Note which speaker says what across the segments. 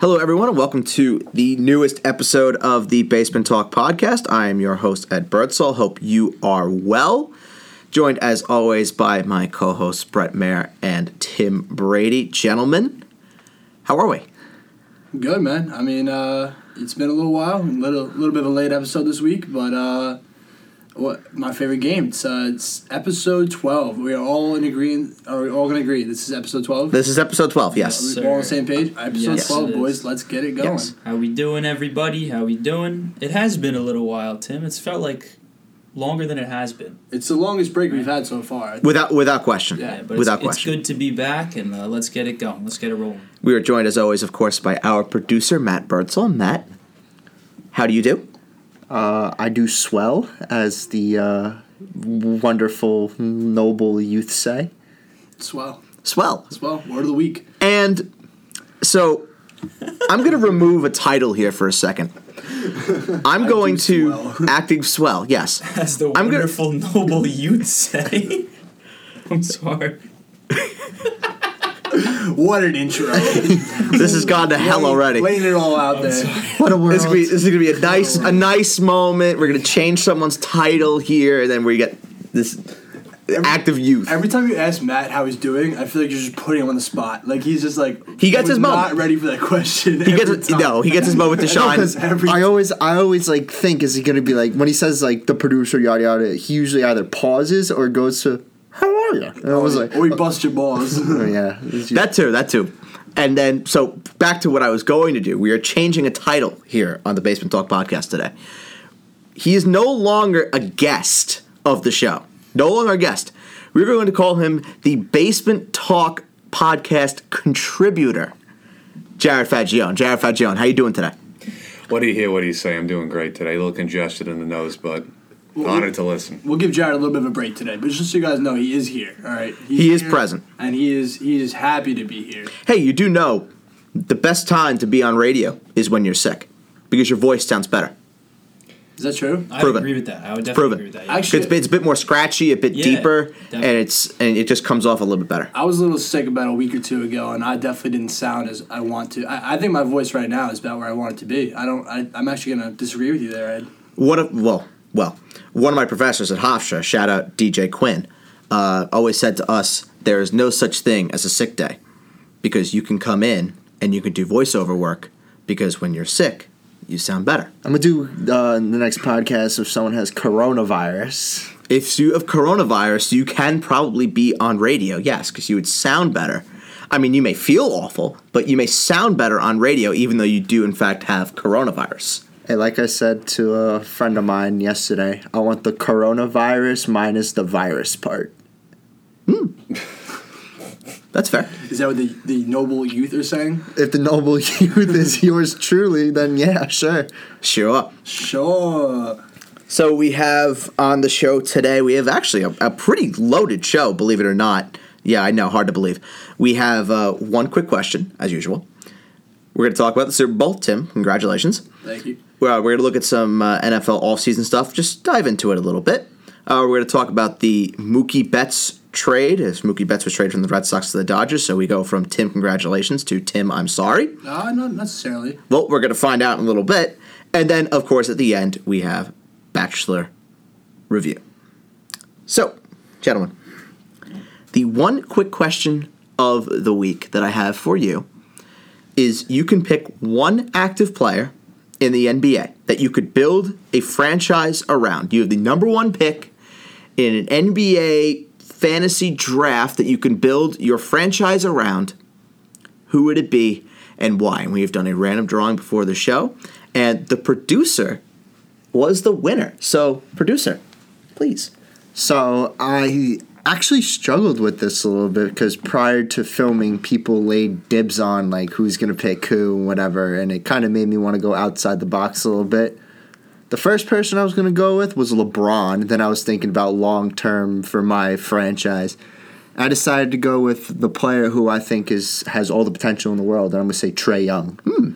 Speaker 1: Hello, everyone, and welcome to the newest episode of the Basement Talk podcast. I am your host, Ed Birdsall. Hope you are well. Joined, as always, by my co hosts, Brett Mayer and Tim Brady. Gentlemen, how are we?
Speaker 2: Good man. I mean, uh, it's been a little while, a little little bit of a late episode this week, but uh, what my favorite game? It's, uh, it's episode twelve. We are all in agreement. Are we all gonna agree? This is episode twelve.
Speaker 1: This is episode 12, yes.
Speaker 2: We're all on the same page. Episode
Speaker 3: Yes,
Speaker 2: twelve,
Speaker 3: it is.
Speaker 2: boys. Let's get it going.
Speaker 1: Yes.
Speaker 3: How we doing, everybody? How we doing? It has been a little while, Tim. It's felt like longer than it has been.
Speaker 2: It's the longest break we've had so far.
Speaker 1: Without, without question.
Speaker 2: Yeah,
Speaker 3: but
Speaker 1: without
Speaker 3: it's,
Speaker 1: question.
Speaker 3: it's good to be back, and uh, let's get it going. Let's get it rolling.
Speaker 1: We are joined, as always, of course, by our producer, Matt Birdsall. Matt, how do you do?
Speaker 4: Uh, I do swell, as the uh, wonderful, noble youth say.
Speaker 2: Swell,
Speaker 1: Swell.
Speaker 2: swell. Word of the week.
Speaker 1: And so I'm going to remove a title here for a second. I'm going to active swell. Yes.
Speaker 3: As the
Speaker 1: I'm gonna-
Speaker 3: wonderful noble youth say. I'm sorry.
Speaker 2: What an intro.
Speaker 1: This has gone to hell already.
Speaker 2: Laying it all out there.
Speaker 1: What a world. This is gonna be- this is going to be a nice a nice moment. We're going to change someone's title here and then we get this active youth.
Speaker 2: Every time you ask Matt how he's doing, I feel like you're just putting him on the spot. Like he's just like
Speaker 1: He gets
Speaker 2: was
Speaker 1: his
Speaker 2: not
Speaker 1: moment.
Speaker 2: ready for that question.
Speaker 1: He gets no, he gets his moment to shine.
Speaker 2: because every
Speaker 4: I always, I always like think is he gonna be like when he says like the producer yada yada. He usually either pauses or goes to how are you? And I was like,
Speaker 2: or he bust your balls.
Speaker 4: oh yeah, It's just-
Speaker 1: That too, that too. And then, so back to what I was going to do. We are changing a title here on the Basement Talk podcast today. He is no longer a guest of the show, no longer a guest. We're going to call him the Basement Talk podcast contributor, Jared Fagione. Jared Fagione, how you doing today?
Speaker 5: What do you hear? What do you say? I'm doing great today. A little congested in the nose, but honored to listen.
Speaker 2: We'll give Jared a little bit of a break today, but just so you guys know, he is here. All right, He's
Speaker 1: He is
Speaker 2: here,
Speaker 1: present.
Speaker 2: and he is he is happy to be here.
Speaker 1: Hey, you do know the best time to be on radio is when you're sick because your voice sounds better.
Speaker 2: Is that true?
Speaker 3: I
Speaker 1: Proven.
Speaker 3: agree with that. I would definitely
Speaker 1: Proven.
Speaker 3: agree with that.
Speaker 2: Actually-
Speaker 1: It's, it's a bit more scratchy, a bit
Speaker 3: Yeah,
Speaker 1: deeper, and
Speaker 3: definitely.
Speaker 1: it's and it just comes off a little bit better.
Speaker 2: I was a little sick about a week or two ago, and I definitely didn't sound as I want to. I, I think my voice right now is about where I want it to be. I don't. I, I'm actually going to disagree with you there, Ed.
Speaker 1: one of well, well, one of my professors at Hofstra, shout out DJ Quinn, uh, always said to us, "There is no such thing as a sick day, because you can come in and you can do voiceover work, because when you're sick, you sound better."
Speaker 4: I'm gonna do uh, in the next podcast if someone has coronavirus.
Speaker 1: If you have coronavirus, you can probably be on radio, yes, because you would sound better. I mean, you may feel awful, but you may sound better on radio, even though you do in fact have coronavirus.
Speaker 4: And like I said to a friend of mine yesterday, I want the coronavirus minus the virus part.
Speaker 1: That's fair.
Speaker 2: Is that what the, the noble youth are saying?
Speaker 4: If the noble youth is yours truly, then yeah, sure.
Speaker 1: Sure. up.
Speaker 2: Sure.
Speaker 1: So we have on the show today, we have actually a, a pretty loaded show, believe it or not. Yeah, I know, hard to believe. We have uh, one quick question, as usual. We're going to talk about the Super Bowl. Tim, congratulations.
Speaker 2: Thank you.
Speaker 1: We're, uh, we're going to look at some uh, NFL offseason stuff, just dive into it a little bit. Uh, we're going to talk about the Mookie Betts trade, as Mookie Betts was traded from the Red Sox to the Dodgers. So we go from Tim, congratulations, to Tim, I'm sorry.
Speaker 2: Uh, not necessarily.
Speaker 1: Well, we're going to find out in a little bit. And then, of course, at the end, we have Bachelor Review. So, gentlemen, the one quick question of the week that I have for you is you can pick one active player in the NBA that you could build a franchise around. You have the number one pick in an NBA fantasy draft that you can build your franchise around who would it be and why? And we have done a random drawing before the show, and the producer was the winner. So, producer, please.
Speaker 4: So I actually struggled with this a little bit because prior to filming, people laid dibs on like who's gonna pick who and whatever, and it kind of made me want to go outside the box a little bit. The first person I was gonna go with was LeBron. Then I was thinking about long term for my franchise. I decided to go with the player who I think is has all the potential in the world, and I'm gonna say Trey Young. Hmm.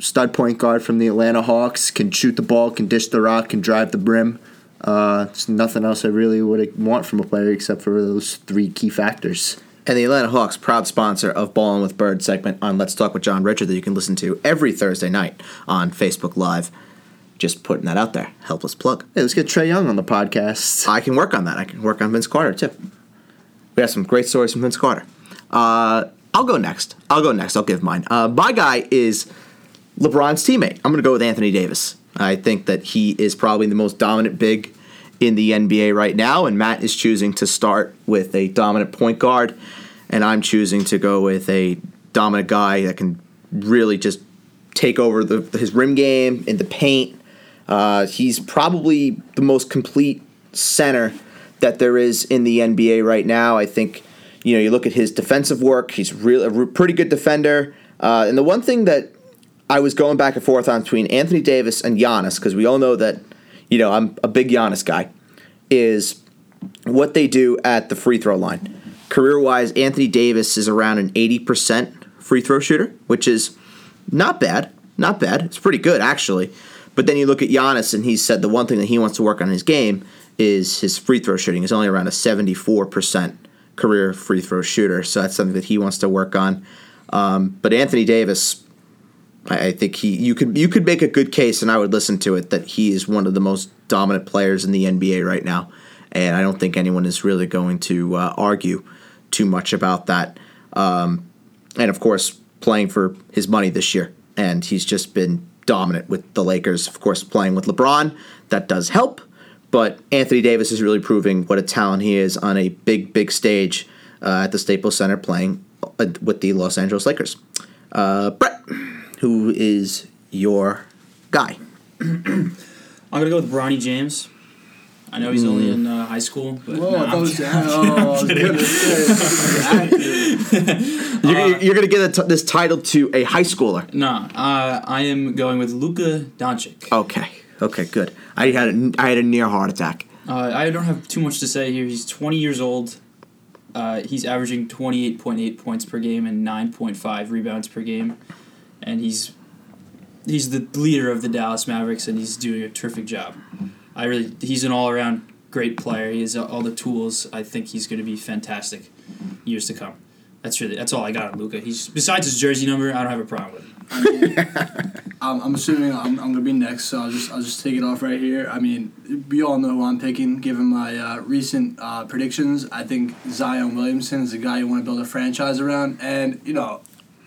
Speaker 4: Stud point guard from the Atlanta Hawks can shoot the ball, can dish the rock, can drive the brim. Uh, it's nothing else I really would want from a player except for those three key factors.
Speaker 1: and the Atlanta Hawks, proud sponsor of Ballin' with Bird segment on Let's Talk with John Richard that you can listen to every Thursday night on Facebook Live. Just putting that out there. Helpless plug.
Speaker 4: Hey, let's get Trey Young on the podcast.
Speaker 1: I can work on that. I can work on Vince Carter too. We have some great stories from Vince Carter. Uh, I'll go next. I'll go next. I'll give mine. Uh, my guy is LeBron's teammate. I'm going to go with Anthony Davis. I think that he is probably the most dominant big in the NBA right now, and Matt is choosing to start with a dominant point guard, and I'm choosing to go with a dominant guy that can really just take over the, his rim game in the paint. Uh, he's probably the most complete center that there is in the NBA right now. I think, you know, you look at his defensive work, he's real, a re- pretty good defender. Uh, and the one thing that I was going back and forth on between Anthony Davis and Giannis, because we all know that, you know, I'm a big Giannis guy, is what they do at the free throw line. Career wise, Anthony Davis is around an 80% free throw shooter, which is not bad. Not bad. It's pretty good, actually. But then you look at Giannis, and he said the one thing that he wants to work on in his game is his free throw shooting. He's only around a 74% career free throw shooter, so that's something that he wants to work on. Um, but Anthony Davis, I, I think he you could you could make a good case, and I would listen to it that he is one of the most dominant players in the NBA right now, and I don't think anyone is really going to uh, argue too much about that. Um, and of course, playing for his money this year, and he's just been dominant with the Lakers. Of course, playing with LeBron that does help, but Anthony Davis is really proving what a talent he is on a big, big stage uh, at the Staples Center playing uh, with the Los Angeles Lakers. Uh, Brett, who is your guy?
Speaker 3: I'm gonna go with Bronny James. I know he's only in uh, high school, but
Speaker 2: Mm. Whoa,
Speaker 3: nah,
Speaker 2: I
Speaker 3: I'm
Speaker 2: thought it was. Oh, I was
Speaker 3: kidding.
Speaker 2: gonna say.
Speaker 1: You're, you're going to give t- this title to a high schooler.
Speaker 3: Nah, uh, I am going with Luka Doncic.
Speaker 1: Okay. Okay. Good. I had a, I had a near heart attack.
Speaker 3: Uh, I don't have too much to say here. He's 20 years old. Uh, he's averaging 28.8 points per game and 9.5 rebounds per game, and he's he's the leader of the Dallas Mavericks, and he's doing a terrific job. I really he's an all around great player. He has all the tools. I think he's going to be fantastic years to come. That's really that's all I got on Luca. He's besides his jersey number, I don't have a problem with. It.
Speaker 2: I'm, I'm assuming I'm, I'm gonna be next, so I'll just I'll just take it off right here. I mean, we all know who I'm picking. Given my uh, recent uh, predictions, I think Zion Williamson is the guy you want to build a franchise around. And you know,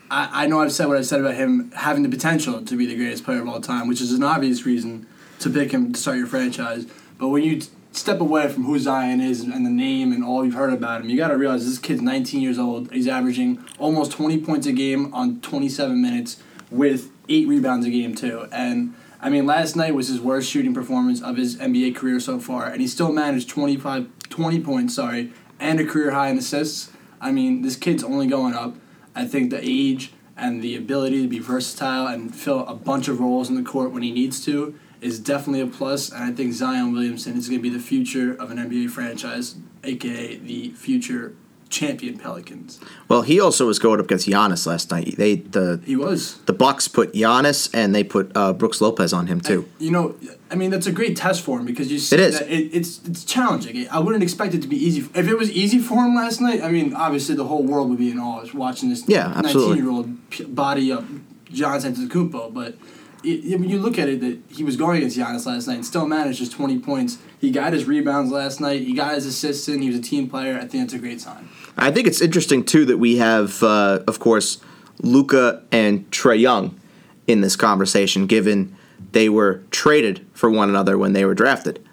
Speaker 2: I, I know I've said what I've said about him having the potential to be the greatest player of all time, which is an obvious reason to pick him to start your franchise. But when you t- step away from who Zion is and the name and all you've heard about him, you got to realize this kid's 19 years old. He's averaging almost 20 points a game on 27 minutes with eight rebounds a game too. And I mean, last night was his worst shooting performance of his NBA career so far, and he still managed 25, 20 points, sorry, and a career high in assists. I mean, this kid's only going up. I think the age and the ability to be versatile and fill a bunch of roles in the court when he needs to is definitely a plus. And I think Zion Williamson is going to be the future of an NBA franchise, aka the future champion Pelicans.
Speaker 1: Well, he also was going up against Giannis last night. They the
Speaker 2: He was.
Speaker 1: the Bucks put Giannis and they put uh, Brooks Lopez on him too.
Speaker 2: You know, I mean, that's a great test for him because you see
Speaker 1: It is.
Speaker 2: that it, it's it's challenging. I wouldn't expect it to be easy. If it was easy for him last night, I mean, obviously the whole world would be in awe just watching this
Speaker 1: Yeah, absolutely.
Speaker 2: nineteen-year-old p- body of John Antetokounmpo. But it, when you look at it, that he was going against Giannis last night and still managed his twenty points. He got his rebounds last night. He got his assists in. He was a team player. I think that's a great sign.
Speaker 1: I think it's interesting too that we have, uh, of course, Luca and Trey Young in this conversation, given they were traded for one another when they were drafted.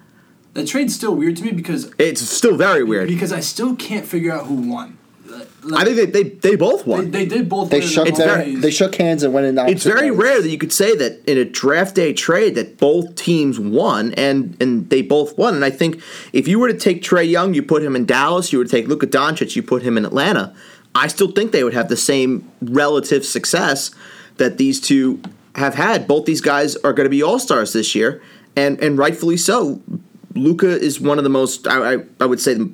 Speaker 2: The trade's still weird to me because
Speaker 1: It's still very weird.
Speaker 2: because I still can't figure out who won. Like-
Speaker 1: I think they they, they both
Speaker 2: they,
Speaker 1: won.
Speaker 2: they did both.
Speaker 4: They
Speaker 2: win in
Speaker 4: shook
Speaker 2: both
Speaker 1: It's
Speaker 4: their,
Speaker 1: very-
Speaker 2: ways.
Speaker 4: they shook hands and went in.
Speaker 1: It's very rare that you could say that in a draft day trade that both teams won and and they both won. And I think if you were to take Trey Young, you put him in Dallas. You were to take Luka Doncic, you put him in Atlanta. I still think they would have the same relative success that these two have had. Both these guys are going to be all stars this year, and and rightfully so. Luca is one of the most I, I, I would say the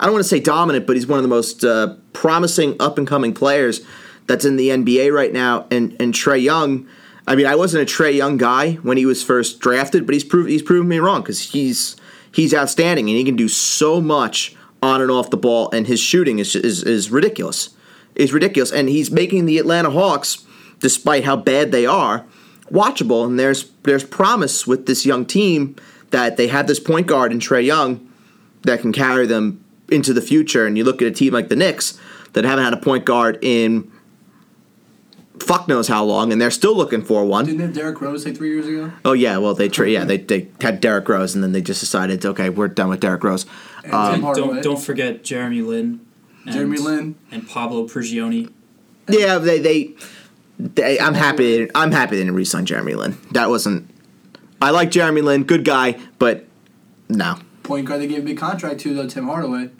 Speaker 1: I don't want to say dominant, but he's one of the most uh, promising up and coming players that's in the NBA right now. And and Trey Young, I mean, I wasn't a Trey Young guy when he was first drafted, but he's proved he's proven me wrong because he's he's outstanding and he can do so much on and off the ball, and his shooting is is, is ridiculous. Is ridiculous, and he's making the Atlanta Hawks, despite how bad they are, watchable. And there's there's promise with this young team that they have this point guard in Trey Young that can carry them into the future. And you look at a team like the Knicks that haven't had a point guard in fuck knows how long, and they're still looking for one.
Speaker 2: Didn't they have Derrick Rose like three years ago?
Speaker 1: Oh yeah, well they tra- yeah they, they had Derrick Rose and then they just decided okay we're done with Derrick Rose.
Speaker 2: And
Speaker 1: Um,
Speaker 2: Tim Hardaway.
Speaker 3: don't don't forget Jeremy Lin. And,
Speaker 2: Jeremy Lin.
Speaker 3: and Pablo Prigioni.
Speaker 1: yeah, they, they they I'm happy I'm happy they didn't re-sign Jeremy Lin. That wasn't I like Jeremy Lin, good guy, but no.
Speaker 2: Point guard they gave a big contract to though, Tim Hardaway.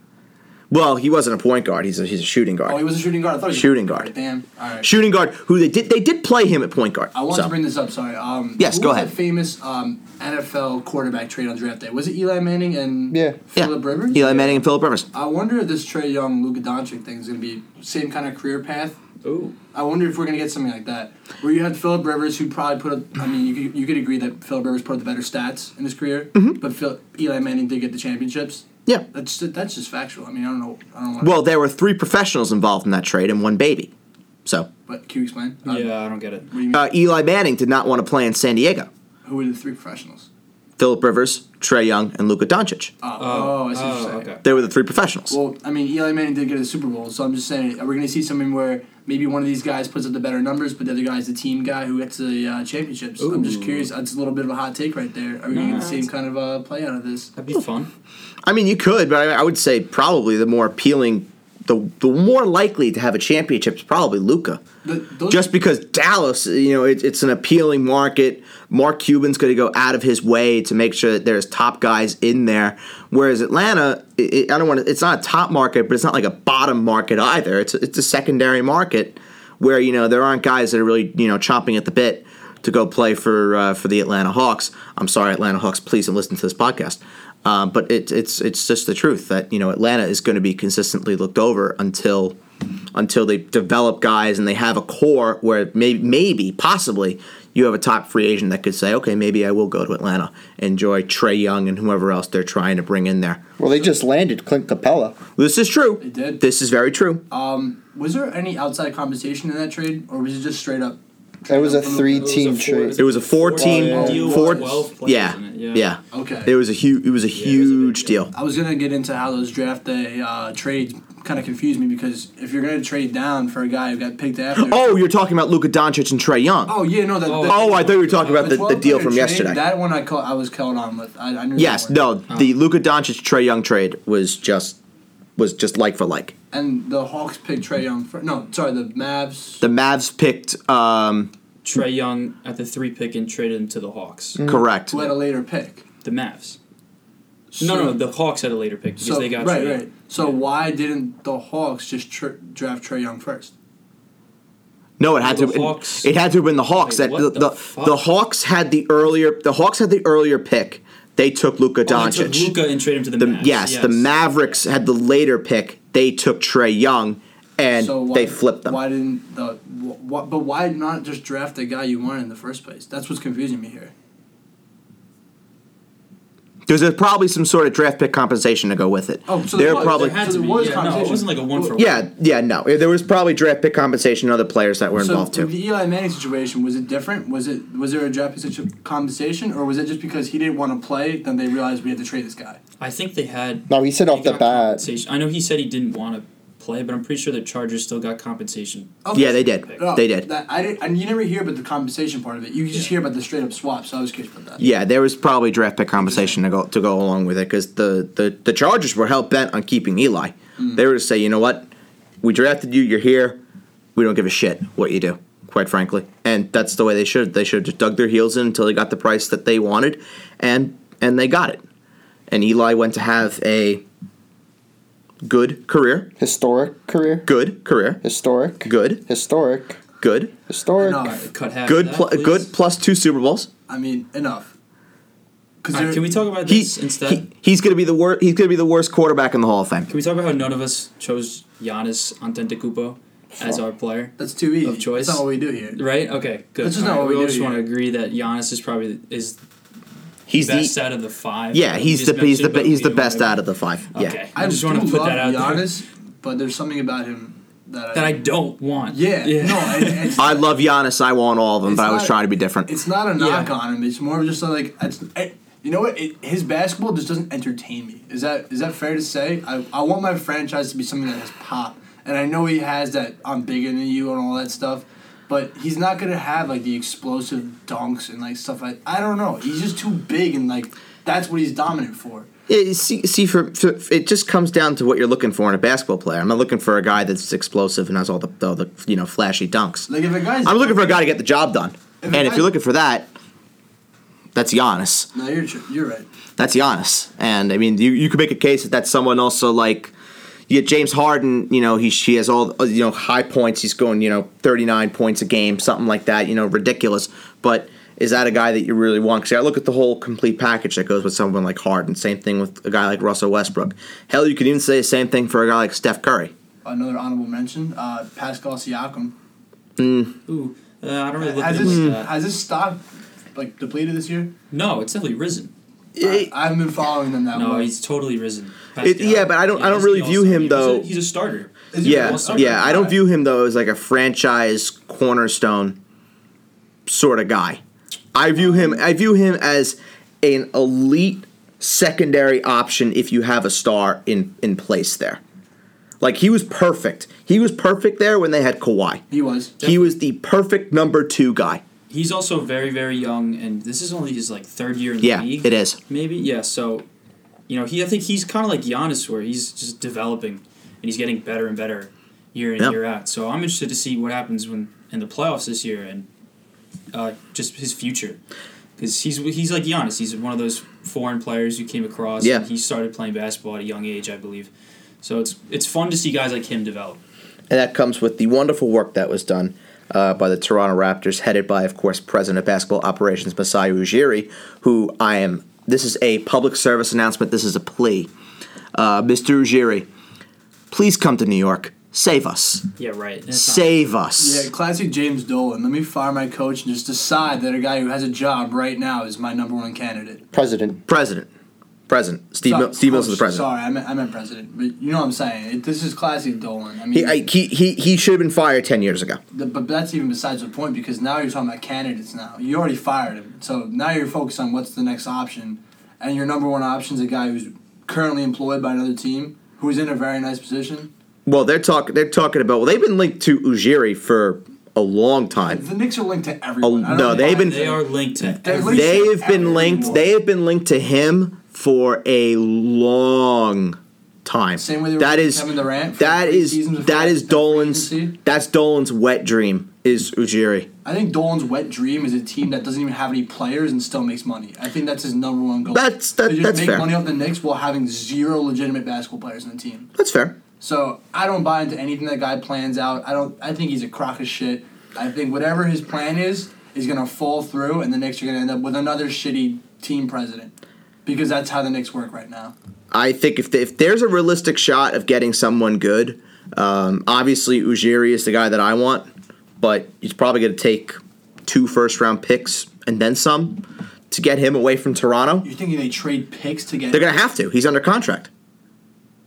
Speaker 1: Well, he wasn't a point guard. He's a he's a shooting guard.
Speaker 2: Oh, he was a shooting guard. I thought he was
Speaker 1: Shooting guard.
Speaker 2: Damn. All right.
Speaker 1: shooting guard who they did they did play him at point guard.
Speaker 2: I want
Speaker 1: so.
Speaker 2: to bring this up. Sorry. Um,
Speaker 1: Yes,
Speaker 2: who
Speaker 1: go
Speaker 2: was
Speaker 1: ahead.
Speaker 2: The famous um, NFL quarterback trade on draft day was it Eli Manning and
Speaker 4: Yeah.
Speaker 1: yeah.
Speaker 2: Philip Rivers?
Speaker 1: Eli Manning and Philip Rivers.
Speaker 2: I wonder if this Trey Young, Luka Doncic thing is going to be same kind of career path.
Speaker 3: Oh,
Speaker 2: I wonder if we're going to get something like that, where you had Philip Rivers, who probably put up. I mean, you could, you could agree that Philip Rivers put up the better stats in his career,
Speaker 1: Mm-hmm.
Speaker 2: but Phil, Eli Manning did get the championships.
Speaker 1: Yeah.
Speaker 2: That's that's just factual. I mean, I don't know. I don't want.
Speaker 1: Well, there were three professionals involved in that trade and one baby. So
Speaker 2: but can you explain? Uh,
Speaker 3: yeah, I don't get it.
Speaker 2: What do you mean?
Speaker 1: uh, Eli Manning did not want to play in San Diego.
Speaker 2: who were the three professionals?
Speaker 1: Philip Rivers, Trey Young, and Luka Doncic.
Speaker 2: Oh,
Speaker 3: Oh,
Speaker 2: oh, I see what you're saying.
Speaker 3: okay.
Speaker 1: They were the three professionals.
Speaker 2: Well, I mean, Eli Manning did get a Super Bowl, so I'm just saying, are we going to see something where maybe one of these guys puts up the better numbers, but the other guy's the team guy who gets the uh, championships? I'm just
Speaker 3: Ooh.
Speaker 2: curious. That's a little bit of a hot take right there. Are we going to get the
Speaker 3: Nah,
Speaker 2: same
Speaker 3: it's-
Speaker 2: kind of uh, play out of this?
Speaker 3: That'd be fun.
Speaker 1: I mean, you could, but I, I would say probably the more appealing, the the more likely to have a championship is probably Luca,
Speaker 2: The, those,
Speaker 1: just because Dallas, you know, it, it's an appealing market. Mark Cuban's going to go out of his way to make sure that there's top guys in there. Whereas Atlanta, it, it- I don't want to. It's not a top market, but it's not like a bottom market either. It's a, it's a secondary market where you know there aren't guys that are really you know chomping at the bit to go play for uh, for the Atlanta Hawks. I'm sorry, Atlanta Hawks. Please don't listen to this podcast. Um, but it, it's it's just the truth that you know Atlanta is going to be consistently looked over until until they develop guys and they have a core where maybe maybe possibly you have a top free agent that could say, okay, maybe I will go to Atlanta, enjoy Trey Young and whoever else they're trying to bring in there.
Speaker 4: Well, they just landed Clint Capella.
Speaker 1: This is true.
Speaker 2: They did.
Speaker 1: This is very true.
Speaker 2: um, was there any outside compensation in that trade, or was it just straight up?
Speaker 4: That was a
Speaker 3: It was a
Speaker 4: three-team
Speaker 3: four-
Speaker 4: trade.
Speaker 1: It was a four team,
Speaker 4: Oh, yeah.
Speaker 3: Deal with
Speaker 1: four,
Speaker 3: 12 players
Speaker 1: yeah,
Speaker 3: in it,
Speaker 1: yeah,
Speaker 3: yeah.
Speaker 2: Okay.
Speaker 1: It was a huge, it was a
Speaker 3: it was a big
Speaker 1: huge
Speaker 3: deal.
Speaker 1: deal.
Speaker 2: I was gonna get into how those draft day uh, trades kind of confused me because if you're gonna trade down for a guy who got picked after,
Speaker 1: Oh, you're talking about Luka Doncic and Trey Young.
Speaker 2: oh yeah, no, that.
Speaker 3: Oh.
Speaker 2: that-
Speaker 1: Oh, I thought you were talking about the, the
Speaker 2: 12
Speaker 1: deal
Speaker 2: player
Speaker 1: from
Speaker 2: trade,
Speaker 1: yesterday.
Speaker 2: That one I call, I was called on with. I, I knew
Speaker 1: yes,
Speaker 2: that one.
Speaker 1: no, the Luka Doncic Trey Young trade was just was just like for like.
Speaker 2: And the Hawks picked Trey Young. For, no, sorry, the Mavs.
Speaker 1: The Mavs picked um,
Speaker 3: Trey Young at the three pick and traded him to the Hawks.
Speaker 1: correct.
Speaker 2: who had a later pick.
Speaker 3: The Mavs.
Speaker 2: So,
Speaker 3: no, no, the Hawks had a later pick because
Speaker 2: so,
Speaker 3: they got
Speaker 2: right,
Speaker 3: Trey.
Speaker 2: right. So why didn't the Hawks just tr- draft Trey Young first?
Speaker 1: No, it had
Speaker 3: The
Speaker 1: to. It,
Speaker 3: Hawks-
Speaker 1: it had to have been the Hawks
Speaker 3: Wait,
Speaker 1: that
Speaker 3: what
Speaker 1: the,
Speaker 3: the
Speaker 1: the,
Speaker 3: fuck?
Speaker 1: the Hawks had the earlier. The Hawks had the earlier pick. They took Luka
Speaker 3: Oh, they
Speaker 1: Doncic.
Speaker 3: took Luka and traded him to the,
Speaker 1: The-
Speaker 3: Mavs.
Speaker 1: yes, the Mavericks had the later pick. They took Trey Young, and
Speaker 2: so why,
Speaker 1: they flipped them.
Speaker 2: Why didn't the? Wh- wh- but why not just draft a guy you wanted in the first place? That's what's confusing me here.
Speaker 1: There's a, probably some sort of draft pick compensation to go with it.
Speaker 2: Oh, so
Speaker 1: They're
Speaker 2: there was-
Speaker 1: probably.
Speaker 3: There had
Speaker 2: So
Speaker 3: to
Speaker 2: there
Speaker 3: be.
Speaker 2: was
Speaker 3: Yeah, no, it
Speaker 2: compensation.
Speaker 3: wasn't like a one for one.
Speaker 1: yeah, yeah, no. There was probably draft pick compensation and other players that were
Speaker 2: So
Speaker 1: involved too.
Speaker 2: the Eli Manning situation was it different? Was it was there a draft situ- compensation, or was it just because he didn't want to play? Then they realized we had to trade this guy.
Speaker 3: I think they had.
Speaker 4: No, he said off
Speaker 3: they
Speaker 4: the
Speaker 3: got
Speaker 4: bat.
Speaker 3: compensation. I know he said he didn't want to play, but I'm pretty sure the Chargers still got compensation.
Speaker 2: Okay.
Speaker 1: Yeah, they did.
Speaker 2: No,
Speaker 1: They did.
Speaker 2: That, I didn't. And you never hear about the compensation part of it. You just
Speaker 3: Yeah.
Speaker 2: hear about the straight up swap. So I was curious about that.
Speaker 1: Yeah, there was probably draft pick compensation to go to go along with it because the, the the Chargers were hell bent on keeping Eli.
Speaker 3: Mm.
Speaker 1: They were to say, you know what, we drafted you, you're here, we don't give a shit what you do, quite frankly, and that's the way they should. They should have just dug their heels in until they got the price that they wanted, and and they got it. And Eli went to have a good career,
Speaker 4: Historic career.
Speaker 1: good career,
Speaker 4: Historic.
Speaker 1: good,
Speaker 4: Historic.
Speaker 1: good,
Speaker 4: Historic.
Speaker 2: No,
Speaker 3: Uh, Cut half.
Speaker 1: good,
Speaker 3: of that,
Speaker 1: pl-
Speaker 3: please.
Speaker 1: good plus two Super Bowls.
Speaker 2: I mean, enough. Because
Speaker 3: All right, can we talk about
Speaker 1: He,
Speaker 3: this instead?
Speaker 1: he he's gonna be the worst. He's gonna be the worst quarterback in the Hall of Fame.
Speaker 3: Can we talk about how none of us chose Giannis Antetokounmpo as our player?
Speaker 2: That's too easy.
Speaker 3: Of choice?
Speaker 2: That's not what we do here.
Speaker 3: Right? Okay, good.
Speaker 2: That's just
Speaker 3: All
Speaker 2: not
Speaker 3: right,
Speaker 2: what
Speaker 3: we
Speaker 2: we
Speaker 3: all
Speaker 2: do
Speaker 3: just want to
Speaker 2: here.
Speaker 3: agree that Giannis is probably is
Speaker 1: He's
Speaker 3: best
Speaker 1: the
Speaker 3: out of the five.
Speaker 1: yeah.
Speaker 3: You
Speaker 1: He's
Speaker 3: just
Speaker 1: the he's the
Speaker 3: mentioned
Speaker 1: be- he's the
Speaker 3: Boban or
Speaker 1: best
Speaker 3: whatever.
Speaker 1: out of the five. Yeah.
Speaker 3: Okay, I, just want to put that out there.
Speaker 2: Giannis, but there's something about him that I,
Speaker 3: That I don't want.
Speaker 2: yeah, no, it, it's,
Speaker 1: I love Giannis. I want all of them,
Speaker 2: It's
Speaker 1: but I was
Speaker 2: not-
Speaker 1: trying to be different.
Speaker 2: it's not a knock
Speaker 3: Yeah.
Speaker 2: on him. It's more of just like it's, it, you know what? It, his basketball just doesn't entertain me. Is that is that fair to say? I, I want my franchise to be something that has pop, and I know he has that. I'm bigger than you and all that stuff. But he's not gonna have like the explosive dunks and like stuff like I don't know. He's just too big and like that's what he's dominant for.
Speaker 1: Yeah, see, see for, for it just comes down to what you're looking for in a basketball player. I'm not looking for a guy that's explosive and has all the all the you know flashy dunks.
Speaker 2: Like if a guy's
Speaker 1: I'm looking for a guy to get the job done.
Speaker 2: If a
Speaker 1: And if
Speaker 2: guy-
Speaker 1: you're looking for that, that's Giannis.
Speaker 2: No, you're tr- you're right.
Speaker 1: That's Giannis. And I mean, you, you could make a case that that's someone also like you get James Harden. You know, he she has all you know high points. He's going you know 39 points a game, something like that. You know, ridiculous. But is that a guy that you really want? Because I look at the whole complete package that goes with someone like Harden. Same thing with a guy like Russell Westbrook. Hell, you could even say the same thing for a guy like Steph Curry.
Speaker 2: Another honorable mention, uh, Pascal Siakam.
Speaker 3: Ooh, uh, I don't really look
Speaker 2: Has
Speaker 3: at it like
Speaker 2: his,
Speaker 1: Hmm.
Speaker 3: that.
Speaker 2: has his stock like depleted this year?
Speaker 3: No, it's definitely risen.
Speaker 2: I, I haven't been following them that
Speaker 3: No,
Speaker 2: way.
Speaker 3: he's totally risen.
Speaker 1: It- yeah, but I don't- I don't really view him,
Speaker 3: he's a-
Speaker 1: though.
Speaker 3: He's a, starter.
Speaker 2: Is he an
Speaker 1: Yeah,
Speaker 2: all-star?
Speaker 1: yeah. I don't view him though as like a franchise cornerstone sort of guy. I view him. I view him as an elite secondary option if you have a star in in place there. Like he was perfect. He was perfect there when they had Kawhi.
Speaker 2: He was.
Speaker 1: He was the perfect number two guy.
Speaker 3: He's also very, very young, and this is only his like third year in the
Speaker 1: Yeah,
Speaker 3: league.
Speaker 1: it is.
Speaker 3: Maybe yeah. So, you know, he I think he's kind of like Giannis, where he's just developing and he's getting better and better year in
Speaker 1: Yeah.
Speaker 3: year out. So I'm interested to see what happens when in the playoffs this year and uh, just his future, because he's he's like Giannis. He's one of those foreign players who came across.
Speaker 1: Yeah.
Speaker 3: and he started playing basketball at a young age, I believe. So it's it's fun to see guys like him develop.
Speaker 1: And that comes with the wonderful work that was done uh, by the Toronto Raptors, headed by, of course, President of Basketball Operations Masai Ujiri, who I am. This is a public service announcement. This is a plea. Uh, Mr. Ujiri, please come to New York. Save us.
Speaker 3: Yeah, right. And it's not-
Speaker 1: Save us.
Speaker 2: Yeah, classic James Dolan. Let me fire my coach and just decide that a guy who has a job right now is my number one candidate.
Speaker 4: President.
Speaker 1: President. President. Steve, Mil-
Speaker 2: So-
Speaker 1: Steve Mills is the
Speaker 2: coach,
Speaker 1: president.
Speaker 2: Sorry, I meant, I meant president. But you know what I'm saying. It, this is classic Dolan. I mean,
Speaker 1: He, I, he, he, he should have been fired 10 years ago.
Speaker 2: th- but that's even besides the point because now you're talking about candidates now. You already fired him. So now you're focused on what's the next option. And your number one option is a guy who's currently employed by another team who is in a very nice position.
Speaker 1: Well, they're, talk, they're talking about, well, they've been linked to Ujiri for a long time.
Speaker 2: The Knicks are linked to everyone.
Speaker 1: Oh,
Speaker 2: I don't
Speaker 1: no,
Speaker 2: know
Speaker 1: they've
Speaker 2: why
Speaker 1: been-
Speaker 3: They are linked to
Speaker 2: They're
Speaker 3: every-
Speaker 2: linked to
Speaker 1: They've been
Speaker 2: everyone.
Speaker 1: linked. They have been linked to him for a long time.
Speaker 2: Same way they were
Speaker 1: that
Speaker 2: with
Speaker 1: is
Speaker 2: Kevin Durant for
Speaker 1: that
Speaker 2: three
Speaker 1: is
Speaker 2: seasons before
Speaker 1: that is
Speaker 2: that free
Speaker 1: Dolan's
Speaker 2: agency.
Speaker 1: that's Dolan's wet dream is Ujiri.
Speaker 2: I think Dolan's wet dream is a team that doesn't even have any players and still makes money. I think that's his number one goal.
Speaker 1: That's- that-
Speaker 2: To just
Speaker 1: that's
Speaker 2: make
Speaker 1: fair.
Speaker 2: money off the Knicks while having zero legitimate basketball players on the team.
Speaker 1: That's fair.
Speaker 2: So I don't buy into anything that guy plans out. I don't. I think he's a crock of shit. I think whatever his plan is is gonna fall through, and the Knicks are gonna end up with another shitty team president because that's how the Knicks work right now.
Speaker 1: I think if, if there's a realistic shot of getting someone good, um, obviously Ujiri is the guy that I want, but he's probably going to take two first round picks and then some to get him away from Toronto.
Speaker 2: You're thinking they trade picks to get
Speaker 1: They're going to have to. He's under contract.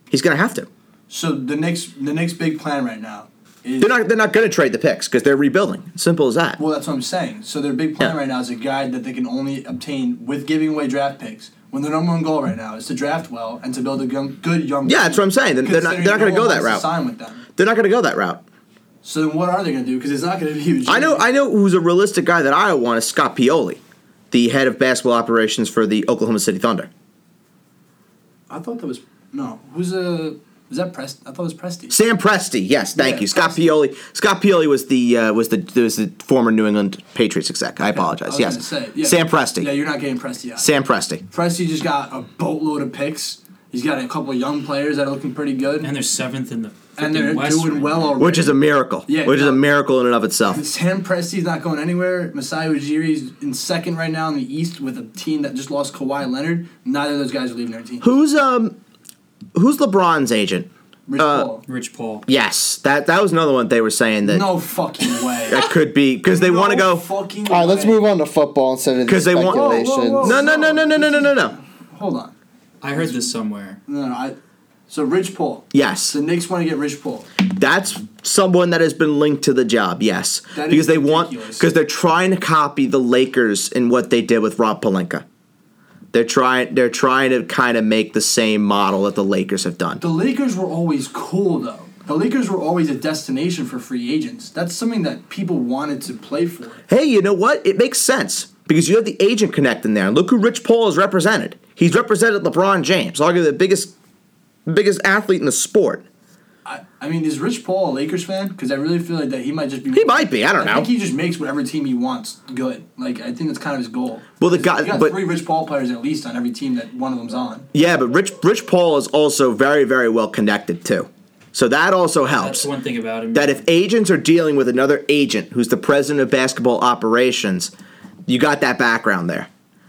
Speaker 1: He's going to have to.
Speaker 2: so the Knicks. The Knicks' big plan right now is
Speaker 1: They're not. They're not going to trade the picks because they're rebuilding. Simple as that.
Speaker 2: Well, that's what I'm saying. So their big plan
Speaker 1: Yeah.
Speaker 2: right now is a guy that they can only obtain with giving away draft picks. When their number one goal right now is to draft well and to build a young, good young.
Speaker 1: Yeah, that's what I'm saying. They're- they're not- they're not
Speaker 2: considering
Speaker 1: gonna go
Speaker 2: no one
Speaker 1: that
Speaker 2: wants to
Speaker 1: route.
Speaker 2: Sign with them.
Speaker 1: They're not going to go that route.
Speaker 2: So then, what are they going to do? Because it's not going to be huge.
Speaker 1: I know. I know who's a realistic guy that I want is Scott Pioli, the head of basketball operations for the Oklahoma City Thunder.
Speaker 2: I thought that was no. Who's a? Is that Prest? I thought it was Presti.
Speaker 1: Sam Presti. Yes, thank
Speaker 2: Yeah,
Speaker 1: you. Scott Pioli. Scott Pioli was the uh, was the was the former New England Patriots exec. I
Speaker 2: I
Speaker 1: apologize.
Speaker 2: was
Speaker 1: yes,
Speaker 2: gonna say, yeah.
Speaker 1: Sam Presti.
Speaker 2: Yeah, you're not getting Presti out.
Speaker 1: Sam Presti.
Speaker 2: Presti just got a boatload of picks. He's got a couple of young players that are looking pretty good,
Speaker 3: and they're seventh in the
Speaker 2: and they're
Speaker 3: frickin' West
Speaker 2: doing
Speaker 3: right
Speaker 2: well
Speaker 3: now.
Speaker 2: already.
Speaker 1: Which is a miracle.
Speaker 2: Yeah,
Speaker 1: which is
Speaker 2: no.
Speaker 1: a miracle in and of itself.
Speaker 2: Sam Presti's not going anywhere. Masai Ujiri's in second right now in the East with a team that just lost Kawhi Leonard. Neither of those guys are leaving their team.
Speaker 1: Who's um, who's LeBron's agent?
Speaker 2: Rich
Speaker 1: Uh,
Speaker 2: Paul.
Speaker 3: Rich Paul.
Speaker 1: Yes, that that was another one they were saying that
Speaker 2: No fucking way.
Speaker 1: that could be because they
Speaker 2: No
Speaker 1: want to go.
Speaker 2: Fucking
Speaker 4: All right, let's
Speaker 2: way.
Speaker 4: move on to football instead of these
Speaker 1: 'Cause they want- Whoa, whoa,
Speaker 4: speculations.
Speaker 1: whoa, No, no, no, no, no, no, no, no, no.
Speaker 2: Hold on.
Speaker 3: I heard this somewhere.
Speaker 2: No, no. I, so Rich Paul.
Speaker 1: Yes,
Speaker 2: The Knicks want to get Rich Paul.
Speaker 1: that's someone that has been linked to the job. Yes,
Speaker 2: That is
Speaker 1: because they want
Speaker 2: ridiculous.
Speaker 1: because they're trying to copy the Lakers in what they did with Rob Palenka. They're trying. They're trying to kind of make the same model that the Lakers have done.
Speaker 2: The Lakers were always cool though. The Lakers were always a destination for free agents. That's something that people wanted to play for.
Speaker 1: hey, you know what? It makes sense because you have the agent connect in there. And look who Rich Paul has represented. He's represented LeBron James, arguably the biggest, biggest athlete in the sport.
Speaker 2: I, I mean, is Rich Paul a Lakers fan? Because I really feel like that he might just be.
Speaker 1: He might be, I don't know.
Speaker 2: think he just makes whatever team he wants good. Like I think that's kind of his goal.
Speaker 1: Well, the
Speaker 2: He's-
Speaker 1: guy-
Speaker 2: he's got
Speaker 1: but-
Speaker 2: three Rich Paul players at least on every team that one of them's on.
Speaker 1: Yeah, but Rich Rich Paul is also very very well connected too, so that also
Speaker 3: That's
Speaker 1: helps.
Speaker 3: one thing about him.
Speaker 1: That if agents are dealing with another agent who's the president of basketball operations, you got that background there,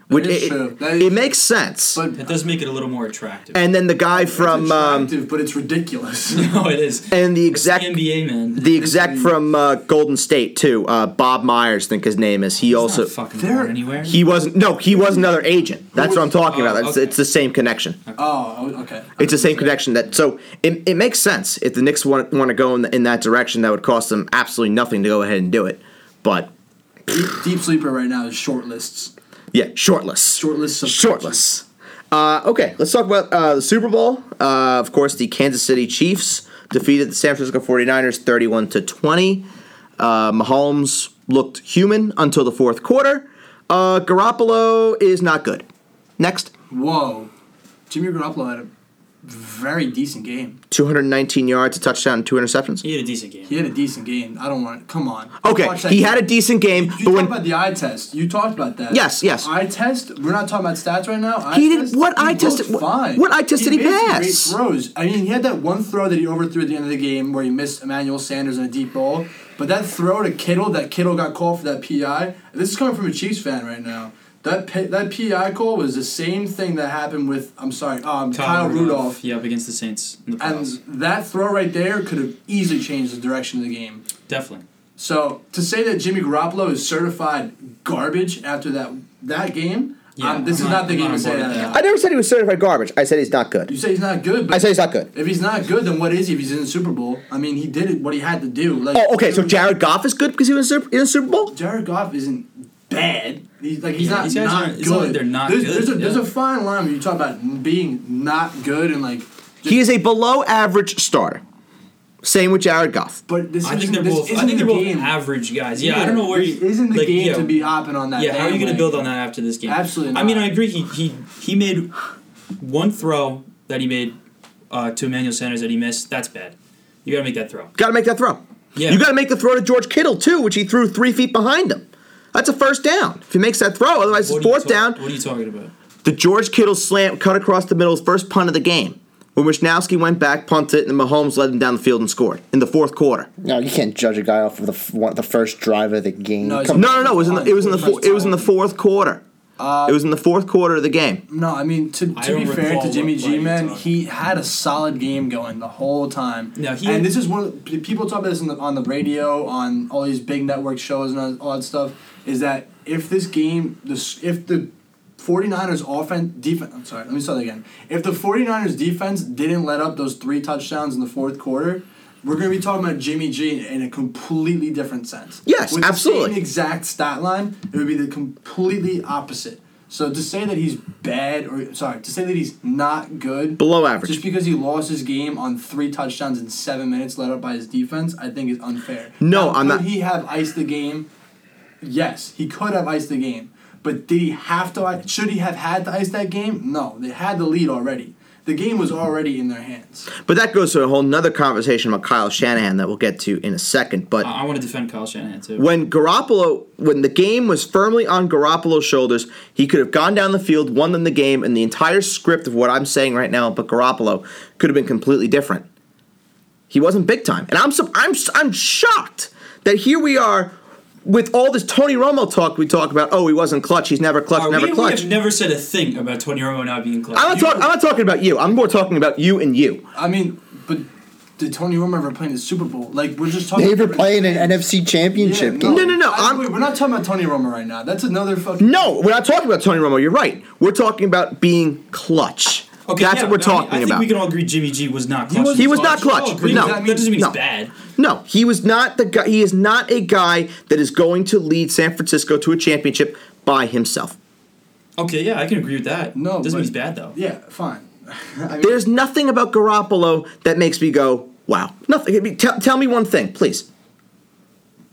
Speaker 1: which
Speaker 2: is
Speaker 1: it,
Speaker 2: true.
Speaker 1: it,
Speaker 2: That is
Speaker 1: it
Speaker 2: true.
Speaker 1: makes sense.
Speaker 2: But
Speaker 3: It does make it a little more attractive.
Speaker 1: and then the guy from
Speaker 2: it's
Speaker 1: um,
Speaker 2: attractive, but it's ridiculous.
Speaker 3: no, it is.
Speaker 1: and the
Speaker 3: It's the
Speaker 1: exec
Speaker 3: NBA man.
Speaker 1: the exec from uh, Golden State too, uh, Bob Myers, I think his name is. He
Speaker 3: It's
Speaker 1: also
Speaker 3: not fucking
Speaker 2: They're-
Speaker 3: going anywhere.
Speaker 1: he wasn't no he was another agent. That's what I'm talking
Speaker 3: Oh,
Speaker 1: about. That's,
Speaker 3: okay.
Speaker 1: It's the same connection.
Speaker 2: oh, okay.
Speaker 1: It's the same connection that so it, it makes sense if the Knicks want want to go in, in that direction. That would cost them absolutely nothing to go ahead and do it. But
Speaker 2: Deep, deep sleeper right now is short lists.
Speaker 1: yeah, shortless,
Speaker 2: Short lists of
Speaker 1: shortless. Uh, okay, let's talk about uh, the Super Bowl. Uh, of course, the Kansas City Chiefs defeated the San Francisco 49ers 31 to 20. Uh, Mahomes looked human until the fourth quarter. Uh, Garoppolo is not good. Next,
Speaker 2: Whoa, Jimmy Garoppolo had a very decent game.
Speaker 1: 219 yards, a touchdown, and two interceptions.
Speaker 3: He had a decent game.
Speaker 2: He had a decent game. I don't want. Come on.
Speaker 1: Okay,
Speaker 2: Watch that
Speaker 1: he
Speaker 2: game.
Speaker 1: had a decent game,
Speaker 2: You
Speaker 1: but
Speaker 2: talked
Speaker 1: when
Speaker 2: about the eye test. You talked about that.
Speaker 1: Yes, yes.
Speaker 2: Eye test. We're not talking about stats right now. Eye
Speaker 1: He didn't-
Speaker 2: test,
Speaker 1: what eye test-
Speaker 2: looked
Speaker 1: what-
Speaker 2: Fine.
Speaker 1: what eye test did he
Speaker 2: made some great
Speaker 1: pass?
Speaker 2: throws. I mean, he had that one throw that he overthrew at the end of the game where he missed Emmanuel Sanders on a deep ball. But that throw to Kittle, that Kittle got called for that PI. This is coming from a Chiefs fan right now. That P- that PI call was the same thing that happened with I'm sorry, um, Kyle, Rudolph.
Speaker 3: Yeah, up against the Saints in the
Speaker 2: And
Speaker 3: playoffs.
Speaker 2: that throw right there could have easily changed the direction of the game.
Speaker 3: Definitely.
Speaker 2: So to say that Jimmy Garoppolo is certified garbage after that that game,
Speaker 3: Yeah,
Speaker 2: um, this
Speaker 3: I'm
Speaker 2: is
Speaker 3: not-
Speaker 2: not the game
Speaker 3: I'm not
Speaker 2: to
Speaker 3: on
Speaker 2: say
Speaker 3: board with
Speaker 2: that.
Speaker 3: that.
Speaker 1: I never said he was certified garbage. I said he's not
Speaker 2: You
Speaker 1: good.
Speaker 2: say he's not good, but
Speaker 1: I said he's not good.
Speaker 2: if he's not good, then what is he? If he's in the Super Bowl, I mean, he did it, what he had to do. Like,
Speaker 1: Oh, okay. So Jared Goff is good because he was in the Super- in the Super Bowl.
Speaker 2: Jared Goff isn't bad. He's like he's
Speaker 3: Yeah,
Speaker 2: not
Speaker 3: these guys
Speaker 2: not
Speaker 3: aren't-
Speaker 2: good.
Speaker 3: it's not like they're not
Speaker 2: there's,
Speaker 3: good,
Speaker 2: There's a, there's
Speaker 3: yeah.
Speaker 2: a fine line when you talk about being not good and like.
Speaker 1: He is a below average starter. Same with Jared Goff.
Speaker 2: But this
Speaker 3: I
Speaker 2: isn't,
Speaker 3: think they're
Speaker 2: this
Speaker 3: both. I
Speaker 2: isn't
Speaker 3: think they're
Speaker 2: the
Speaker 3: both
Speaker 2: game.
Speaker 3: average guys. Yeah, I don't know where
Speaker 2: This
Speaker 3: you.
Speaker 2: isn't the
Speaker 3: like,
Speaker 2: game
Speaker 3: yeah,
Speaker 2: to be hopping on that.
Speaker 3: Yeah, how are you going to
Speaker 2: bandwagon.
Speaker 3: build on that after this game?
Speaker 2: Absolutely
Speaker 3: I mean,
Speaker 2: not.
Speaker 3: I agree. He he he made one throw that he made uh, to Emmanuel Sanders that he missed. That's bad. You got to make that throw.
Speaker 1: Got to make that throw.
Speaker 3: Yeah.
Speaker 1: You got to make the throw to George Kittle too, which he threw three feet behind him. That's a first down. If he makes that throw, otherwise it's
Speaker 3: What are you
Speaker 1: fourth
Speaker 3: talk-
Speaker 1: down.
Speaker 3: What are you talking about?
Speaker 1: The George Kittle slant cut across the middle's first punt of the game. When Wisnowski went back, punted, and Mahomes led him down the field and scored in the fourth quarter.
Speaker 4: No, you can't judge a guy off of the f- one, the first drive of the game.
Speaker 2: No, it's-
Speaker 4: Come-
Speaker 1: No, no, no. It was in the it was in the fo- it was in the fourth quarter. it was in the fourth quarter of the game.
Speaker 2: No, I mean to,
Speaker 3: I
Speaker 2: to be
Speaker 3: don't
Speaker 2: fair
Speaker 3: recall
Speaker 2: to
Speaker 3: what
Speaker 2: Jimmy
Speaker 3: play
Speaker 2: G,
Speaker 3: you're
Speaker 2: man,
Speaker 3: talking
Speaker 2: he had a solid game going the whole time.
Speaker 3: No, he-
Speaker 2: and this is one of the, people talk about this in the, on the radio, on all these big network shows and all, all that stuff. Is that if this game, this if the 49ers offense defense, I'm sorry, let me start that again. If the 49ers defense didn't let up those three touchdowns in the fourth quarter. We're going to be talking about Jimmy G in a completely different sense.
Speaker 1: Yes,
Speaker 2: With the same
Speaker 1: absolutely.
Speaker 2: exact stat line, it would be the completely opposite. So to say that he's bad, or sorry, to say that he's not good,
Speaker 1: Below average.
Speaker 2: just because he lost his game on three touchdowns in seven minutes led up by his defense, I think is unfair.
Speaker 1: No, I'm
Speaker 2: could
Speaker 1: not-
Speaker 2: He have iced the game. Yes, he could have iced the game, but did he have to? i- Should he have had to ice that game? No, they had the lead already. The game was already in their hands.
Speaker 1: But that goes to a whole nother conversation about Kyle Shanahan that we'll get to in a second. But
Speaker 3: I, want to defend Kyle Shanahan too.
Speaker 1: when Garoppolo, when the game was firmly on Garoppolo's shoulders, he could have gone down the field, won them the game, and the entire script of what I'm saying right now about Garoppolo could have been completely different. He wasn't big time, and I'm sup- I'm I'm shocked that here we are with all this Tony Romo talk we talk about. Oh, he wasn't clutch. He's never clutch.
Speaker 3: Are
Speaker 1: never
Speaker 3: Uh, we,
Speaker 1: clutch.
Speaker 3: we have never said a thing about Tony Romo not being clutch.
Speaker 1: I'm not,
Speaker 3: You-
Speaker 1: talk- I'm not talking about you. I'm more talking about you and you.
Speaker 2: I mean, but did Tony Romo ever play in the Super Bowl? Like we're just talking.
Speaker 4: They were playing an NFC Championship game.
Speaker 1: No, no, no,
Speaker 2: I-
Speaker 1: I'm-
Speaker 2: wait, we're not talking about Tony Romo right now. That's another fucking.
Speaker 1: No, we're not talking about Tony Romo. You're right. We're talking about being clutch. That's
Speaker 3: yeah,
Speaker 1: what we're
Speaker 3: I mean,
Speaker 1: talking
Speaker 3: I think
Speaker 1: about.
Speaker 3: we can all agree Jimmy G was not clutch.
Speaker 2: wasn't
Speaker 1: He was not clutch.
Speaker 3: We all agree
Speaker 1: No.
Speaker 3: with that That doesn't mean
Speaker 1: No.
Speaker 3: he's bad.
Speaker 1: No, he was not the guy. He is not a guy that is going to lead San Francisco to a championship by himself.
Speaker 3: Okay, yeah, I can agree with that.
Speaker 2: No,
Speaker 3: doesn't
Speaker 2: but-
Speaker 3: mean he's bad though.
Speaker 2: Yeah, fine. I mean,
Speaker 1: There's nothing about Garoppolo that makes me go, "Wow." Nothing. I mean, Tell, tell me one thing, please.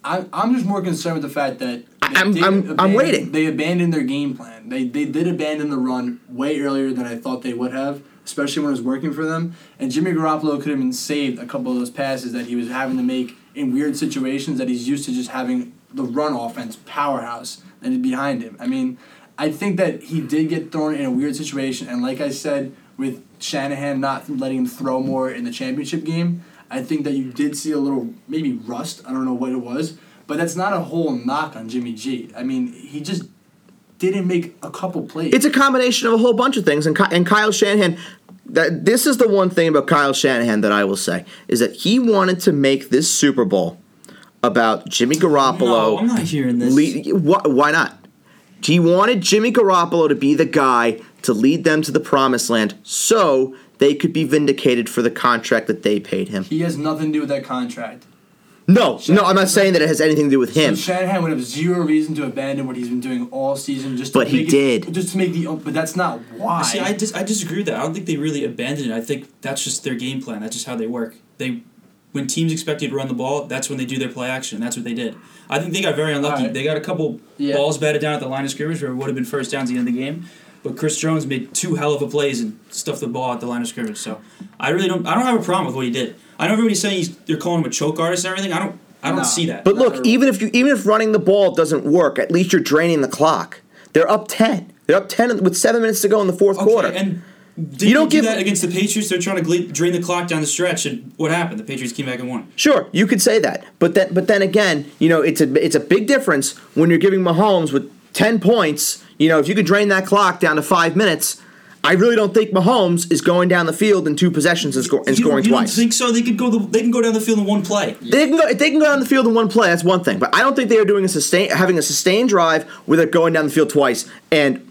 Speaker 2: I, I'm just more concerned with the fact that
Speaker 1: I- I'm-
Speaker 2: did
Speaker 1: I'm- I'm
Speaker 2: abandon-
Speaker 1: waiting.
Speaker 2: They abandoned their game plan. They they did abandon the run way earlier than I thought they would have, especially when it was working for them. And Jimmy Garoppolo could have been saved a couple of those passes that he was having to make in weird situations that he's used to just having the run offense powerhouse and behind him. I mean, I think that he did get thrown in a weird situation, and like I said with Shanahan not letting him throw more in the championship game. I think that you did see a little maybe rust. I don't know what it was, but that's not a whole knock on Jimmy G. I mean, he just didn't make a couple plays.
Speaker 1: It's a combination of a whole bunch of things, and Ky- and Kyle Shanahan. That this is the one thing about Kyle Shanahan that I will say is that he wanted to make this Super Bowl about Jimmy Garoppolo.
Speaker 3: No, I'm not hearing this.
Speaker 1: lead, why, why not? He wanted Jimmy Garoppolo to be the guy to lead them to the promised land so they could be vindicated for the contract that they paid him.
Speaker 2: he has nothing to do with that contract.
Speaker 1: No, no, I'm not saying that it has anything to do with him.
Speaker 2: So Shanahan would have zero reason to abandon what he's been doing all season just to
Speaker 1: But he
Speaker 2: make it-
Speaker 1: did.
Speaker 2: just to make the um, but that's not why.
Speaker 3: See, I dis- I disagree with that. I don't think they really abandoned it. I think that's just their game plan. That's just how they work. They, when teams expect you to run the ball, that's when they do their play action. That's what they did. I think they got very unlucky.
Speaker 2: Alright.
Speaker 3: They got a couple
Speaker 2: Yeah.
Speaker 3: balls batted down at the line of scrimmage where it would have been first downs at the end of the game. But Chris Jones made two hell of a plays and stuffed the ball at the line of scrimmage. So I really don't. I don't have a problem with what he did. I know everybody's saying he's, they're calling him a choke artist and everything. I don't. I don't
Speaker 2: Nah.
Speaker 3: see that.
Speaker 1: But
Speaker 2: Not
Speaker 1: look,
Speaker 2: at
Speaker 1: even if you even if running the ball doesn't work, at least you're draining the clock. They're up 10. They're up 10 with 7 minutes to go in the fourth
Speaker 3: Okay,
Speaker 1: quarter.
Speaker 3: And did
Speaker 1: You
Speaker 3: you
Speaker 1: don't
Speaker 3: don't do
Speaker 1: give-
Speaker 3: that against the Patriots. They're trying to gle- drain the clock down the stretch, and what happened? The Patriots came back and won.
Speaker 1: Sure, you could say that, but then but then again, you know, it's a it's a big difference when you're giving Mahomes with ten points. You know, if you could drain that clock down to five minutes, I really don't think Mahomes is going down the field in two possessions and, score, and
Speaker 3: You-
Speaker 1: scoring
Speaker 3: you
Speaker 1: twice.
Speaker 3: Don't think so? They could go. The, they can go down the field in one play.
Speaker 1: they can go if they can go down the field in one play. That's one thing, but I don't think they are doing a sustain having a sustained drive where they're going down the field twice and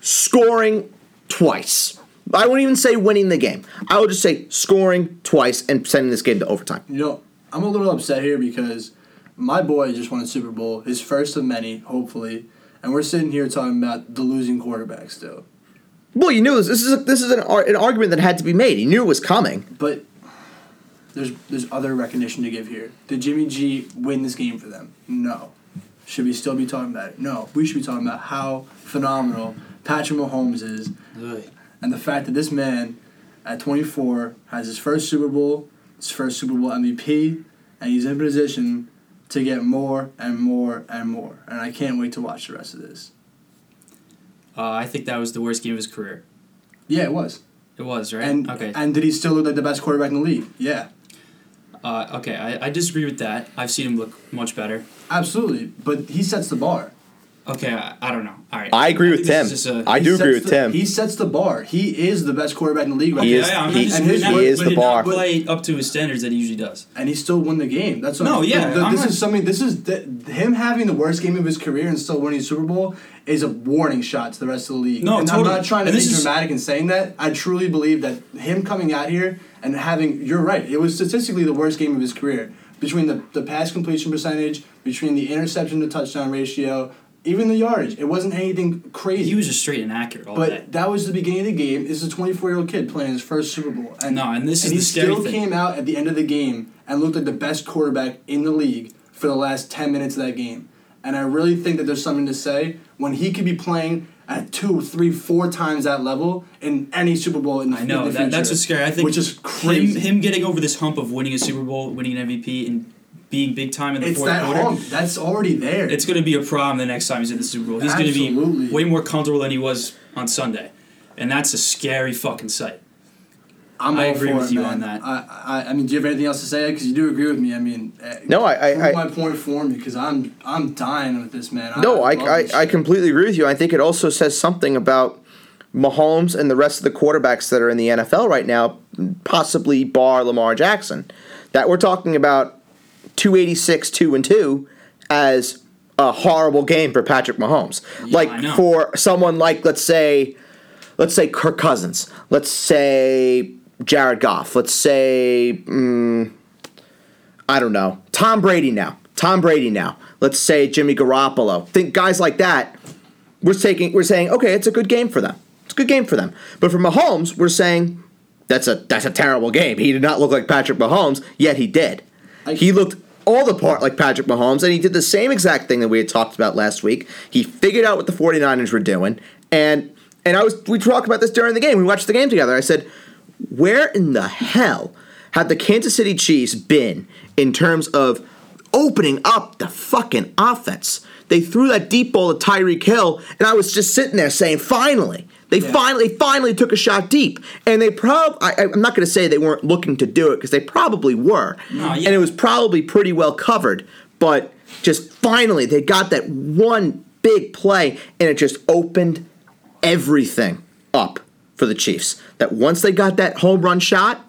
Speaker 1: scoring twice. I wouldn't even say winning the game. I would just say scoring twice and sending this game to overtime.
Speaker 2: You know, I'm a little upset here because my boy just won a Super Bowl, his first of many, hopefully, and we're sitting here talking about the losing quarterback still.
Speaker 1: Well, you knew this. This is a, this is an, ar- an argument that had to be made. You knew it was coming.
Speaker 2: But there's there's other recognition to give here. Did Jimmy G win this game for them? No. Should we still be talking about it? No. We should be talking about how phenomenal Patrick Mahomes is and the fact that this man at 24 has his first Super Bowl, his first Super Bowl MVP, and he's in position to get more and more and more. And I can't wait to watch the rest of this.
Speaker 3: Uh, I think that was the worst game of his career.
Speaker 2: Yeah, it was.
Speaker 3: It was right.
Speaker 2: And
Speaker 3: okay.
Speaker 2: and did he still look like the best quarterback in the league? Yeah.
Speaker 3: uh, okay. I, I disagree with that. I've seen him look much better.
Speaker 2: Absolutely. But he sets the bar.
Speaker 3: Okay. I, I don't know. All right.
Speaker 1: I agree
Speaker 3: think
Speaker 1: with
Speaker 3: this
Speaker 1: Tim.
Speaker 3: is just a-
Speaker 1: I do
Speaker 2: He
Speaker 1: agree
Speaker 2: sets
Speaker 1: with
Speaker 2: the-
Speaker 1: Tim.
Speaker 2: He sets the bar. He is the best quarterback in the league right
Speaker 1: He
Speaker 2: now.
Speaker 1: is-
Speaker 3: Yeah, I'm not
Speaker 1: he-
Speaker 3: disagreeing
Speaker 2: he
Speaker 3: with that,
Speaker 2: is
Speaker 3: but
Speaker 2: the
Speaker 3: he did
Speaker 1: bar.
Speaker 3: not Play up to his standards that he usually does.
Speaker 2: and he still won the game. That's what
Speaker 3: No,
Speaker 2: I'm-
Speaker 3: yeah,
Speaker 2: th-
Speaker 3: I'm
Speaker 2: this
Speaker 3: not-
Speaker 2: is something. This is th- him having the worst game of his career and still winning the Super Bowl is a warning shot to the rest of the league.
Speaker 3: No,
Speaker 2: and I'm
Speaker 3: totally.
Speaker 2: not trying to
Speaker 3: And
Speaker 2: be
Speaker 3: this is-
Speaker 2: dramatic in saying that. I truly believe that him coming out here and having you're right. It was statistically the worst game of his career between the the pass completion percentage, between the interception to touchdown ratio, even the yardage. It wasn't anything crazy.
Speaker 3: He was just straight inaccurate all day.
Speaker 2: But that was the beginning of the game. This is a 24 year old kid playing his first Super Bowl. And,
Speaker 3: No, and this is
Speaker 2: he
Speaker 3: the scary
Speaker 2: still
Speaker 3: thing.
Speaker 2: came out at the end of the game and looked like the best quarterback in the league for the last 10 minutes of that game. And I really think that there's something to say when he could be playing at two, three, four times that level in any Super Bowl in the,
Speaker 3: I know
Speaker 2: in the
Speaker 3: that, that's
Speaker 2: future,
Speaker 3: what's scary. I think
Speaker 2: which is crazy.
Speaker 3: Him, him getting over this hump of winning a Super Bowl, winning an MVP, and being big time in the
Speaker 2: it's
Speaker 3: fourth
Speaker 2: that
Speaker 3: quarter.
Speaker 2: home. That's already there.
Speaker 3: It's going to be a problem the next time he's in the Super Bowl. He's going to
Speaker 2: Absolutely.
Speaker 3: be way more comfortable than he was on Sunday, and that's a scary fucking sight.
Speaker 2: I'm
Speaker 3: I
Speaker 2: all
Speaker 3: agree
Speaker 2: for
Speaker 3: with
Speaker 2: it,
Speaker 3: you
Speaker 2: man.
Speaker 3: on that.
Speaker 2: I, I, I mean, do you have anything else to say? Because you do agree with me. I mean, eh,
Speaker 1: No, I- I-
Speaker 2: prove
Speaker 1: I-
Speaker 2: my point for me because I'm I'm dying with this man.
Speaker 1: No, I,
Speaker 2: love
Speaker 1: I,
Speaker 2: this
Speaker 1: I
Speaker 2: shit.
Speaker 1: completely agree with you. I think it also says something about Mahomes and the rest of the quarterbacks that are in the NFL right now, possibly bar Lamar Jackson, that we're talking about 286, 2 and 2 as a horrible game for Patrick Mahomes.
Speaker 3: I
Speaker 1: like
Speaker 3: know.
Speaker 1: for someone like let's say let's say Kirk Cousins, let's say Jared Goff, let's say mm, I don't know Tom Brady now, Tom Brady now. Let's say Jimmy Garoppolo. Think guys like that. We're taking we're saying okay, it's a good game for them. It's a good game for them. But for Mahomes, we're saying that's a that's a terrible game. He did not look like Patrick Mahomes, yet he did. he looked all the part like Patrick Mahomes, and he did the same exact thing that we had talked about last week. He figured out what the 49ers were doing, and and I was we talked about this during the game. We watched the game together. I said, where in the hell had the Kansas City Chiefs been in terms of opening up the fucking offense? They threw that deep ball to Tyreek Hill, and I was just sitting there saying, finally. They finally, finally took a shot deep, and they probably—I'm not going to say they weren't looking to do it because they probably were,
Speaker 3: No, yeah.
Speaker 1: and it was probably pretty well covered. But just finally, they got that one big play, and it just opened everything up for the Chiefs. That once they got that home run shot,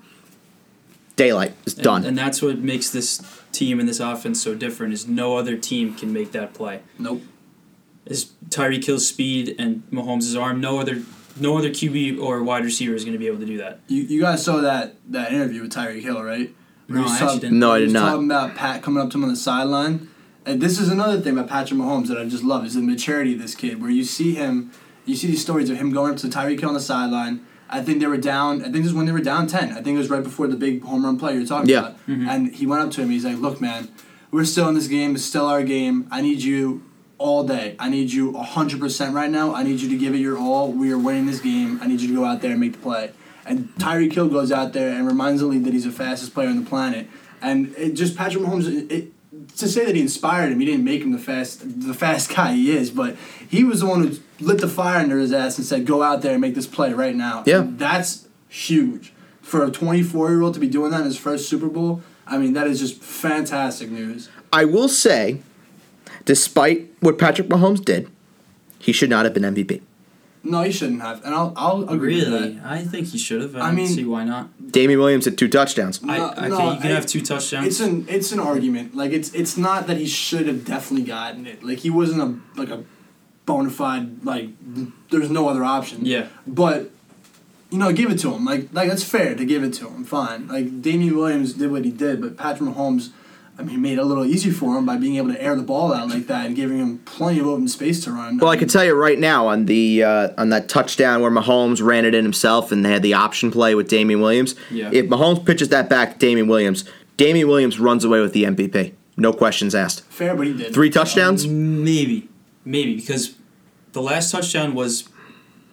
Speaker 1: daylight is
Speaker 3: And,
Speaker 1: done.
Speaker 3: and that's what makes this team and this offense so different is no other team can make that play.
Speaker 2: Nope.
Speaker 3: Is Tyreek Hill's speed and Mahomes' arm, no other no other QB or wide receiver is going to be able to do that.
Speaker 2: You, you guys saw that that interview with Tyreek Hill, right? Where he
Speaker 3: No, I
Speaker 2: was
Speaker 3: actually
Speaker 2: talk-
Speaker 3: didn't.
Speaker 1: No, I
Speaker 2: he
Speaker 1: did
Speaker 2: was
Speaker 1: not.
Speaker 2: Talking about Pat coming up to him on the sideline, and this is another thing about Patrick Mahomes that I just love is the maturity of this kid. Where you see him, you see these stories of him going up to Tyreek Hill on the sideline. I think they were down. I think this is when they were down ten. I think it was right before the big home run play you're talking
Speaker 1: Yeah.
Speaker 2: about. And he went up to him. He's like, "Look, man, we're still in this game. It's still our game. I need you." All day. I need you 100% right now. I need you to give it your all. We are winning this game. I need you to go out there and make the play. And Tyreek Hill goes out there and reminds the league that he's the fastest player on the planet. And it just Patrick Mahomes, it, it, to say that he inspired him, he didn't make him the fast, the fast guy he is, but he was the one who lit the fire under his ass and said, "Go out there and make this play right now."
Speaker 1: Yeah.
Speaker 2: that's huge for a 24 year old to be doing that in his first Super Bowl. I mean, that is just fantastic news.
Speaker 1: I will say, despite what Patrick Mahomes did, he should not have been MVP.
Speaker 2: No, you shouldn't have, and I'll, I'll agree with that.
Speaker 3: Really? I think he should have. I,
Speaker 2: I
Speaker 3: don't
Speaker 2: mean-
Speaker 3: see why not.
Speaker 1: Damian Williams had two touchdowns.
Speaker 3: I,
Speaker 2: No,
Speaker 3: okay,
Speaker 2: no,
Speaker 3: you can
Speaker 2: I-
Speaker 3: have two touchdowns.
Speaker 2: It's an it's an argument. Like it's it's not that he should have definitely gotten it. Like he wasn't a like a bona fide like there's no other option.
Speaker 3: Yeah.
Speaker 2: But you know, give it to him. Like like that's fair to give it to him. Fine. Like Damian Williams did what he did, but Patrick Mahomes, I mean, made it a little easy for him by being able to air the ball out like that and giving him plenty of open space to run.
Speaker 1: Well, I can tell you right now on the uh, on that touchdown where Mahomes ran it in himself, and they had the option play with Damian Williams.
Speaker 3: Yeah.
Speaker 1: If Mahomes pitches that back to Damian Williams, Damian Williams runs away with the MVP. No questions asked.
Speaker 2: fair, but he did
Speaker 1: Three touchdowns.
Speaker 3: Maybe, maybe because the last touchdown was,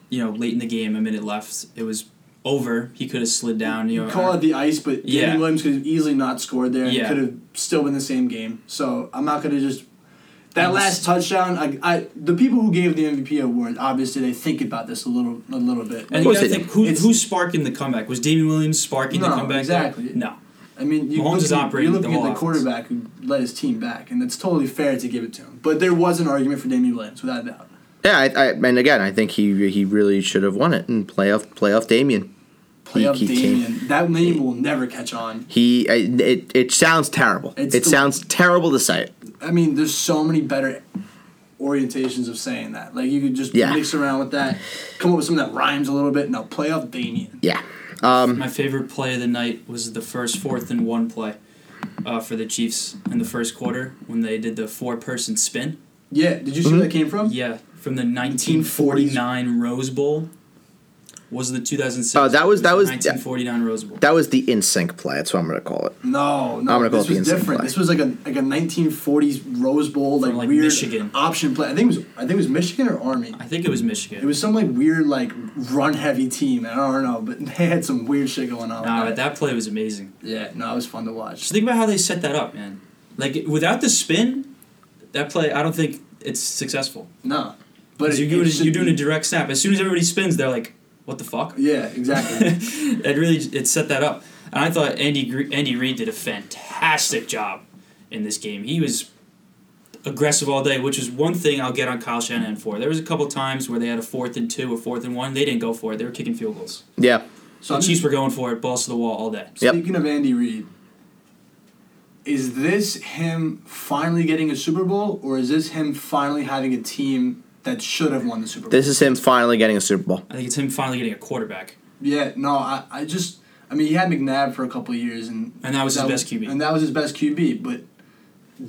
Speaker 3: you know, late in the game, a minute left. It was over. He could have slid down. You know,
Speaker 2: call it the ice, but
Speaker 3: Yeah.
Speaker 2: Damian Williams could have easily not scored there and
Speaker 3: Yeah.
Speaker 2: could have still been the same game. So I'm not gonna just that
Speaker 3: And
Speaker 2: last
Speaker 3: this-
Speaker 2: touchdown. I, I the people who gave the MVP award obviously they think about this a little a little bit.
Speaker 3: and
Speaker 1: Of
Speaker 3: you
Speaker 1: course
Speaker 3: gotta
Speaker 1: they
Speaker 3: think who,
Speaker 2: It's-
Speaker 3: who's sparking the comeback? Was Damian Williams sparking
Speaker 2: No,
Speaker 3: the comeback?
Speaker 2: exactly.
Speaker 3: No.
Speaker 2: I mean, you
Speaker 3: Mahomes
Speaker 2: look
Speaker 3: is
Speaker 2: at-
Speaker 3: operating
Speaker 2: you're
Speaker 3: the
Speaker 2: looking
Speaker 3: whole
Speaker 2: at the
Speaker 3: offense.
Speaker 2: quarterback who led his team back, and it's totally fair to give it to him. But there was an argument for Damian Williams, without a doubt.
Speaker 1: Yeah, I, I, and again, I think he he really should have won it in playoff playoff Damien.
Speaker 2: Playoff
Speaker 1: he came-
Speaker 2: Damian, that name will never catch on.
Speaker 1: He I, it it sounds terrible.
Speaker 2: It's
Speaker 1: it
Speaker 2: the-
Speaker 1: sounds terrible to say it.
Speaker 2: I mean, there's so many better orientations of saying that. Like you could just
Speaker 1: Yeah.
Speaker 2: mix around with that, come up with something that rhymes a little bit. Now playoff Damien.
Speaker 1: Yeah. Um,
Speaker 3: My favorite play of the night was the first fourth and one play uh, for the Chiefs in the first quarter when they did the four person spin.
Speaker 2: Yeah, did you
Speaker 1: Mm-hmm.
Speaker 2: see where that came from?
Speaker 3: Yeah, from the 1949 Rose Bowl. Was the 2006?
Speaker 1: Oh, that was- that
Speaker 3: the
Speaker 1: was-
Speaker 3: 1949 Rose Bowl.
Speaker 1: that was the in sync play. That's what I'm gonna call it.
Speaker 2: No, no,
Speaker 1: gonna call
Speaker 2: this
Speaker 1: it the
Speaker 2: was
Speaker 1: instant
Speaker 2: different.
Speaker 1: play.
Speaker 2: This was like a like a 1940s Rose Bowl, like,
Speaker 3: From, like,
Speaker 2: weird
Speaker 3: Michigan.
Speaker 2: option play. I think it was I think it was Michigan or Army.
Speaker 3: I think it was Michigan.
Speaker 2: It was some like weird like run heavy team. I don't know, but they had some weird shit going on.
Speaker 3: Nah,
Speaker 2: with
Speaker 3: but
Speaker 2: that.
Speaker 3: that play was amazing.
Speaker 2: yeah, no, it was fun to watch.
Speaker 3: Just think about how they set that up, man. Like without the spin, that play I don't think it's successful.
Speaker 2: No, but
Speaker 3: But
Speaker 2: it-
Speaker 3: you're doing
Speaker 2: it
Speaker 3: a,
Speaker 2: should
Speaker 3: you're doing
Speaker 2: be-
Speaker 3: a direct snap. As soon as everybody spins, they're like, "What the fuck?"
Speaker 2: yeah, exactly.
Speaker 3: it really it set that up, and I thought Andy Gre- Andy Reid did a fantastic job in this game. He was aggressive all day, which is one thing I'll get on Kyle Shanahan for. There was a couple times where they had a fourth and two or fourth and one. They didn't go for it. They were kicking field goals.
Speaker 1: Yeah.
Speaker 3: So
Speaker 2: I'm
Speaker 3: the Chiefs were going for it, balls to the wall all day.
Speaker 1: Yep.
Speaker 2: Speaking of Andy Reid, is this him finally getting a Super Bowl, or is this him finally having a team that should have won the Super Bowl?
Speaker 1: This is him finally getting a Super Bowl.
Speaker 3: I think it's him finally getting a quarterback.
Speaker 2: yeah, no, I, I just, I mean, he had McNabb for a couple of years, and
Speaker 3: And that was his best QB.
Speaker 2: and that was his best QB, but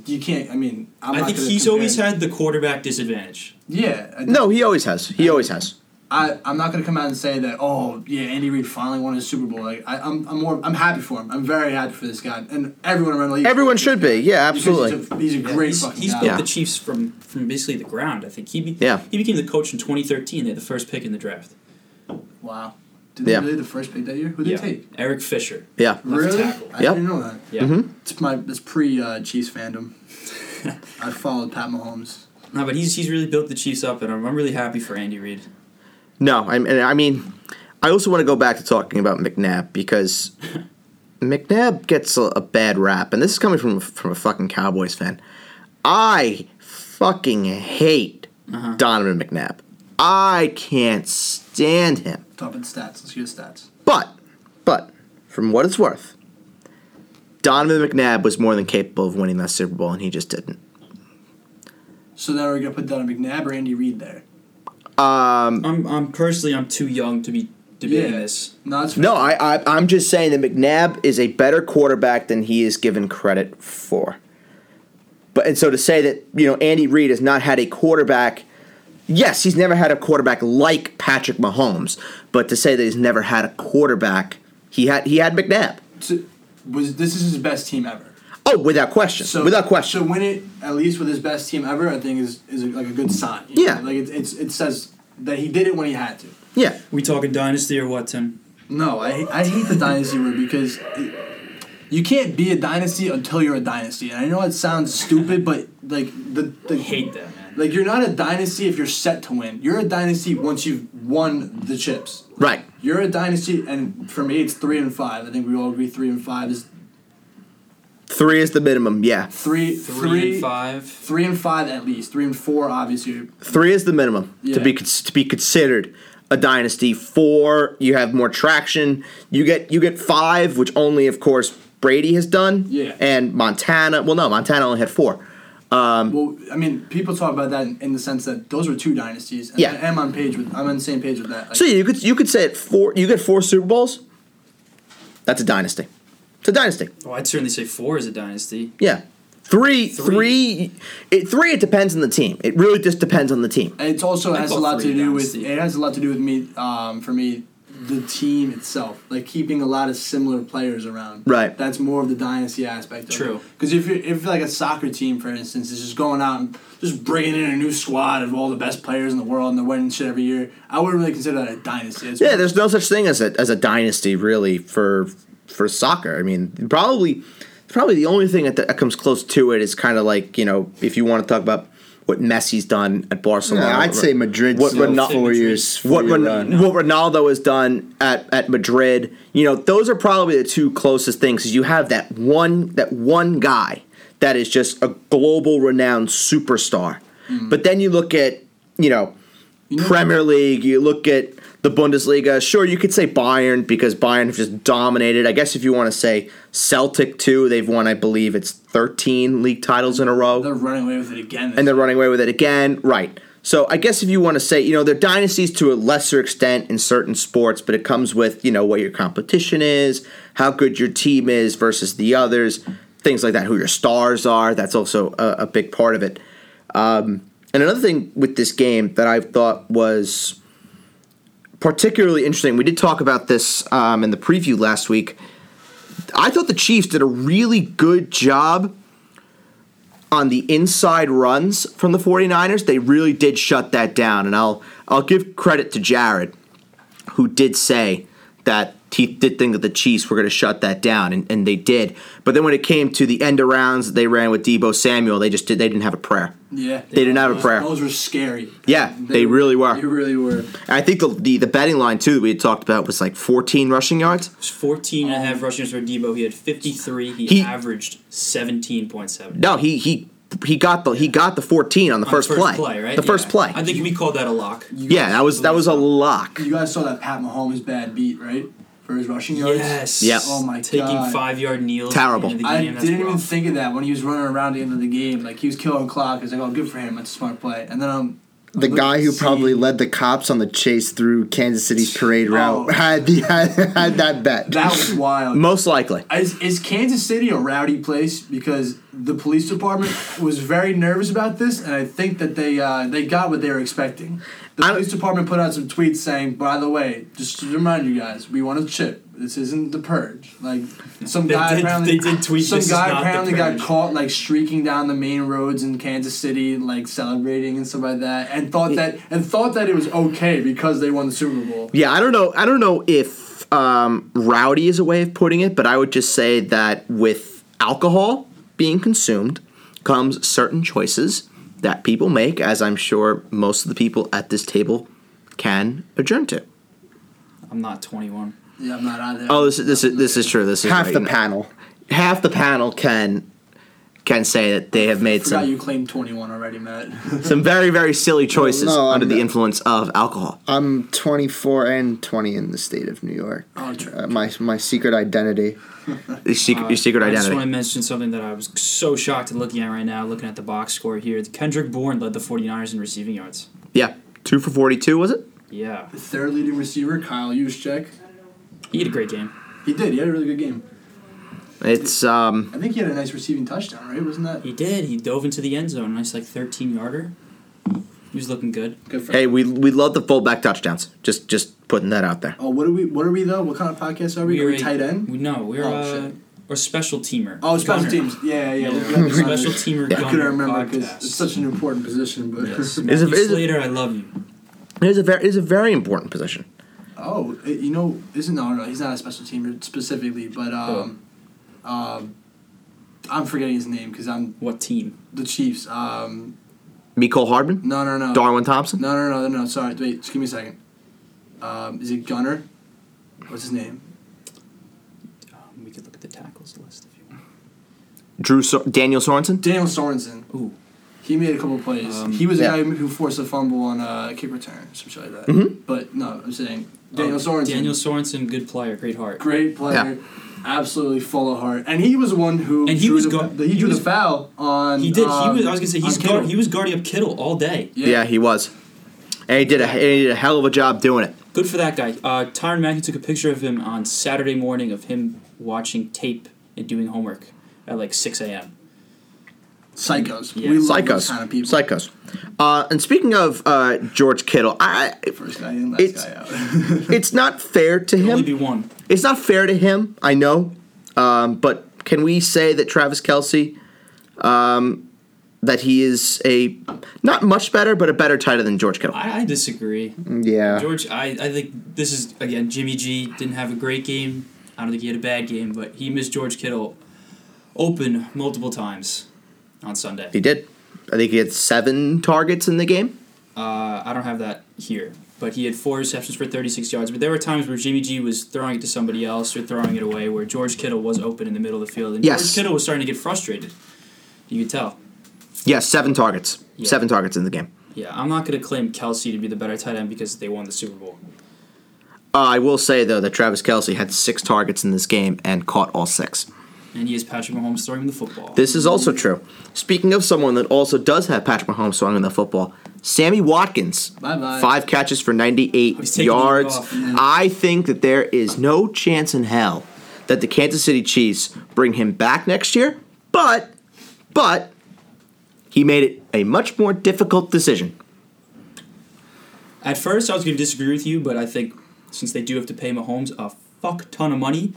Speaker 2: you can't. I mean, I'm
Speaker 3: i
Speaker 2: not
Speaker 3: think
Speaker 2: gonna
Speaker 3: he's
Speaker 2: compare
Speaker 3: always
Speaker 2: him.
Speaker 3: had the quarterback disadvantage.
Speaker 2: Yeah, I-
Speaker 1: No, he always has. He always has.
Speaker 2: I, I'm not gonna come out and say that. Oh, yeah, Andy Reid finally won his Super Bowl. Like, I, I'm, I'm more, I'm happy for him. I'm very happy for this guy, and everyone around the league.
Speaker 1: Everyone should be. Yeah,
Speaker 2: Because he's a-
Speaker 1: absolutely.
Speaker 2: He's a, great
Speaker 3: he's,
Speaker 2: fucking
Speaker 3: he's
Speaker 2: guy.
Speaker 3: built
Speaker 1: Yeah.
Speaker 3: the Chiefs from, from basically the ground. I think he be,
Speaker 1: Yeah.
Speaker 3: he became the coach in 2013. They had the first pick in the draft.
Speaker 2: Wow. Did they
Speaker 1: Yeah.
Speaker 2: really the first pick that year? Who did
Speaker 3: yeah,
Speaker 2: they take?
Speaker 3: Eric Fisher.
Speaker 1: Yeah. Mm-hmm.
Speaker 2: Really?
Speaker 3: tackle.
Speaker 2: I
Speaker 1: Yep.
Speaker 2: didn't know that.
Speaker 3: Yeah,
Speaker 2: It's my it's pre uh, Chiefs fandom. I followed Pat Mahomes.
Speaker 3: no, but he's he's really built the Chiefs up, and I'm, I'm really happy for Andy Reid.
Speaker 1: No, I mean, I mean, I also want to go back to talking about McNabb because McNabb gets a, a bad rap, and this is coming from from a fucking Cowboys fan. I fucking hate Donovan McNabb. I can't stand him.
Speaker 2: Top in stats. Let's get stats.
Speaker 1: But, but, from what it's worth, Donovan McNabb was more than capable of winning that Super Bowl, and he just didn't.
Speaker 2: So now we're gonna put Donovan McNabb or Andy Reid there.
Speaker 1: Um,
Speaker 3: I'm I'm personally I'm too young to be debating
Speaker 2: Yeah.
Speaker 3: this.
Speaker 2: No, it's
Speaker 1: no, I, I, I'm just saying that McNabb is a better quarterback than he is given credit for. But and so to say that you know Andy Reid has not had a quarterback. Yes, he's never had a quarterback like Patrick Mahomes, but to say that he's never had a quarterback, he had he had McNabb.
Speaker 2: t- was this is his best team ever.
Speaker 1: Oh, without question,
Speaker 2: So
Speaker 1: without question.
Speaker 2: So win it at least with his best team ever, I think is is like a good sign. you
Speaker 1: Yeah.
Speaker 2: know? Like it, it's it says that he did it when he had to.
Speaker 1: yeah,
Speaker 3: We talking dynasty or what, Tim?
Speaker 2: No, I, I hate the dynasty word because it, you can't be a dynasty until you're a dynasty. And I know it sounds stupid, but like the, the
Speaker 3: Hate that man.
Speaker 2: Like you're not a dynasty if you're set to win. You're a dynasty once you've won the chips.
Speaker 1: right.
Speaker 2: You're a dynasty, and for me, it's three and five. I think we all agree three and five is
Speaker 1: Three is the minimum. Yeah,
Speaker 2: three,
Speaker 3: Three, and five.
Speaker 2: three and five at least. Three and four, obviously.
Speaker 1: Three is the minimum to be
Speaker 2: Yeah.
Speaker 1: cons- to be considered a dynasty. Four, you have more traction. You get you get five, which only, of course, Brady has done.
Speaker 2: Yeah.
Speaker 1: And Montana. Well, no, Montana only had four.
Speaker 2: Well, I mean, people talk about that in, in the sense that those were two dynasties. And
Speaker 1: Yeah.
Speaker 2: I am on page with. I'm on the same page with that. Like,
Speaker 1: So you could you could say it four. You get four Super Bowls. That's a dynasty. It's a dynasty.
Speaker 3: Oh, I'd certainly say four is a dynasty.
Speaker 1: Yeah. Three,
Speaker 3: Three.
Speaker 1: three, it, three. It depends on the team. It really just depends on the team.
Speaker 2: And it's also
Speaker 3: I
Speaker 2: has a
Speaker 3: call
Speaker 2: lot to
Speaker 3: three
Speaker 2: do
Speaker 3: dynasty.
Speaker 2: with it has a lot to do with me um, for me the team itself like keeping a lot of similar players around
Speaker 1: Right.
Speaker 2: that's more of the dynasty aspect of
Speaker 3: True.
Speaker 2: because if you're if like a soccer team for instance is just going out and just bringing in a new squad of all the best players in the world and they're winning shit every year I wouldn't really consider that a dynasty It's-
Speaker 1: Yeah, there's no such thing as a as a dynasty really for for soccer. I mean, probably probably the only thing that, that comes close to it is kind of like you know if you want to talk about what Messi's done at Barcelona.
Speaker 4: I'd say Madrid's
Speaker 1: What
Speaker 4: still
Speaker 1: Ronal-
Speaker 4: four years.
Speaker 1: What,
Speaker 4: four-year
Speaker 1: Ron-
Speaker 4: run.
Speaker 1: what Ronaldo has done at, at Madrid, you know, those are probably the two closest things. Is you have that one that one guy that is just a global renowned superstar,
Speaker 4: Hmm.
Speaker 1: but then you look at you know Premier League, you look at the Bundesliga. Sure, you could say Bayern because Bayern have just dominated. I guess if you want to say Celtic too, they've won, I believe, it's 13 league titles in a row
Speaker 2: they're running away with it again
Speaker 1: and they're running away with it again. Right. So I guess if you want to say, you know, they're dynasties to a lesser extent in certain sports, but it comes with, you know, what your competition is, how good your team is versus the others, things like that, who your stars are. That's also a, a big part of it. Um, and another thing with this game that I thought was particularly interesting, we did talk about this um, in the preview last week. I thought the Chiefs did a really good job on the inside runs from the 49ers, they really did shut that down. And I'll I'll give credit to Jared, who did say that he did think that the Chiefs were going to shut that down, and, and they did. But then when it came to the end of rounds that they ran with Debo Samuel, they just did they didn't have a prayer.
Speaker 2: yeah
Speaker 1: They didn't have a
Speaker 2: Those-
Speaker 1: prayer.
Speaker 2: those were scary
Speaker 1: Yeah, they really were.
Speaker 2: they really were
Speaker 1: I think the, the the betting line too that we had talked about was like 14 rushing yards.
Speaker 3: It was 14
Speaker 2: Oh.
Speaker 3: and a half rushing yards for Debo. He had 53. He,
Speaker 1: He-
Speaker 3: averaged 17.7.
Speaker 1: No, he he he got the he got the 14 on the
Speaker 3: on
Speaker 1: first, play.
Speaker 3: right?
Speaker 1: The first
Speaker 3: Yeah.
Speaker 1: play.
Speaker 3: I think we called that a lock.
Speaker 1: yeah, that was that was a lock.
Speaker 2: You guys saw that Pat Mahomes bad beat, right? For his rushing yards.
Speaker 3: Yes.
Speaker 1: Yep.
Speaker 2: Oh my
Speaker 3: Taking
Speaker 2: God.
Speaker 3: five yard kneels.
Speaker 1: Terrible.
Speaker 3: at the
Speaker 2: I
Speaker 3: end of the game, that's
Speaker 2: didn't even
Speaker 3: rough.
Speaker 2: think of that when he was running around the end of the game. Like he was killing clock. I was like, oh, good for him. That's a smart play. And then um,
Speaker 4: The
Speaker 2: look-
Speaker 4: guy who
Speaker 2: see-
Speaker 4: probably led the cops on the chase through Kansas City's parade route
Speaker 2: Oh.
Speaker 4: had, the, had, had that bet.
Speaker 2: that was wild.
Speaker 1: Most likely.
Speaker 2: Is, is Kansas City a rowdy place? Because the police department was very nervous about this, and I think that they uh, they got what they were expecting. The
Speaker 1: I don't-
Speaker 2: police department put out some tweets saying, "By the way, just to remind you guys, we want a chip. This isn't the purge." Like some
Speaker 3: They
Speaker 2: guy
Speaker 3: did-
Speaker 2: apparently
Speaker 3: they did tweet,
Speaker 2: some
Speaker 3: "This is
Speaker 2: guy
Speaker 3: not the
Speaker 2: apparently got
Speaker 3: purge."
Speaker 2: caught like streaking down the main roads in Kansas City, like celebrating and stuff like that, and thought that and thought that it was okay because they won the Super Bowl.
Speaker 1: Yeah, I don't know. I don't know if um, rowdy is a way of putting it, but I would just say that with alcohol being consumed comes certain choices that people make, as I'm sure most of the people at this table can adjourn to.
Speaker 3: I'm not 21.
Speaker 2: Yeah, I'm not out there.
Speaker 1: Oh, this is this is, this is true. This is
Speaker 4: Half
Speaker 1: right.
Speaker 4: the panel.
Speaker 1: half the panel can can say that they have made
Speaker 2: Forgot
Speaker 1: some,
Speaker 2: you claimed 21 already, Matt.
Speaker 1: some very very silly choices
Speaker 4: no,
Speaker 1: under
Speaker 4: I'm
Speaker 1: the
Speaker 4: not.
Speaker 1: influence of alcohol.
Speaker 4: I'm 24 and 20 in the state of New York.
Speaker 2: Oh, true.
Speaker 4: Uh, my my secret identity.
Speaker 1: Your secret, your secret
Speaker 3: Uh, I just
Speaker 1: identity.
Speaker 3: want to mention something that I was so shocked at looking at right now, looking at the box score here. Kendrick Bourne led the 49ers in receiving yards.
Speaker 1: yeah, two for forty-two was it?
Speaker 3: Yeah.
Speaker 2: The third leading receiver, Kyle Juszczyk.
Speaker 3: He had a great game.
Speaker 2: He did. He had a really good game.
Speaker 1: It's um,
Speaker 2: I think he had a nice receiving touchdown, right? Wasn't that
Speaker 3: He did. He dove into the end zone. Nice, like 13 yarder. He was looking good.
Speaker 2: good for
Speaker 1: hey, we we love the fullback touchdowns. Just just putting that out there.
Speaker 2: Oh, what are we? What are we though? What kind of podcast are we? Are
Speaker 3: We're
Speaker 2: we
Speaker 3: a-
Speaker 2: tight end?
Speaker 3: We, no, we're
Speaker 2: Oh,
Speaker 3: uh,
Speaker 2: shit.
Speaker 3: or special teamer.
Speaker 2: Oh, special
Speaker 3: Gunner.
Speaker 2: teams. Yeah, yeah.
Speaker 3: Yeah,
Speaker 2: yeah.
Speaker 3: we're a special teamer.
Speaker 1: Yeah.
Speaker 2: I
Speaker 3: gunner
Speaker 2: couldn't remember because
Speaker 3: podcast.
Speaker 2: it's such an important position. But
Speaker 1: Is
Speaker 3: Yes.
Speaker 1: it-
Speaker 3: Matthew
Speaker 1: is it-
Speaker 3: Slater, I love you.
Speaker 1: It is a very it is a very important position.
Speaker 2: oh, it- you know, isn't no, no, he's not a special teamer specifically, but um, um, I'm forgetting his name because I'm
Speaker 3: What team?
Speaker 2: the Chiefs. Um,
Speaker 1: Miko Hardman,
Speaker 2: no, no, no.
Speaker 1: Darwin Thompson.
Speaker 2: No, no, no, no, no. Sorry, wait. Just give me a second. Um, is it Gunner? What's his name?
Speaker 3: Um, we could look at the tackles list if you want.
Speaker 1: Drew so- Daniel Sorensen.
Speaker 2: Daniel Sorensen.
Speaker 3: Ooh.
Speaker 2: He made a couple plays.
Speaker 3: Um,
Speaker 2: he was
Speaker 1: yeah.
Speaker 2: a guy who forced a fumble on a kick return, some shit like that.
Speaker 1: Mm-hmm.
Speaker 2: But no, I'm saying Daniel
Speaker 3: Oh,
Speaker 2: Sorensen,
Speaker 3: Daniel Sorensen, good player, great heart.
Speaker 2: great player, absolutely full of heart, and he was the one who
Speaker 3: And he
Speaker 2: drew
Speaker 3: was
Speaker 2: the,
Speaker 3: go-
Speaker 2: the- he,
Speaker 3: he
Speaker 2: drew
Speaker 3: was-
Speaker 2: the foul on.
Speaker 3: He did.
Speaker 2: um,
Speaker 3: he was. I was gonna say he's
Speaker 2: on
Speaker 3: guard,
Speaker 2: Kittle.
Speaker 3: he was guarding up Kittle all day.
Speaker 1: Yeah. he was, and he did a and he did a hell of a job doing it.
Speaker 3: Good for that guy. Uh, Tyron Matthew took a picture of him on Saturday morning of him watching tape and doing homework at like six a.m.
Speaker 2: psychos.
Speaker 3: Yeah.
Speaker 2: We love those
Speaker 1: Psychos,
Speaker 2: kind of people.
Speaker 1: psychos. Uh, and speaking of uh, George Kittle, I I-
Speaker 2: First guy in, last
Speaker 1: It's-
Speaker 2: guy out.
Speaker 1: it's not fair to
Speaker 3: Only
Speaker 1: him.
Speaker 3: be one.
Speaker 1: It's not fair to him, I know, um, but can we say that Travis Kelsey, um, that he is a not much better, but a better tight end than George Kittle?
Speaker 3: I, I disagree.
Speaker 4: Yeah.
Speaker 3: George, I, I think this is again Jimmy G didn't have a great game. I don't think he had a bad game, but he missed George Kittle open multiple times on Sunday.
Speaker 1: He did. I think he had seven targets in the game.
Speaker 3: Uh, I don't have that here, but he had four receptions for 36 yards. But there were times where Jimmy G was throwing it to somebody else or throwing it away, where George Kittle was open in the middle of the field, and
Speaker 1: Yes.
Speaker 3: George Kittle was starting to get frustrated. You could tell.
Speaker 1: Yeah, seven targets.
Speaker 3: Yeah.
Speaker 1: Seven targets in the game.
Speaker 3: Yeah, I'm not going to claim Kelsey to be the better tight end because they won the Super Bowl.
Speaker 1: Uh, I will say though that Travis Kelsey had six targets in this game and caught all six.
Speaker 3: And he has Patrick Mahomes throwing him the football.
Speaker 1: This is also true. Speaking of someone that also does have Patrick Mahomes throwing the football, Sammy Watkins.
Speaker 2: Bye-bye.
Speaker 1: Five catches for 98
Speaker 3: He's taking
Speaker 1: yards.
Speaker 3: the week off, man.
Speaker 1: I think that there is no chance in hell that the Kansas City Chiefs bring him back next year, but but he made it a much more difficult decision.
Speaker 3: At first, I was going to disagree with you, but I think since they do have to pay Mahomes a fuck ton of money,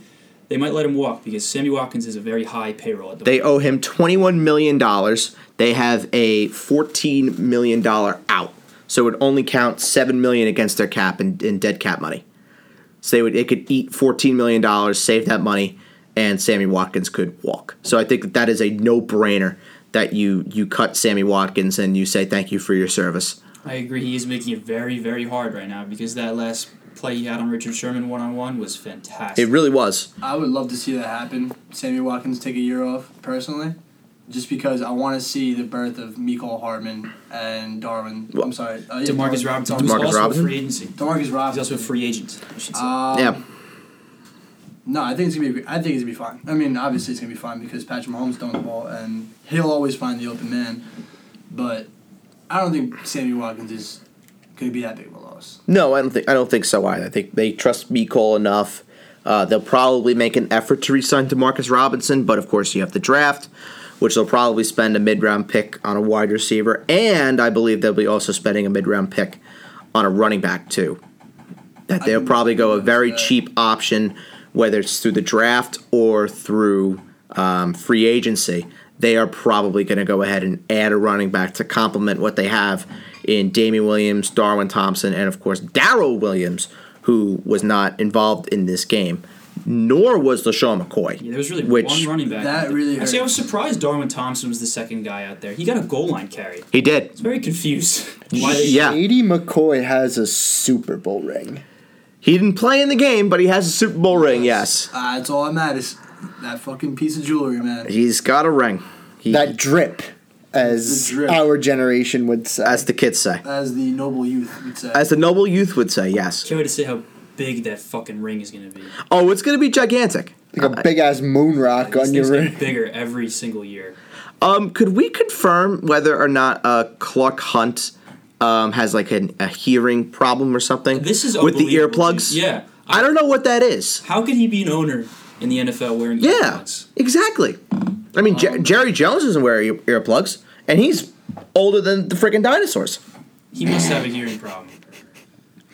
Speaker 3: they might let him walk because Sammy Watkins is a very high payroll at the
Speaker 1: They owe him $21 million. They have a $14 million out. So it would only count $7 million against their cap in, in dead cap money. So they would it could eat $14 million, save that money, and Sammy Watkins could walk. So I think that that is a no-brainer that you you cut Sammy Watkins and you say thank you for your service.
Speaker 3: I agree. He is making it very, very hard right now because that last play he had on Richard Sherman one on one was fantastic.
Speaker 1: It really was.
Speaker 2: I would love to see that happen. Sammy Watkins take a year off personally, just because I want to see the birth of Miko Hartman and Darwin. I'm sorry, uh, yeah, Darwin-
Speaker 3: Demarcus Robinson,
Speaker 2: Darwin-
Speaker 3: who's
Speaker 1: DeMarcus
Speaker 3: also
Speaker 1: Robinson?
Speaker 3: a free agency.
Speaker 2: Demarcus
Speaker 3: He's also
Speaker 2: Robinson.
Speaker 3: a free agent. I should say.
Speaker 2: Um,
Speaker 1: yeah.
Speaker 2: No, I think it's gonna be. I think it's gonna be fine. I mean, obviously it's gonna be fine because Patrick Mahomes throwing the ball and he'll always find the open man. But I don't think Sammy Watkins is gonna be that big of a loss.
Speaker 1: No, I don't think I don't think so either. I think they trust B. Cole enough. Uh, they'll probably make an effort to re-sign Demarcus Robinson, but of course you have the draft, which they'll probably spend a mid-round pick on a wide receiver, and I believe they'll be also spending a mid-round pick on a running back too. That they'll
Speaker 2: can
Speaker 1: probably go a
Speaker 2: see
Speaker 1: very
Speaker 2: that.
Speaker 1: cheap option, whether it's through the draft or through um, free agency. They are probably going to go ahead and add a running back to complement what they have in Damian Williams, Darwin Thompson, and of course Daryl Williams, who was not involved in this game, nor was LaShawn McCoy.
Speaker 3: yeah, there was really
Speaker 1: which-
Speaker 3: one running back.
Speaker 2: That really
Speaker 3: Actually, I
Speaker 2: hurt.
Speaker 3: was surprised Darwin Thompson was the second guy out there. He got a goal line carry.
Speaker 1: He did.
Speaker 3: Very confused. Why they-
Speaker 1: Yeah.
Speaker 4: Shady McCoy has a Super Bowl ring.
Speaker 1: He didn't play in the game, but he has a Super Bowl ring, yes.
Speaker 2: Uh, that's all that matters. That fucking piece of jewelry, man.
Speaker 1: He's got a ring. He,
Speaker 4: That drip, as
Speaker 2: The drip.
Speaker 4: our generation would say.
Speaker 1: as the kids say.
Speaker 2: As the noble youth would say.
Speaker 1: As the noble youth would say, yes.
Speaker 3: Can't wait to see how big that fucking ring is going to be.
Speaker 1: Oh, it's going to be gigantic.
Speaker 4: like a big ass moon rock
Speaker 3: This
Speaker 4: on your
Speaker 3: thing's getting
Speaker 4: ring.
Speaker 3: bigger every single year.
Speaker 1: Um, could we confirm whether or not uh, Clark Hunt um, has like an, a hearing problem or something?
Speaker 3: This is
Speaker 1: with the
Speaker 3: unbelievable,
Speaker 1: earplugs.
Speaker 3: dude. Yeah.
Speaker 1: I don't know what that is.
Speaker 3: How could he be an owner in the NFL wearing
Speaker 1: Yeah,
Speaker 3: earplugs?
Speaker 1: exactly. I mean, Jer- Jerry Jones doesn't wear ear- earplugs, and he's older than the freaking dinosaurs.
Speaker 3: He must have a hearing problem.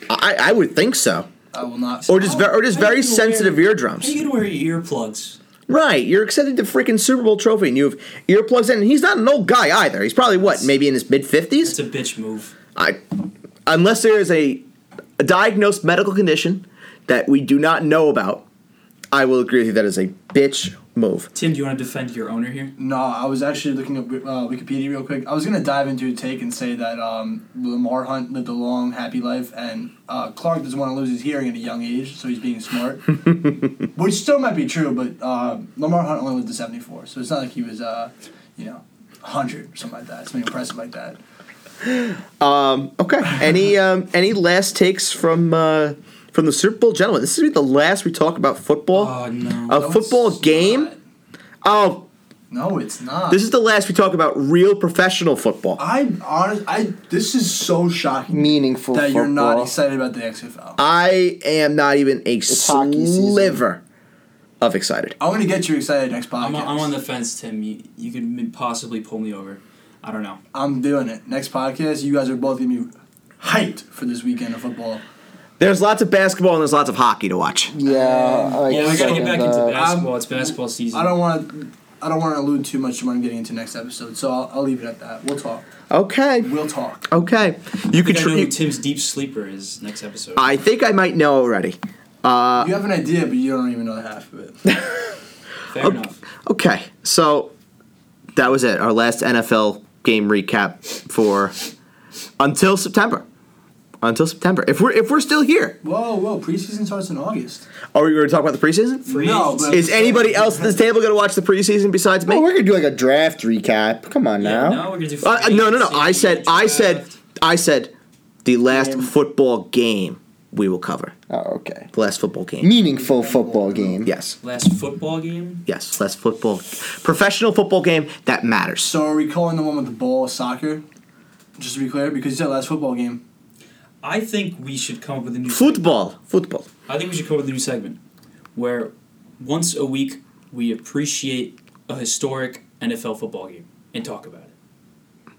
Speaker 1: I, I would think so,
Speaker 2: I will not.
Speaker 1: or just ve- or just
Speaker 3: How you
Speaker 1: very
Speaker 3: gonna wear-
Speaker 1: sensitive
Speaker 3: How are
Speaker 1: eardrums.
Speaker 3: you going to wear earplugs?
Speaker 1: Right, you're accepted the freaking Super Bowl trophy, and you have earplugs in. And he's not an old guy either. He's probably what, maybe in his mid fifties.
Speaker 3: It's a bitch move.
Speaker 1: I, unless there is a, a diagnosed medical condition that we do not know about, I will agree with you that is a bitch move.
Speaker 3: Tim, do you want to defend your owner here?
Speaker 2: No, I was actually looking up uh, Wikipedia real quick. I was gonna dive into a take and say that um, Lamar Hunt lived a long, happy life, and uh, Clark doesn't want to lose his hearing at a young age, so he's being smart, which still might be true. But uh, Lamar Hunt only lived to seventy four, so it's not like he was, uh, you know, hundred or something like that. Something impressive like that.
Speaker 1: Okay. Any um, any last takes from uh, from the Super Bowl, gentlemen? This is gonna be the last we talk about football.
Speaker 3: Oh, no.
Speaker 1: A
Speaker 2: No,
Speaker 1: football
Speaker 2: it's
Speaker 1: game.
Speaker 2: not.
Speaker 1: Oh,
Speaker 2: No, it's not.
Speaker 1: this is the last we talk about real professional football.
Speaker 2: I honest. I this is so shocking
Speaker 4: Meaningful
Speaker 2: that you're not
Speaker 4: football.
Speaker 2: excited about the XFL.
Speaker 1: I am not even a
Speaker 4: hockey season.
Speaker 1: sliver of excited.
Speaker 2: I want to get you excited next podcast.
Speaker 3: I'm, I'm on the fence, Tim. You, you could m- possibly pull me over. I don't know.
Speaker 2: I'm doing it. Next podcast, you guys are both gonna be hyped for this weekend of football.
Speaker 1: There's lots of basketball and there's lots of hockey to watch.
Speaker 4: Yeah, um, I
Speaker 3: yeah, we gotta
Speaker 4: second
Speaker 3: get back
Speaker 4: that.
Speaker 3: into basketball.
Speaker 2: I'm-
Speaker 3: it's basketball season.
Speaker 2: I don't want to. I don't want to allude too much to what I'm getting into next episode, so I'll, I'll leave it at that. We'll talk.
Speaker 1: Okay.
Speaker 2: We'll talk.
Speaker 1: Okay. You
Speaker 3: I
Speaker 1: could.
Speaker 3: think I
Speaker 1: tr-
Speaker 3: know
Speaker 1: you-
Speaker 3: who Tim's deep sleeper is next episode.
Speaker 1: I think I might know already. Uh,
Speaker 2: you have an idea, but you don't even know half of it.
Speaker 3: Fair enough.
Speaker 1: Okay, so that was it. Our last NFL game recap for until September. Until September, if we're if we're still here,
Speaker 2: whoa, whoa! Preseason starts in August.
Speaker 1: are we going to talk about the preseason?
Speaker 3: Free
Speaker 2: No,
Speaker 3: agency.
Speaker 2: but-
Speaker 1: Is anybody else at this table going to watch the preseason besides
Speaker 4: Oh,
Speaker 1: me?
Speaker 4: we're gonna do like a draft recap. Come on
Speaker 3: Yeah,
Speaker 4: now.
Speaker 3: no, we're gonna do.
Speaker 1: Uh,
Speaker 3: free
Speaker 1: no, no, no.
Speaker 3: agency,
Speaker 1: I said, I said,
Speaker 3: draft.
Speaker 1: I said, the last
Speaker 2: Game.
Speaker 1: football game we will cover.
Speaker 4: Oh, okay.
Speaker 1: The last football game.
Speaker 4: Meaningful football game.
Speaker 1: Yes,
Speaker 3: last football game.
Speaker 1: yes. Last football, professional football game that matters.
Speaker 2: So are we calling the one with the ball soccer? Just to be clear, because you said last football game.
Speaker 3: I think we should come up with a new.
Speaker 1: Football, football.
Speaker 3: I think we should come up with a new segment where once a week we appreciate a historic NFL football game and talk about it.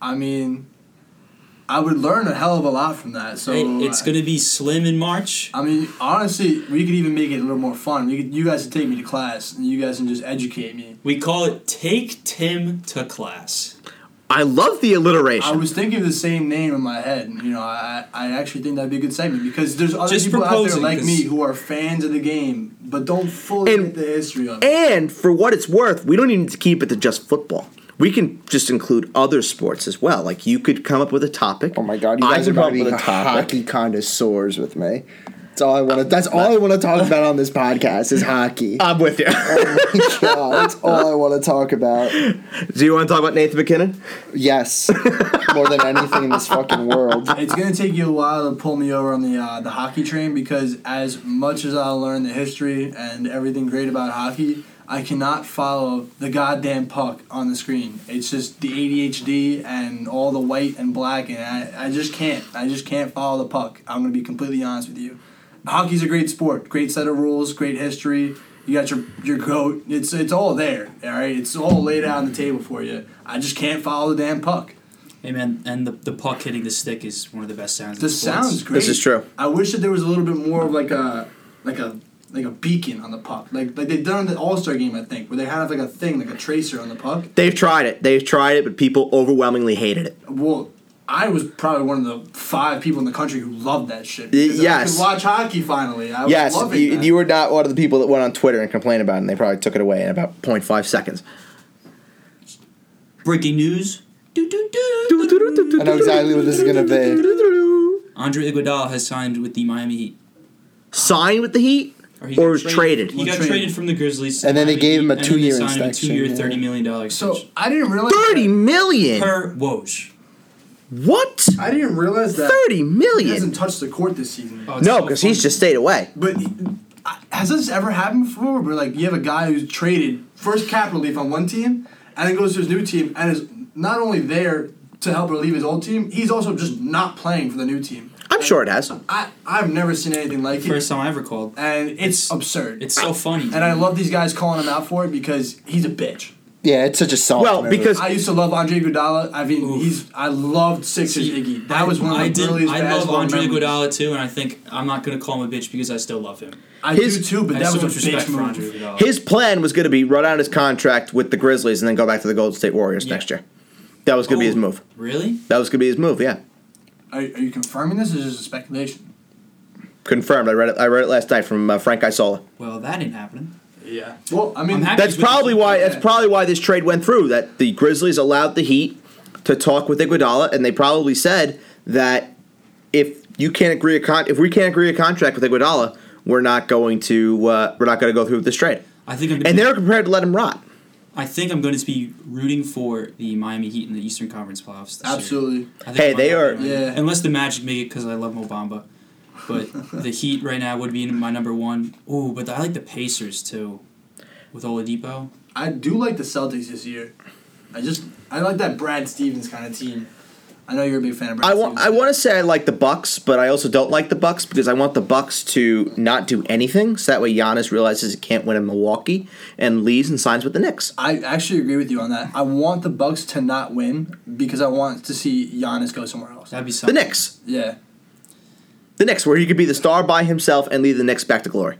Speaker 2: I mean, I would learn a hell of a lot from that. So uh,
Speaker 3: Hey, it's gonna be slim in March.
Speaker 2: I mean, honestly, we could even make it a little more fun. We could, you guys can take me to class, and you guys can just educate me.
Speaker 3: We call it "Take Tim to Class."
Speaker 1: I love the alliteration.
Speaker 2: I was thinking of the same name in my head. and, You know, I, I actually think that'd be a good segment because there's other
Speaker 3: Just
Speaker 2: people out there
Speaker 3: proposing,
Speaker 2: like me
Speaker 3: 'cause-
Speaker 2: who are fans of the game but don't fully
Speaker 1: And-
Speaker 2: get the history of it.
Speaker 1: And for what it's worth, we don't even need to keep it to just football. We can just include other sports as well. Like you could come up with a topic.
Speaker 4: Oh my god, you
Speaker 1: I
Speaker 4: guys
Speaker 1: could come
Speaker 4: are about
Speaker 1: up
Speaker 4: to be
Speaker 1: with a topic.
Speaker 4: hockey connoisseurs with me. That's all I
Speaker 1: Oh,
Speaker 4: want to. That's all I want to talk about on this podcast is hockey.
Speaker 1: I'm with you.
Speaker 4: God, that's all I want to talk about.
Speaker 1: Do you want to talk about Nathan McKinnon?
Speaker 4: Yes, more than anything in this fucking world.
Speaker 2: It's gonna take you a while to pull me over on the uh, the hockey train because as much as I learned the history and everything great about hockey, I cannot follow the goddamn puck on the screen. It's just the ADHD and all the white and black, and I, I just can't. I just can't follow the puck. I'm gonna be completely honest with you. Hockey's a great sport, great set of rules, great history. You got your your goat. It's it's all there. All right, it's all laid out on the table for you. I just can't follow the damn puck.
Speaker 3: Hey man, and the, the puck hitting the stick is one of the best sounds. in
Speaker 2: The
Speaker 3: sports.
Speaker 2: sound's great.
Speaker 1: This is true.
Speaker 2: I wish that there was a little bit more of like a like a like a beacon on the puck. Like like they done in the All Star game, I think, where they had like a thing, like a tracer on the puck.
Speaker 1: They've tried it. They've tried it, but people overwhelmingly hated it.
Speaker 2: Well, I was probably one of the five people in the country who loved that shit.
Speaker 1: Y-
Speaker 2: because I
Speaker 1: yes.
Speaker 2: could watch hockey finally. I
Speaker 1: yes,
Speaker 2: was loving
Speaker 1: you,
Speaker 2: that.
Speaker 1: you were not one of the people that went on Twitter and complained about it, and they probably took it away in about 0.5 seconds.
Speaker 3: Breaking news. Do, do, do.
Speaker 4: I know exactly what this is gonna be.
Speaker 3: Andre Iguodala has signed with the Miami Heat.
Speaker 1: Signed with the Heat? Or
Speaker 3: he got
Speaker 1: was traded.
Speaker 3: He got
Speaker 2: Traded.
Speaker 3: traded from the Grizzlies, to
Speaker 4: And then they
Speaker 3: Miami
Speaker 4: gave him a
Speaker 3: Heat, and
Speaker 4: two-year
Speaker 3: then they signed him a
Speaker 4: extension,
Speaker 3: two-year,
Speaker 4: yeah.
Speaker 3: thirty million dollar
Speaker 2: So
Speaker 3: extension
Speaker 2: I didn't realize.
Speaker 1: 30 million?
Speaker 3: per Woj.
Speaker 1: What?
Speaker 2: I didn't realize that
Speaker 1: 30
Speaker 2: he
Speaker 1: million?
Speaker 2: hasn't touched the court this season.
Speaker 3: Oh, it's
Speaker 1: No,
Speaker 3: so
Speaker 1: because
Speaker 3: funny.
Speaker 1: he's just stayed away.
Speaker 2: But he- I- has this ever happened before? Where like you have a guy who's traded first cap relief on one team, and then goes to his new team, and is not only there to help relieve his old team, he's also just not playing for the new team.
Speaker 1: I'm sure it has.
Speaker 2: I I've never seen anything like
Speaker 3: first
Speaker 2: it,
Speaker 3: time I ever called.
Speaker 2: and it's,
Speaker 3: It's-
Speaker 2: absurd.
Speaker 3: It's so funny.
Speaker 2: and I love these guys calling him out for it because he's a bitch.
Speaker 4: Yeah, it's such a soft.
Speaker 1: Well,
Speaker 4: move.
Speaker 1: because-
Speaker 2: I used to love Andre Iguodala. I mean, he's I loved Sixers
Speaker 3: See,
Speaker 2: Iggy. That was one of
Speaker 3: I
Speaker 2: the
Speaker 3: did-
Speaker 2: earliest
Speaker 3: I love
Speaker 2: basketball
Speaker 3: Andre
Speaker 2: memories.
Speaker 3: Iguodala too, and I think I'm not gonna call him a bitch because I still love him.
Speaker 2: I
Speaker 1: His-
Speaker 2: do too, but
Speaker 3: I
Speaker 2: that
Speaker 3: have
Speaker 2: was
Speaker 3: so
Speaker 2: a
Speaker 3: much respect
Speaker 2: bitch
Speaker 3: for Andre
Speaker 2: move.
Speaker 3: Iguodala.
Speaker 1: His plan was going to be run out his contract with the Grizzlies and then go back to the Golden State Warriors
Speaker 3: Yeah.
Speaker 1: next year. That was going to be his
Speaker 3: Oh,
Speaker 1: move.
Speaker 3: Really?
Speaker 1: That was going to be his move, yeah.
Speaker 2: Are, are you confirming this? Or is this a speculation?
Speaker 1: Confirmed. I read it. I read it last night from uh, Frank Isola.
Speaker 3: Well, that ain't happening.
Speaker 2: Yeah. Well, I mean,
Speaker 3: I'm happy-
Speaker 1: That's
Speaker 3: He's with
Speaker 1: probably
Speaker 3: the Heat,
Speaker 1: why.
Speaker 2: yeah.
Speaker 1: That's probably why this trade went through. That the Grizzlies allowed the Heat to talk with Iguodala, and they probably said that if you can't agree a con- if we can't agree a contract with Iguodala, we're not going to uh, we're not going to go through with this trade.
Speaker 3: I think I'm. Gonna
Speaker 1: And
Speaker 3: be,
Speaker 1: they're prepared to let him rot.
Speaker 3: I think I'm going to be rooting for the Miami Heat in the Eastern Conference playoffs. This year.
Speaker 2: absolutely.
Speaker 3: I think
Speaker 1: Hey,
Speaker 3: I'm
Speaker 1: they
Speaker 3: on
Speaker 1: are-
Speaker 3: that, man.
Speaker 2: Yeah.
Speaker 3: Unless the Magic make it because I love Mobamba, but the Heat right now would be my number one. Ooh, but I like the Pacers too, with Oladipo.
Speaker 2: I do like the Celtics this year. I just I like that Brad Stevens kind of team. I know you're a big fan of Brad.
Speaker 1: I want. I
Speaker 2: Stevens.
Speaker 1: want to say I like the Bucks, but I also don't like the Bucks because I want the Bucks to not do anything, so that way Giannis realizes he can't win in Milwaukee and leaves and signs with the Knicks.
Speaker 2: I actually agree with you on that. I want the Bucks to not win because I want to see Giannis go somewhere else.
Speaker 3: That'd be
Speaker 1: The
Speaker 3: something.
Speaker 1: Knicks.
Speaker 2: Yeah.
Speaker 1: The Knicks, where he could be the star by himself and lead the Knicks back to glory.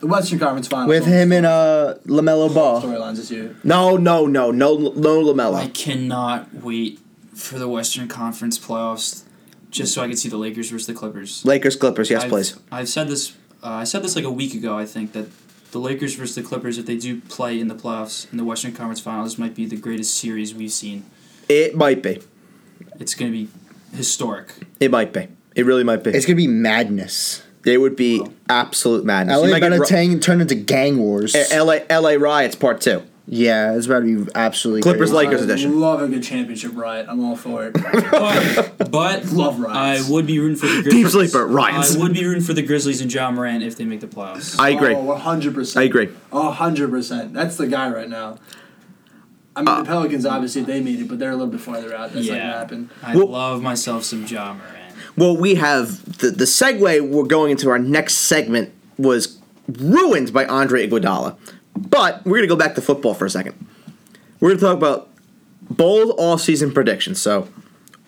Speaker 2: The Western Conference Finals.
Speaker 4: with him and uh Lamelo Ball,
Speaker 2: storylines this year.
Speaker 1: No, no, no, no, no,
Speaker 3: I
Speaker 1: Lamelo.
Speaker 3: cannot wait for the Western Conference playoffs, just so I can see the Lakers versus the Clippers.
Speaker 1: Lakers, Clippers. Yes,
Speaker 3: I've,
Speaker 1: please.
Speaker 3: I've said this. Uh, I said this like a week ago. I think that the Lakers versus the Clippers, if they do play in the playoffs in the Western Conference Finals, might be the greatest series we've seen.
Speaker 1: It might be.
Speaker 3: It's going to be historic.
Speaker 1: It might be. It really might be.
Speaker 4: it's gonna be madness.
Speaker 1: it would be absolute madness. You
Speaker 4: LA
Speaker 1: might get
Speaker 4: better
Speaker 1: ru-
Speaker 4: tang turn into gang wars.
Speaker 1: A- LA, LA riots part two.
Speaker 4: yeah, it's about to be absolutely
Speaker 1: Clippers,
Speaker 4: crazy.
Speaker 1: Lakers
Speaker 2: I
Speaker 1: edition.
Speaker 2: Love a good championship riot. I'm all for it.
Speaker 3: But, but
Speaker 2: Love riots.
Speaker 3: I would be rooting for the Grizzlies.
Speaker 1: sleeper, Ryan's.
Speaker 3: I would be rooting for the Grizzlies and John Morant if they make the playoffs.
Speaker 1: I agree.
Speaker 2: Oh, 100%.
Speaker 1: I agree.
Speaker 2: 100%. That's the guy right now. I mean,
Speaker 1: Uh,
Speaker 2: the Pelicans, obviously, they made it, but they're a little bit farther out. That's not going to
Speaker 3: yeah,
Speaker 2: happen.
Speaker 3: I
Speaker 1: Well-
Speaker 3: love myself some John Morant.
Speaker 1: Well, we have the the segue. We're going into our next segment was ruined by Andre Iguodala, but we're gonna go back to football for a second. We're gonna talk about bold off-season predictions. So,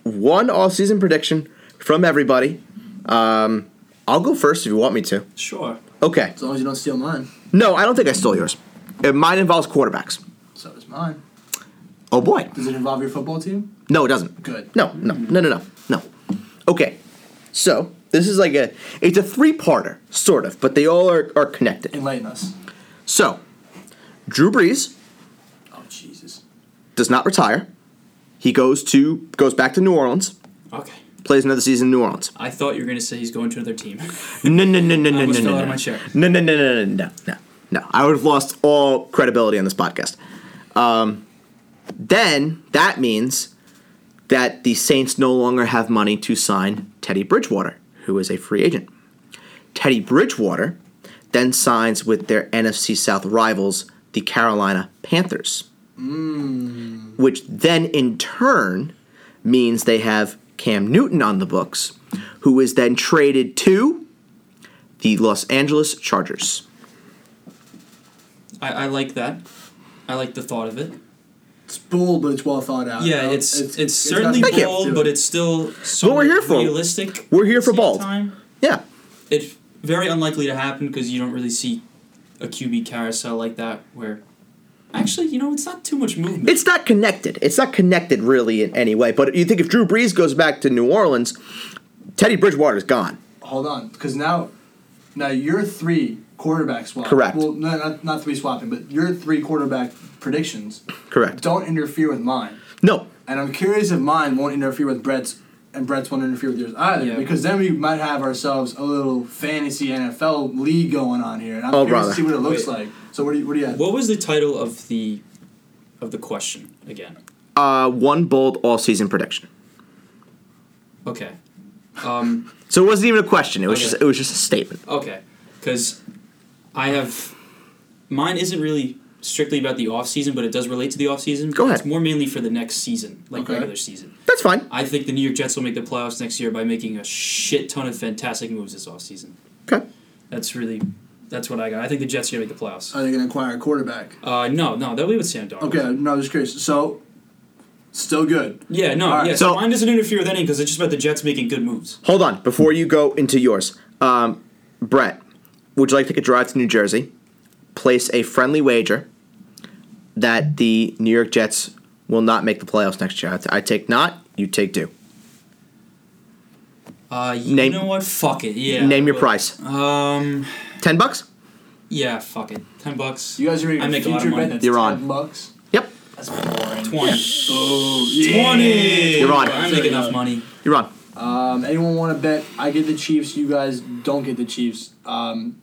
Speaker 1: one off-season prediction from everybody. Um, I'll go first if you want me to.
Speaker 3: Sure.
Speaker 1: Okay.
Speaker 2: As long as you don't steal mine.
Speaker 1: No, I don't think I stole yours. Uh, Mine involves quarterbacks.
Speaker 2: So does mine.
Speaker 1: Oh boy.
Speaker 2: Does it involve your football team?
Speaker 1: No, it doesn't.
Speaker 2: Good.
Speaker 1: No, no, no, no, no, no. Okay, so this is like a it's a three parter sort of, but they all are, are connected.
Speaker 2: Enlighten us.
Speaker 1: So, Drew Brees
Speaker 2: Oh, Jesus.
Speaker 1: does not retire. He goes to goes back to New Orleans.
Speaker 3: Okay.
Speaker 1: plays another season in New Orleans.
Speaker 3: I thought you were going to say he's going to another team.
Speaker 1: No, no, no, no, no, no,
Speaker 3: almost fell
Speaker 1: no,
Speaker 3: out
Speaker 1: no,
Speaker 3: of my
Speaker 1: no,
Speaker 3: chair.
Speaker 1: no, no, no, no, no, no, no. I would have lost all credibility on this podcast. Um, then that means that the Saints no longer have money to sign Teddy Bridgewater, who is a free agent. Teddy Bridgewater then signs with their NFC South rivals, the Carolina Panthers,
Speaker 3: Hmm.
Speaker 1: which then in turn means they have Cam Newton on the books, who is then traded to the Los Angeles Chargers.
Speaker 3: I, I like that. I like the thought of it.
Speaker 2: It's bold, but it's well thought out. you
Speaker 3: Yeah,
Speaker 2: know?
Speaker 3: Uh, it's it's, certainly
Speaker 2: got some
Speaker 3: bold,
Speaker 2: to
Speaker 3: but
Speaker 2: it.
Speaker 3: it's still somewhat
Speaker 1: we're here for.
Speaker 3: realistic.
Speaker 1: We're here
Speaker 3: at
Speaker 1: for
Speaker 3: the same
Speaker 1: bold.
Speaker 3: Time.
Speaker 1: Yeah.
Speaker 3: It's very unlikely to happen because you don't really see a QB carousel like that where. Actually, you know, it's not too much movement.
Speaker 1: It's not connected. It's not connected really in any way. But you think if Drew Brees goes back to New Orleans, Teddy Bridgewater's gone.
Speaker 2: hold on, because now, now your three quarterback swap.
Speaker 1: Correct.
Speaker 2: Well, no, not, not three swapping, but your three quarterback predictions
Speaker 1: Correct.
Speaker 2: don't interfere with mine.
Speaker 1: No.
Speaker 2: And I'm curious if mine won't interfere with Brett's, and Brett's won't interfere with yours either,
Speaker 3: Yeah.
Speaker 2: because then we might have ourselves a little fantasy NFL league going on here, and I'm
Speaker 1: Oh,
Speaker 2: curious
Speaker 1: brother.
Speaker 2: to see what it looks
Speaker 3: Wait.
Speaker 2: like. So what do you what do you have?
Speaker 3: What was the title of the of the question again?
Speaker 1: Uh, one bold all season prediction.
Speaker 3: Okay. Um,
Speaker 1: So it wasn't even a question. It was
Speaker 3: Okay.
Speaker 1: just it was just a statement.
Speaker 3: okay. Because I have. Mine isn't really strictly about the off season, but it does relate to the off season.
Speaker 1: Go ahead.
Speaker 3: It's more mainly for the next season, like
Speaker 2: Okay.
Speaker 3: regular season.
Speaker 1: That's fine.
Speaker 3: I think the New York Jets will make the playoffs next year by making a shit ton of fantastic moves this offseason.
Speaker 1: Okay.
Speaker 3: That's really. That's what I got. I think the Jets are going to make the playoffs.
Speaker 2: Are they going to acquire a quarterback?
Speaker 3: Uh, no, no, they'll be with Sam Darnold.
Speaker 2: Uh, Okay, no, I'm just curious. So, still good.
Speaker 3: Yeah, no,
Speaker 2: Alright,
Speaker 3: yeah. So,
Speaker 1: so-
Speaker 3: mine doesn't interfere with anything because it's just about the Jets making good moves.
Speaker 1: Hold on before you go into yours. Um, Brett, would you like to take a drive to New Jersey, place a friendly wager that the New York Jets will not make the playoffs next year? I- I take not. You take do.
Speaker 3: Uh, you
Speaker 1: Name-
Speaker 3: know what? Fuck it. Yeah.
Speaker 1: Name your
Speaker 3: but-
Speaker 1: price.
Speaker 3: Um.
Speaker 1: Ten bucks.
Speaker 3: Yeah. Fuck it. Ten bucks.
Speaker 2: You guys are making
Speaker 3: I
Speaker 2: a
Speaker 3: make a lot of
Speaker 2: future
Speaker 3: money.
Speaker 2: bet that's
Speaker 1: You're
Speaker 2: 10
Speaker 1: on.
Speaker 2: bucks?
Speaker 1: Yep.
Speaker 2: That's boring.
Speaker 3: Twenty.
Speaker 2: Oh,
Speaker 3: Twenty.
Speaker 1: You're on.
Speaker 3: I make enough money.
Speaker 1: You're on.
Speaker 2: Um, anyone want to bet? I get the Chiefs. You guys don't get the Chiefs. Um,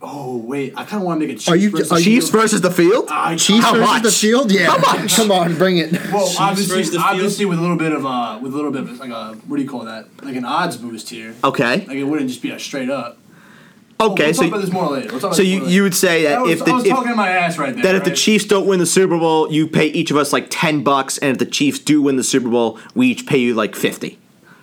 Speaker 2: oh wait, I kind of want to make a Chiefs.
Speaker 4: Are you-
Speaker 2: versus
Speaker 4: are you-
Speaker 1: Chiefs versus the field.
Speaker 2: I-
Speaker 4: Chiefs
Speaker 1: How
Speaker 4: versus
Speaker 1: much?
Speaker 4: the field? Yeah.
Speaker 1: How much?
Speaker 4: Come on, bring it.
Speaker 2: Well, obviously,
Speaker 3: versus the field?
Speaker 2: obviously, with a little bit of uh, with a little bit of like a what do you call that? Like an odds boost here.
Speaker 1: Okay.
Speaker 2: Like it wouldn't just be a straight up. Oh,
Speaker 1: Okay.
Speaker 2: we'll
Speaker 1: so
Speaker 2: talk about this more later. We'll talk about
Speaker 1: so
Speaker 2: this
Speaker 1: you,
Speaker 2: more
Speaker 1: you
Speaker 2: later.
Speaker 1: would say
Speaker 2: I
Speaker 1: that
Speaker 2: was,
Speaker 1: if
Speaker 2: I
Speaker 1: the
Speaker 2: was
Speaker 1: if,
Speaker 2: talking in my ass right there.
Speaker 1: that if the
Speaker 2: right?
Speaker 1: Chiefs don't win the Super Bowl, you pay each of us like ten bucks, and if the Chiefs do win the Super Bowl, we each pay you like fifty,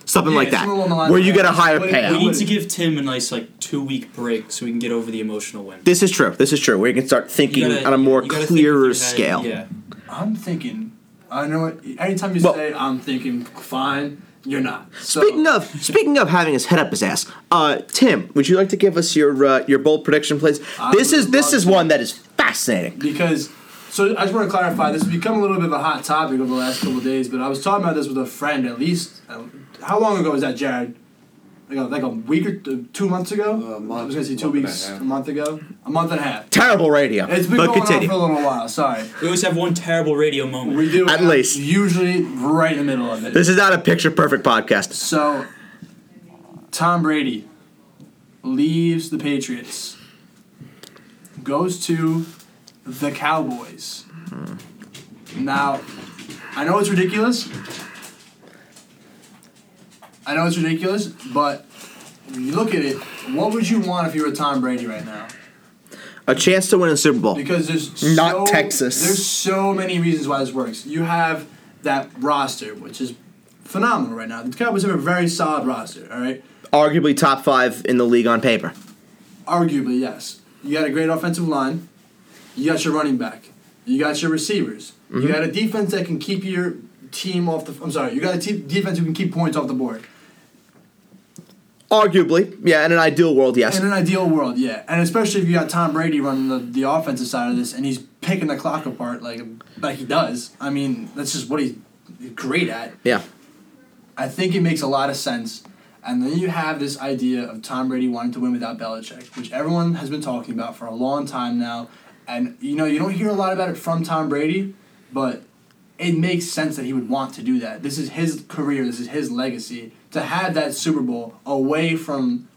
Speaker 1: something
Speaker 2: Yeah,
Speaker 1: like that,
Speaker 2: something along the lines
Speaker 1: where
Speaker 2: of
Speaker 1: you
Speaker 2: that.
Speaker 1: get a higher
Speaker 2: What- what
Speaker 1: payout.
Speaker 3: We
Speaker 2: Yeah.
Speaker 3: need to give Tim a nice like two week break so we can get over the emotional win.
Speaker 1: This is true. This is true. Where you can start
Speaker 3: You
Speaker 1: thinking
Speaker 3: gotta-
Speaker 1: on a more
Speaker 3: you gotta think with your
Speaker 1: clearer
Speaker 3: head,
Speaker 1: scale.
Speaker 3: Yeah.
Speaker 2: I'm thinking. I know. What, anytime you
Speaker 1: Well-
Speaker 2: say I'm thinking, fine, you're not. So,
Speaker 1: Speaking of speaking of having his head up his ass, uh, Tim, would you like to give us your uh, your bold prediction, please?
Speaker 2: I
Speaker 1: this is
Speaker 2: would
Speaker 1: this
Speaker 2: love
Speaker 1: is
Speaker 2: to.
Speaker 1: one that is fascinating.
Speaker 2: because so I just want to clarify this has become a little bit of a hot topic over the last couple of days but I was talking about this with a friend at least uh, how long ago was that Jared like a, like a week or t- two months ago
Speaker 5: Uh, a month,
Speaker 2: I was gonna say two
Speaker 5: month and a
Speaker 2: weeks
Speaker 5: half.
Speaker 2: a month ago a month and a half
Speaker 1: Terrible radio,
Speaker 2: it's been
Speaker 1: but
Speaker 2: going
Speaker 1: continue.
Speaker 2: on for a little while sorry
Speaker 3: We always have one terrible radio moment.
Speaker 2: we do
Speaker 1: At
Speaker 2: it
Speaker 1: least.
Speaker 2: usually right in the middle of it
Speaker 1: this is not a picture perfect podcast.
Speaker 2: so Tom Brady leaves the Patriots goes to the Cowboys now I know it's ridiculous. I know it's ridiculous, but when you look at it, what would you want if you were Tom Brady right now?
Speaker 1: A chance to win a Super Bowl.
Speaker 2: Because there's
Speaker 4: Not
Speaker 2: so-
Speaker 4: Texas.
Speaker 2: There's so many reasons why this works. You have that roster, which is phenomenal right now. The Cowboys have a very solid roster. All right,
Speaker 1: arguably top five in the league on paper.
Speaker 2: arguably yes. You got a great offensive line. You got your running back. You got your receivers. You got a defense that can keep your team off the. I'm sorry. You got a te- defense who can keep points off the board.
Speaker 1: Arguably, yeah, in an ideal world, yes.
Speaker 2: In an ideal world, yeah, and especially if you got Tom Brady running the, the offensive side of this, and he's picking the clock apart like like he does. I mean, that's just what he's great at.
Speaker 1: yeah.
Speaker 2: I think it makes a lot of sense. And then you have this idea of Tom Brady wanting to win without Belichick, which everyone has been talking about for a long time now. And you know, you don't hear a lot about it from Tom Brady, but it makes sense that he would want to do that. This is his career. This is his legacy. To have that Super Bowl away from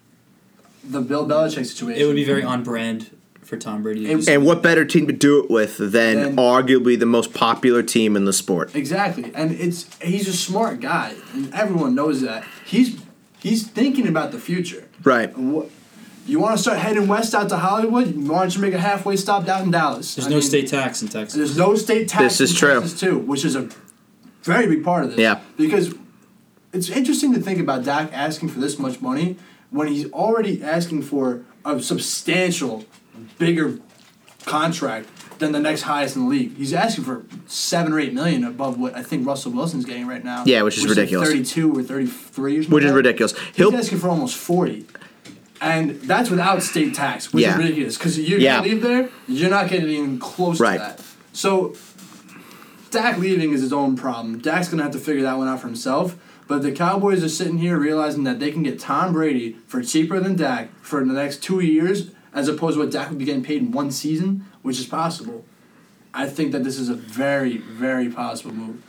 Speaker 2: the Bill Belichick situation,
Speaker 3: It would be very on brand for Tom Brady. to
Speaker 2: It-
Speaker 3: just-
Speaker 1: And what better team to do it with than
Speaker 2: Then-
Speaker 1: arguably the most popular team in the sport?
Speaker 2: Exactly, and it's he's a smart guy, and everyone knows that. He's he's thinking about the future.
Speaker 1: Right.
Speaker 2: Wha- You want to start heading west out to Hollywood? Why don't you make a halfway stop down in Dallas?
Speaker 3: there's
Speaker 2: I
Speaker 3: no
Speaker 2: mean,
Speaker 3: state tax in Texas.
Speaker 2: There's no state tax.
Speaker 1: This is
Speaker 2: in
Speaker 1: true.
Speaker 2: Texas, too, which is a very big part of this.
Speaker 1: Yeah.
Speaker 2: Because it's interesting to think about Dak asking for this much money when he's already asking for a substantial, bigger contract than the next highest in the league. He's asking for seven or eight million above what I think Russell Wilson's getting right now.
Speaker 1: Yeah, which is
Speaker 2: like
Speaker 1: ridiculous.
Speaker 2: Thirty-two or thirty-three, or something
Speaker 1: Which is
Speaker 2: like that.
Speaker 1: ridiculous.
Speaker 2: He's
Speaker 1: He'll-
Speaker 2: asking for almost forty. And that's without state tax, which
Speaker 1: Yeah.
Speaker 2: is ridiculous. Because you,
Speaker 1: Yeah.
Speaker 2: you leave there, you're not getting even close
Speaker 1: Right.
Speaker 2: to that. So Dak leaving is his own problem. Dak's gonna have to figure that one out for himself. But if the Cowboys are sitting here realizing that they can get Tom Brady for cheaper than Dak for the next two years, as opposed to what Dak would be getting paid in one season, which is possible. I think that this is a very, very possible move.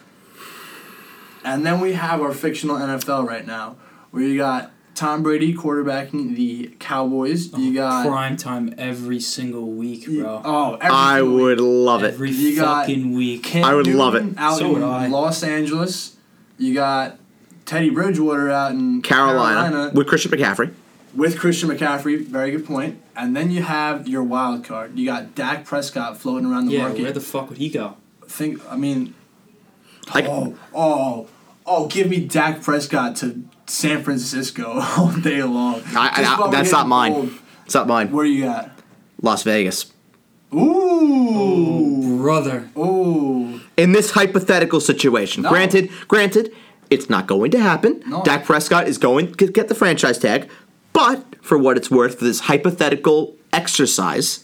Speaker 2: And then we have our fictional NFL right now, where you got Tom Brady quarterbacking the Cowboys.
Speaker 3: Oh,
Speaker 2: You got
Speaker 3: prime time every single week, bro.
Speaker 2: oh, every
Speaker 1: I
Speaker 2: single
Speaker 1: would love it.
Speaker 3: every
Speaker 2: You got-
Speaker 3: fucking week.
Speaker 1: I would love
Speaker 2: Newton
Speaker 1: it.
Speaker 2: Out
Speaker 3: So would
Speaker 2: in
Speaker 3: I.
Speaker 2: Los Angeles, you got Teddy Bridgewater out in
Speaker 1: Carolina, with Christian McCaffrey.
Speaker 2: with Christian McCaffrey. Very good point. And then you have your wild card. You got Dak Prescott floating around the
Speaker 3: yeah,
Speaker 2: market.
Speaker 3: where the fuck would he go?
Speaker 2: Think, I mean,
Speaker 1: Like,
Speaker 2: oh, oh, oh, give me Dak Prescott to San Francisco all day long.
Speaker 1: I,
Speaker 2: Just
Speaker 1: I,
Speaker 2: while we're
Speaker 1: that's not
Speaker 2: getting
Speaker 1: mine.
Speaker 2: cold.
Speaker 1: It's not mine.
Speaker 2: Where you at?
Speaker 1: Las Vegas.
Speaker 2: Ooh,
Speaker 3: Brother.
Speaker 2: ooh.
Speaker 1: In this hypothetical situation,
Speaker 2: No.
Speaker 1: granted, granted, it's not going to happen.
Speaker 2: No.
Speaker 1: Dak Prescott is going to get the franchise tag, but for what it's worth, for this hypothetical exercise,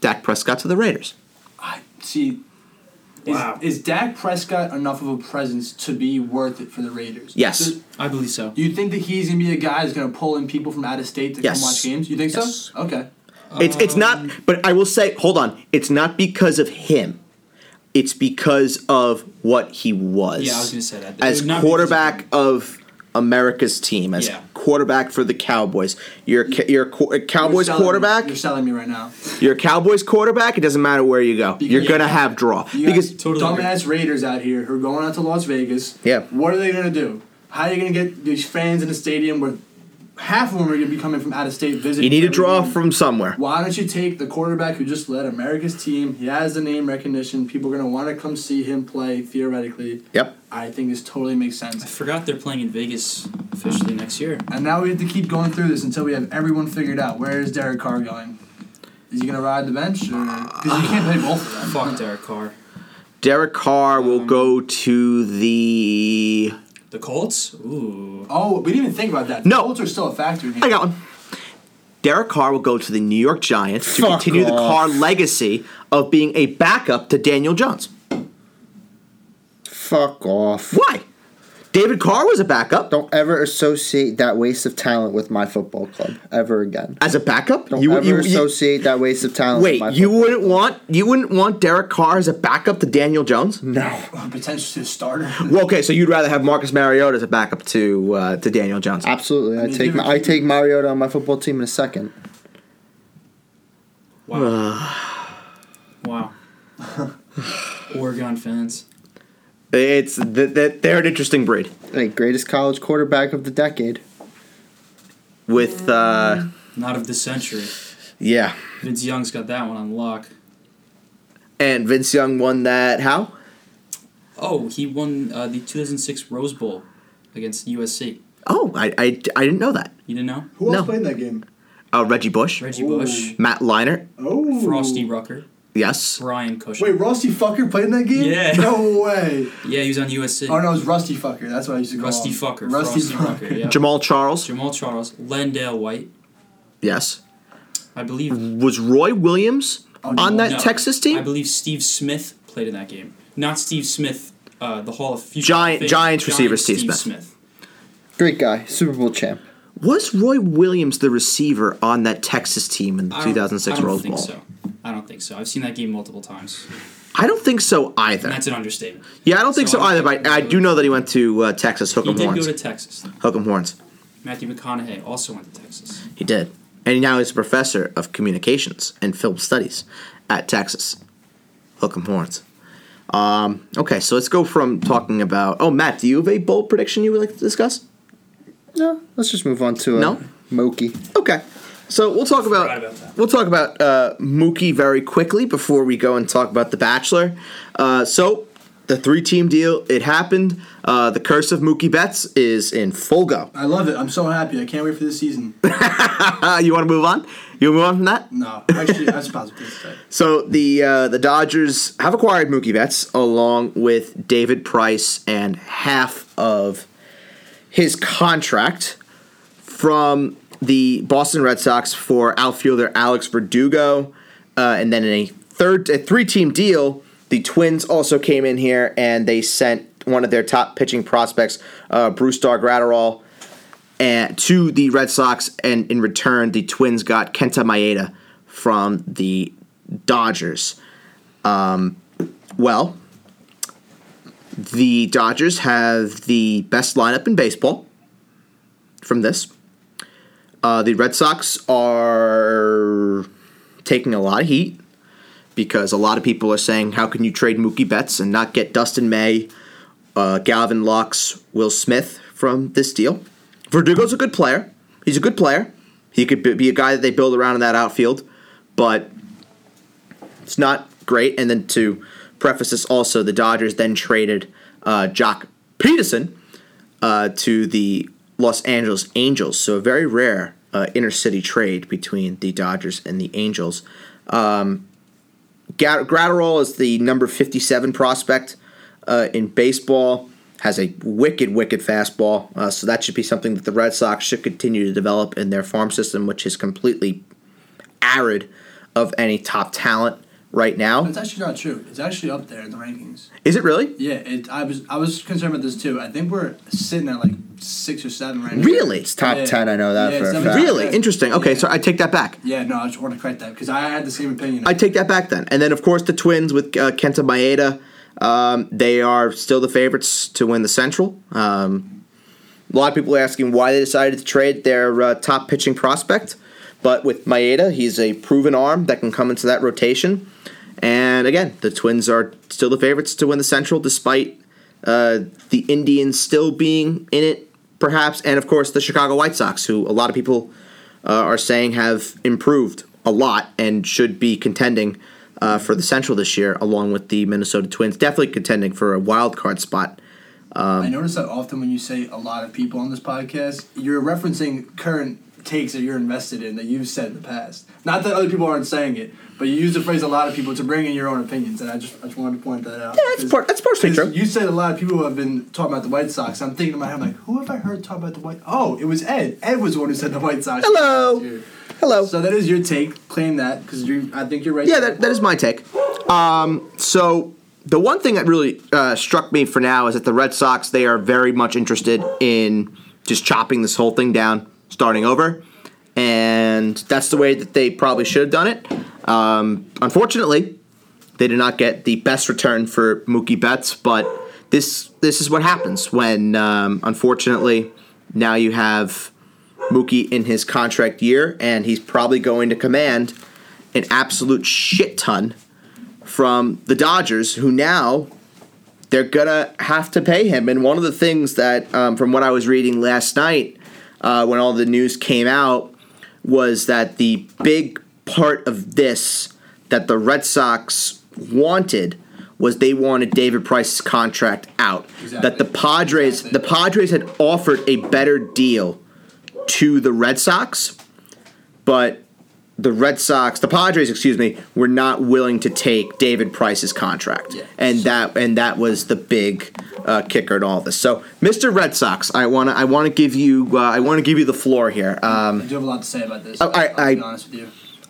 Speaker 1: Dak Prescott to the Raiders.
Speaker 2: I see. Is,
Speaker 3: Wow.
Speaker 2: is Dak Prescott enough of a presence to be worth it for the Raiders?
Speaker 1: Yes.
Speaker 2: Do
Speaker 3: I believe so.
Speaker 2: you think that he's gonna be a guy that's gonna pull in people from out of state to
Speaker 1: Yes.
Speaker 2: come watch games? You think
Speaker 1: Yes.
Speaker 2: so? Okay.
Speaker 1: It's it's not,
Speaker 3: Um.
Speaker 1: but I will say, hold on. It's not because of him. It's because of what he was.
Speaker 3: Yeah, I was gonna say that. It
Speaker 1: As
Speaker 3: would not be
Speaker 1: quarterback of America's team, as
Speaker 3: Yeah.
Speaker 1: quarterback for the Cowboys, you're a ca- you're a co- a Cowboys
Speaker 2: You're selling me-
Speaker 1: quarterback.
Speaker 2: You're selling me right now.
Speaker 1: You're a Cowboys quarterback. It doesn't matter where you go. You're
Speaker 2: Yeah.
Speaker 1: gonna have draw
Speaker 2: You
Speaker 1: because
Speaker 2: got
Speaker 3: Totally agree.
Speaker 2: dumbass Raiders out here who are going out to Las Vegas.
Speaker 1: Yeah.
Speaker 2: What are they gonna do? How are you gonna get these fans in the stadium where half of them are gonna be coming from out of state visiting?
Speaker 1: you need to
Speaker 2: every
Speaker 1: draw
Speaker 2: game?
Speaker 1: from somewhere.
Speaker 2: Why don't you take the quarterback who just led America's team? He has the name recognition. People are gonna want to come see him play theoretically.
Speaker 1: Yep.
Speaker 2: I think this totally makes
Speaker 3: I
Speaker 2: sense.
Speaker 3: forgot they're playing in Vegas officially next year.
Speaker 2: And now we have to keep going through this until we have everyone figured out. Where is Derek Carr going? Is he gonna ride the bench or? Because you can't play both of them.
Speaker 3: Fuck Derek Carr.
Speaker 1: Derek Carr will go
Speaker 4: Um,
Speaker 1: to the.
Speaker 3: The Colts? Ooh.
Speaker 2: Oh, we didn't even think about that. The
Speaker 1: No.
Speaker 2: Colts are still a factor.
Speaker 1: I got one. Derek Carr will go to the New York Giants to
Speaker 4: Fuck
Speaker 1: continue the
Speaker 4: off.
Speaker 1: Carr legacy of being a backup to Daniel Jones.
Speaker 4: Fuck off.
Speaker 1: Why? David Carr was a backup.
Speaker 4: Don't ever associate that waste of talent with my football club ever again.
Speaker 1: As a backup,
Speaker 4: Don't ever associate that waste of talent with
Speaker 1: wait.
Speaker 4: my
Speaker 1: You
Speaker 4: football
Speaker 1: wouldn't want you wouldn't want Derek Carr as a backup to Daniel Jones.
Speaker 4: No.
Speaker 2: Potential to starter.
Speaker 1: Well, okay, so you'd rather have Marcus Mariota as a backup to uh, to Daniel Jones.
Speaker 4: Absolutely. I
Speaker 2: mean,
Speaker 4: take
Speaker 2: give
Speaker 4: my,
Speaker 2: it-
Speaker 4: I take Mariota on my football team in a second.
Speaker 3: Wow. wow. Oregon fans.
Speaker 1: It's that th- they're an interesting breed
Speaker 4: Hey, greatest college quarterback of the decade.
Speaker 1: with uh,
Speaker 3: Not of the century.
Speaker 1: yeah.
Speaker 3: Vince Young's got that one on lock.
Speaker 1: And Vince Young won that how?
Speaker 3: Oh, he won uh, the 2006 Rose Bowl against USC.
Speaker 1: Oh, I, I, I didn't know that.
Speaker 3: You didn't know?
Speaker 2: Who else
Speaker 1: No.
Speaker 2: played that game?
Speaker 1: Uh, Reggie Bush,
Speaker 3: Reggie
Speaker 2: Ooh.
Speaker 3: Bush,
Speaker 1: Matt Leinart,
Speaker 2: Oh,
Speaker 3: Frosty Rucker,
Speaker 1: yes.
Speaker 3: Brian Cushing.
Speaker 2: Wait, Rusty Fucker played in that game?
Speaker 3: Yeah.
Speaker 2: No way.
Speaker 3: Yeah, he was on USC.
Speaker 2: Oh no, it was Rusty Fucker. That's what I used to call
Speaker 3: Rusty
Speaker 2: him.
Speaker 3: Fucker.
Speaker 2: Rusty
Speaker 3: Frosty
Speaker 2: Fucker.
Speaker 3: Rucker. Yeah.
Speaker 1: Jamal Charles,
Speaker 3: Jamal Charles, Lendale White,
Speaker 1: yes.
Speaker 3: I
Speaker 2: Mm-hmm.
Speaker 3: believe.
Speaker 1: Was Roy Williams on that
Speaker 3: Oh, no,
Speaker 1: Texas
Speaker 3: I
Speaker 1: team?
Speaker 3: believe Steve Smith played in that game. Not Steve Smith, uh, the Hall of Future.
Speaker 1: Giant-
Speaker 3: Fame.
Speaker 1: Giants receiver Steve
Speaker 3: Steve
Speaker 1: Smith.
Speaker 4: Great guy. Super Bowl champ.
Speaker 1: Was Roy Williams the receiver on that Texas team in the
Speaker 3: I don't-
Speaker 1: 2006
Speaker 3: I don't
Speaker 1: Rose
Speaker 3: think
Speaker 1: Bowl?
Speaker 3: so. I don't think so. I've seen that game multiple times.
Speaker 1: I don't think so either.
Speaker 3: And that's an understatement.
Speaker 1: yeah, I don't think
Speaker 3: so
Speaker 1: so,
Speaker 3: I-
Speaker 1: either. But I, I do know that he went to uh, Texas. Hook
Speaker 3: He
Speaker 1: 'em
Speaker 3: did go
Speaker 1: horns.
Speaker 3: to Texas.
Speaker 1: Hook 'em horns.
Speaker 3: Matthew McConaughey also went to Texas.
Speaker 1: He did, and he now is a professor of communications and film studies at Texas. Hook 'em horns. Um, okay, so let's go from talking about. Oh, Matt, do you have a bold prediction you would like to discuss?
Speaker 4: No, let's just move on to uh,
Speaker 1: No?
Speaker 4: Moki.
Speaker 1: Okay. So we'll talk about,
Speaker 3: about that.
Speaker 1: we'll talk about uh, Mookie very quickly before we go and talk about The Bachelor. Uh, so the three team deal it happened. Uh, the curse of Mookie Betts is in full go.
Speaker 2: I love it. I'm so happy. I can't wait for this season.
Speaker 1: Uh, you want to move on? You want to move on from that?
Speaker 2: No, actually, that's a positive place to say.
Speaker 1: So the uh, the Dodgers have acquired Mookie Betts along with David Price and half of his contract from the Boston Red Sox for outfielder Alex Verdugo, uh, and then in a third a three team deal, the Twins also came in here and they sent one of their top pitching prospects, uh, Bruce Dar Gratterall, and to the Red Sox, and in return, the Twins got Kenta Maeda from the Dodgers. Um, well, the Dodgers have the best lineup in baseball from this. Uh, the Red Sox are taking a lot of heat because a lot of people are saying, "How can you trade Mookie Betts and not get Dustin May, uh, Galvin Lux, Will Smith from this deal?" Verdugo's a good player. He's a good player. He could be- be a guy that they build around in that outfield, but it's not great. And then to preface this, also the Dodgers then traded uh, Jock Peterson uh, to the Los Angeles Angels. So a very rare uh, inner city trade between the Dodgers and the Angels. Um, Gat- Gratterall is the number 57 prospect uh, in baseball. Has a wicked, wicked fastball. Uh, so that should be something that the Red Sox should continue to develop in their farm system, which is completely arid of any top talent right now.
Speaker 2: That's actually not true. It's actually up there in the rankings.
Speaker 1: Is it really?
Speaker 2: Yeah, it, I was I was concerned about this too. I think we're sitting at like six or seven right now.
Speaker 1: Really?
Speaker 4: It's top
Speaker 2: Yeah.
Speaker 4: 10, I know that
Speaker 2: Yeah,
Speaker 4: for a
Speaker 2: seven-
Speaker 4: fact.
Speaker 1: Really? Interesting. Okay,
Speaker 2: Yeah.
Speaker 1: so I take that back.
Speaker 2: Yeah, no, I just want to correct that because I had the same opinion.
Speaker 1: I take that back then. And then, of course, the Twins with uh, Kenta Maeda. Um, they are still the favorites to win the Central. Um, a lot of people are asking why they decided to trade their uh, top pitching prospect. But with Maeda, he's a proven arm that can come into that rotation. And again, the Twins are still the favorites to win the Central, despite uh, the Indians still being in it, perhaps. And of course, the Chicago White Sox, who a lot of people uh, are saying have improved a lot and should be contending uh, for the Central this year, along with the Minnesota Twins, definitely contending for a wild card spot.
Speaker 2: I notice that often when you say a lot of people on this podcast, you're referencing current takes that you're invested in that you've said in the past. Not that other people aren't saying it, but you use the phrase "a lot of people" to bring in your own opinions, and I just I just wanted to point that out.
Speaker 1: Yeah, that's, part, that's partially true.
Speaker 2: You said a lot of people have been talking about the White Sox. I'm thinking in my head, I'm like, who have I heard talk about the White? Oh, it was Ed. Ed was the one who said the White Sox.
Speaker 1: Hello. Hello.
Speaker 2: So that is your take. Claim that because you. I think you're right.
Speaker 1: Yeah, that, that is my take. Um, so the one thing that really uh, struck me for now is that the Red Sox they are very much interested in just chopping this whole thing down, starting over, and that's the way that they probably should have done it. Um, unfortunately, they did not get the best return for Mookie Betts, but this this is what happens when um, unfortunately now you have Mookie in his contract year, and he's probably going to command an absolute shit ton from the Dodgers, who now they're gonna have to pay him. And one of the things that, um, from what I was reading last night, uh, when all the news came out, was that the big part of this that the Red Sox wanted was they wanted David Price's contract out. That the
Speaker 2: Exactly.
Speaker 1: Padres,
Speaker 2: Exactly.
Speaker 1: the Padres had offered a better deal to the Red Sox, but the Red Sox, the Padres, excuse me, were not willing to take David Price's contract,
Speaker 2: Yeah.
Speaker 1: and that and that was the big uh, kicker in all this. So, Mr. Red Sox, I wanna I wanna give you uh, I wanna give you the floor here. Um,
Speaker 2: I do have a lot to say about this.
Speaker 1: Oh, I-
Speaker 2: I'll be
Speaker 1: I-
Speaker 2: honest with you.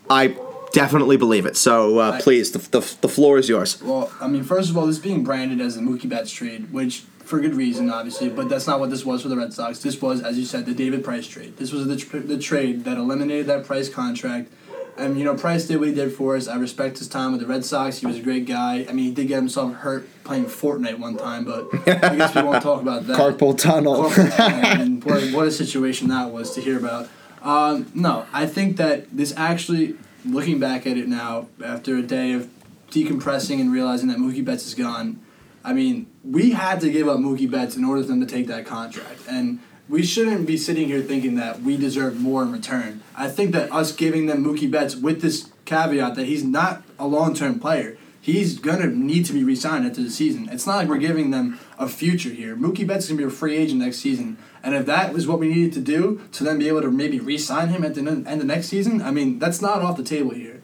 Speaker 1: I definitely believe it. So, uh, please, the, the, the floor is yours.
Speaker 2: Well, I mean, first of all, this being branded as the Mookie Betts trade, which for good reason, obviously, but that's not what this was for the Red Sox. This was, as you said, the David Price trade. This was the, tr- the trade that eliminated that Price contract And you know, Price did what he did for us. I respect his time with the Red Sox. He was a great guy. I mean, he did get himself hurt playing Fortnite one time, but I guess we won't talk about that.
Speaker 4: Carpal tunnel.
Speaker 2: Corporate plan, and what, what a situation that was to hear about. Um, no, I think that this actually, looking back at it now, after a day of decompressing and realizing that Mookie Betts is gone, I mean, we had to give up Mookie Betts in order for them to take that contract. And we shouldn't be sitting here thinking that we deserve more in return. I think that us giving them Mookie Betts with this caveat that he's not a long term player, he's gonna need to be re-signed after the season. It's not like we're giving them a future here. Mookie Betts is gonna be a free agent next season, and if that was what we needed to do to then be able to maybe re-sign him at the n- end of next season, I mean that's not off the table here.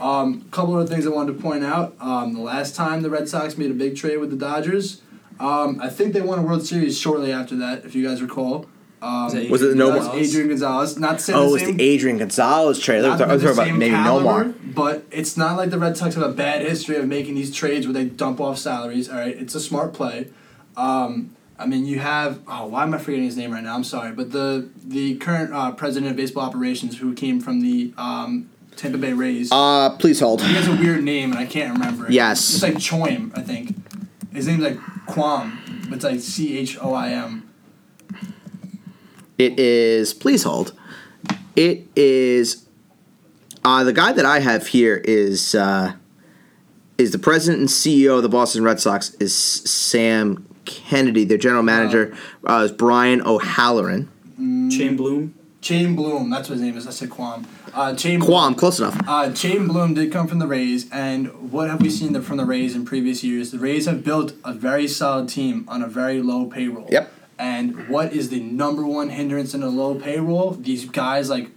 Speaker 2: Um, couple other things I wanted to point out. Um, the last time the Red Sox made a big trade with the Dodgers, um, I think they won a World Series shortly after that, if you guys recall. Um,
Speaker 3: that
Speaker 1: Was it no
Speaker 2: that was
Speaker 1: one-
Speaker 2: Adrian Gonzalez? Not saying
Speaker 1: Oh,
Speaker 2: the
Speaker 1: it's
Speaker 2: same
Speaker 1: the Adrian Gonzalez trade. I was
Speaker 2: not
Speaker 1: talking I was
Speaker 2: the
Speaker 1: talking about
Speaker 2: same
Speaker 1: maybe
Speaker 2: caliber,
Speaker 1: Nomar.
Speaker 2: But it's not like the Red Sox have a bad history of making these trades where they dump off salaries. All right, it's a smart play. Um, I mean, you have oh, why am I forgetting his name right now? I'm sorry, but the the current uh, president of baseball operations who came from the um, Tampa Bay Rays.
Speaker 1: Uh, please hold.
Speaker 2: he has a weird name and I can't remember. it.
Speaker 1: Yes.
Speaker 2: it's like Choim, I think. His name's like Quam, but it's like C H O I M.
Speaker 1: It is. Please hold. It is. Uh, the guy that I have here is uh, is the president and CEO of the Boston Red Sox is Sam Kennedy. Their general manager
Speaker 2: Oh.
Speaker 1: uh, is Brian O'Halloran.
Speaker 3: Chain Bloom.
Speaker 2: Chain Bloom, that's what his name is. I said Quam. Uh, Chain
Speaker 1: Quam, close enough.
Speaker 2: Uh, Jayden Bloom did come from the Rays, and what have we seen the- from the Rays in previous years? The Rays have built a very solid team on a very low payroll.
Speaker 1: Yep.
Speaker 2: And what is the number one hindrance in a low payroll? These guys like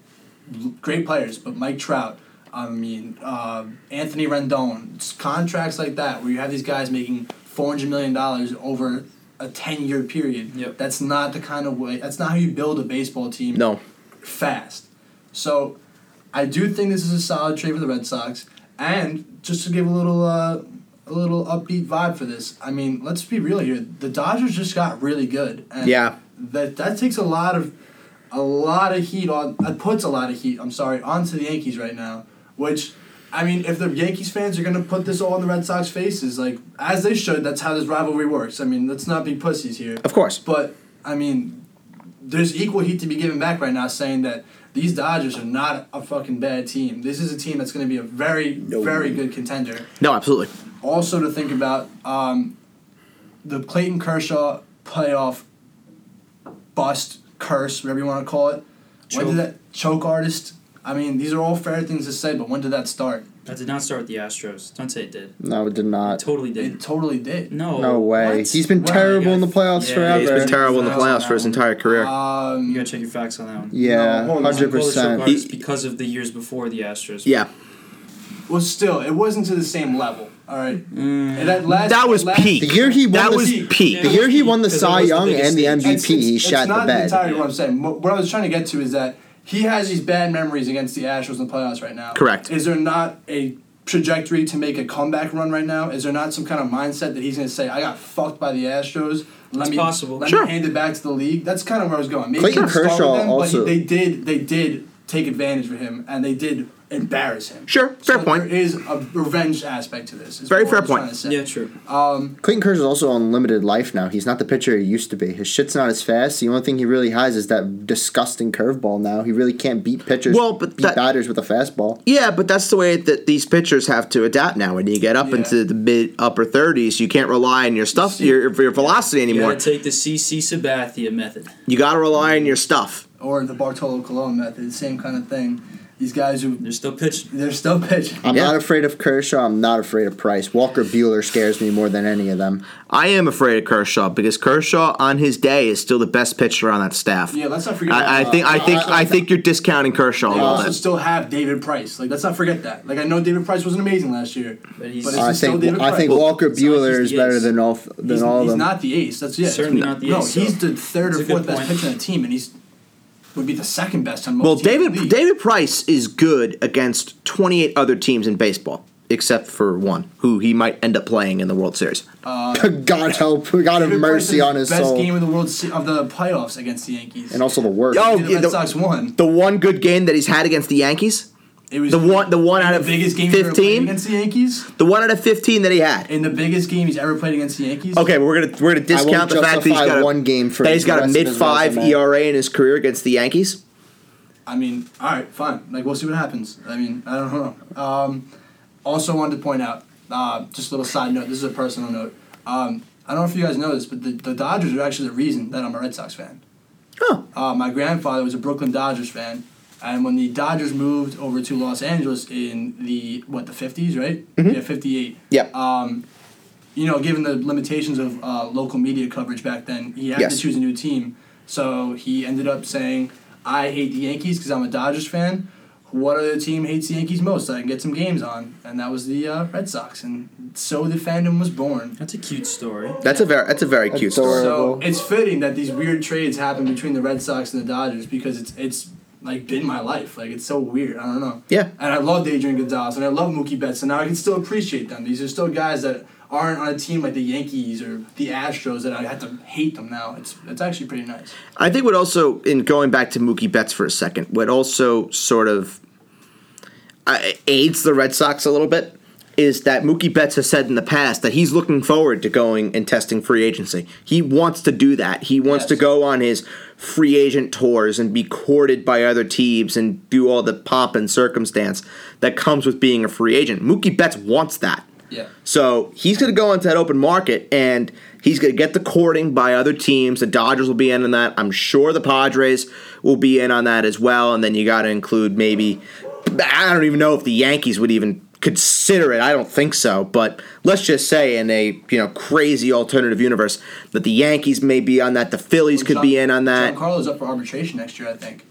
Speaker 2: great players, but Mike Trout, I mean uh, Anthony Rendon, it's contracts like that where you have these guys making four hundred million dollars over a ten year period.
Speaker 3: Yep.
Speaker 2: That's not the kind of way. That's not how you build a baseball team
Speaker 1: No,
Speaker 2: fast. So I do think this is a solid trade for the Red Sox. And just to give a little uh, a little upbeat vibe for this, I mean, let's be real here. The Dodgers just got really good. And
Speaker 1: Yeah.
Speaker 2: That that takes a lot of a lot of heat on it puts a lot of heat, I'm sorry, onto the Yankees right now. Which I mean, if the Yankees fans are gonna put this all on the Red Sox faces, like as they should, that's how this rivalry works. I mean, let's not be pussies here.
Speaker 1: of course.
Speaker 2: But I mean, there's equal heat to be given back right now, saying that these Dodgers are not a fucking bad team. This is a team that's going to be a very, very good contender.
Speaker 1: No, absolutely.
Speaker 2: Also, to think about um, the Clayton Kershaw playoff bust curse, whatever you want to call it. When
Speaker 3: Choke.
Speaker 2: did that choke artist? I mean, these are all fair things to say, but when did that start?
Speaker 3: That did not start with the Astros. Don't say it did.
Speaker 4: No, it did
Speaker 3: It
Speaker 4: not.
Speaker 3: totally
Speaker 2: It
Speaker 3: did.
Speaker 2: totally did.
Speaker 3: No.
Speaker 4: No way.
Speaker 3: What?
Speaker 4: He's been
Speaker 2: Wow,
Speaker 4: terrible
Speaker 3: you
Speaker 4: in the
Speaker 3: gotta- yeah,
Speaker 4: playoffs
Speaker 1: Yeah,
Speaker 4: forever.
Speaker 1: he's been terrible in the
Speaker 2: That's on
Speaker 1: playoffs
Speaker 2: that
Speaker 1: for his
Speaker 2: one.
Speaker 1: entire career.
Speaker 2: Um,
Speaker 3: You gotta check your facts on that one.
Speaker 4: yeah,
Speaker 2: No, hold on.
Speaker 4: hundred
Speaker 3: Pulitzer
Speaker 4: percent.
Speaker 3: Prize
Speaker 1: He-
Speaker 3: because of the years before the Astros.
Speaker 1: yeah,
Speaker 2: Well, still, it wasn't to the same level. All right,
Speaker 3: Mm.
Speaker 2: And that, last,
Speaker 1: that was
Speaker 2: last-
Speaker 1: peak.
Speaker 4: The year he won
Speaker 1: that
Speaker 4: the-
Speaker 1: was
Speaker 2: Yeah.
Speaker 1: peak.
Speaker 4: The year he won the
Speaker 3: Because
Speaker 4: Cy
Speaker 3: that was the
Speaker 4: Young
Speaker 3: biggest
Speaker 4: and the
Speaker 3: thing.
Speaker 4: MVP,
Speaker 2: It's-
Speaker 1: E
Speaker 2: it's-
Speaker 4: he
Speaker 2: it's
Speaker 4: shot
Speaker 2: not
Speaker 4: the bed.
Speaker 2: entirely what I'm saying. What what I was trying to get to is that he has these bad memories against the Astros in the playoffs right now.
Speaker 1: Correct.
Speaker 2: Is there not a trajectory to make a comeback run right now? Is there not some kind of mindset that he's going to say, "I got fucked by the Astros"? Let
Speaker 3: It's
Speaker 2: me,
Speaker 3: possible.
Speaker 2: Let
Speaker 1: Sure.
Speaker 2: me hand it back to the league. That's kind of where I was going. Maybe
Speaker 4: Clayton
Speaker 2: he didn't start
Speaker 4: Kershaw
Speaker 2: with them,
Speaker 4: also-
Speaker 2: But he- they did. They did take advantage of him, and they did embarrass him.
Speaker 1: Sure, fair
Speaker 2: So
Speaker 1: point.
Speaker 2: There is a revenge aspect to this. is
Speaker 1: Very
Speaker 2: what
Speaker 1: fair
Speaker 2: I was trying
Speaker 1: point.
Speaker 2: to say.
Speaker 3: Yeah, true.
Speaker 4: Clayton Kershaw is also on limited life now. He's not the pitcher he used to be. His shit's not as fast. The only thing he really has is that disgusting curveball. Now he really can't beat pitchers.
Speaker 1: Well, but
Speaker 4: beat
Speaker 1: that-
Speaker 4: batters with a fastball.
Speaker 1: Yeah, but that's the way that these pitchers have to adapt now. When you get up
Speaker 2: Yeah.
Speaker 1: into the mid upper thirties, you can't rely on your stuff, your your velocity
Speaker 3: You
Speaker 1: anymore.
Speaker 3: gotta take the CC Sabathia method.
Speaker 1: you got to rely on your stuff.
Speaker 2: or the Bartolo Colon method, same kind of thing. These guys who
Speaker 3: They're still pitching.
Speaker 2: they're still pitching.
Speaker 4: I'm
Speaker 1: Yeah.
Speaker 4: not afraid of Kershaw. I'm not afraid of Price. Walker Bueller scares me more than any of them.
Speaker 1: I am afraid of Kershaw because Kershaw on his day is still the best pitcher on that staff.
Speaker 2: Yeah, let's not forget.
Speaker 1: I, I
Speaker 2: that,
Speaker 1: think
Speaker 2: uh,
Speaker 1: I think
Speaker 4: I- I-
Speaker 1: I think you're discounting Kershaw a
Speaker 2: They
Speaker 1: little
Speaker 2: also
Speaker 1: bit.
Speaker 2: still have David Price. Like, let's not forget that. Like, I know David Price wasn't amazing last year,
Speaker 3: But he's-
Speaker 2: but it's
Speaker 3: Is he
Speaker 4: I
Speaker 2: still
Speaker 4: think
Speaker 2: David
Speaker 4: I
Speaker 2: Price.
Speaker 4: think Walker
Speaker 3: It's not like
Speaker 4: Bueller
Speaker 3: he's
Speaker 4: is
Speaker 3: the
Speaker 4: better
Speaker 3: ace.
Speaker 4: than all than
Speaker 2: he's,
Speaker 4: all of
Speaker 2: he's
Speaker 4: them.
Speaker 2: not the ace. That's yeah.
Speaker 3: Certainly not the
Speaker 2: no,
Speaker 3: ace,
Speaker 2: he's
Speaker 3: so
Speaker 2: the third
Speaker 3: it's
Speaker 2: or
Speaker 3: a good
Speaker 2: fourth best
Speaker 3: point.
Speaker 2: pitcher on the team, and he's would be the second best on most.
Speaker 1: Well,
Speaker 2: teams in the
Speaker 1: David
Speaker 2: league.
Speaker 1: David Price is good against 28 other teams in baseball, except for one, who he might end up playing in the World Series.
Speaker 4: God help, God have
Speaker 2: Uh, David
Speaker 4: mercy
Speaker 2: Price's
Speaker 4: on his
Speaker 2: best
Speaker 4: soul,
Speaker 2: game of the World Se- of the playoffs against the Yankees.
Speaker 4: and also the worst.
Speaker 1: Oh,
Speaker 2: the
Speaker 1: yeah,
Speaker 2: Red
Speaker 1: the-
Speaker 2: Sox won.
Speaker 1: The one good game that he's had against the Yankees
Speaker 2: It was
Speaker 1: The one, the one out
Speaker 2: the
Speaker 1: of
Speaker 2: biggest game he ever played
Speaker 1: fifteen,
Speaker 2: against the Yankees.
Speaker 1: the one out of fifteen that he had.
Speaker 2: In the biggest game he's ever played against the Yankees.
Speaker 1: Okay, we're gonna we're gonna
Speaker 4: won't
Speaker 1: discount the fact that he's
Speaker 4: justify
Speaker 1: got a,
Speaker 4: one game for
Speaker 1: that
Speaker 4: his
Speaker 1: he's got a
Speaker 4: rest of his
Speaker 1: mid five
Speaker 4: resume.
Speaker 1: ERA in his career against the Yankees.
Speaker 2: I mean, all right, fine. Like we'll see what happens. I mean, I don't know. Um, also wanted to point out, uh, just a little side note. This is a personal note. Um, I don't know if you guys know this, but the, the Dodgers are actually the reason that I'm a Red Sox fan.
Speaker 1: Oh,
Speaker 2: Uh, my grandfather was a Brooklyn Dodgers fan, and when the Dodgers moved over to Los Angeles in the what the fifties, right? Yeah, fifty eight.
Speaker 1: Mm-hmm. yeah.
Speaker 2: Um, you know, given the limitations of uh, local media coverage back then, he had
Speaker 1: Yes.
Speaker 2: to choose a new team. So he ended up saying, "I hate the Yankees because I'm a Dodgers fan. What other team hates the Yankees most? I can get some games on." And that was the uh, Red Sox, and so the fandom was born.
Speaker 3: That's a cute story.
Speaker 1: that's a very that's a very cute story.
Speaker 2: So
Speaker 4: Terrible.
Speaker 2: it's fitting that these weird trades happen between the Red Sox and the Dodgers because it's it's like been my life. Like it's so weird. I don't know.
Speaker 1: Yeah.
Speaker 2: And I love Adrian Gonzalez and I love Mookie Betts and now I can still appreciate them. These are still guys that aren't on a team like the Yankees or the Astros that I have to hate them now. It's it's actually pretty nice.
Speaker 1: I think what also, in going back to Mookie Betts for a second, what also sort of uh, aids the Red Sox a little bit is that Mookie Betts has said in the past that he's looking forward to going and testing free agency. He wants to do that. He wants to
Speaker 2: Yes.
Speaker 1: go on his free agent tours and be courted by other teams and do all the pomp and circumstance that comes with being a free agent. Mookie Betts wants that.
Speaker 2: Yeah.
Speaker 1: So he's going to go into that open market and he's going to get the courting by other teams. The Dodgers will be in on that. I'm sure the Padres will be in on that as well. And then you got to include maybe, I don't even know if the Yankees would even consider it. I don't think so. But let's just say in a you know crazy alternative universe that the Yankees may be on that. The Phillies could be in on that.
Speaker 2: Carlos up for arbitration next year, I think.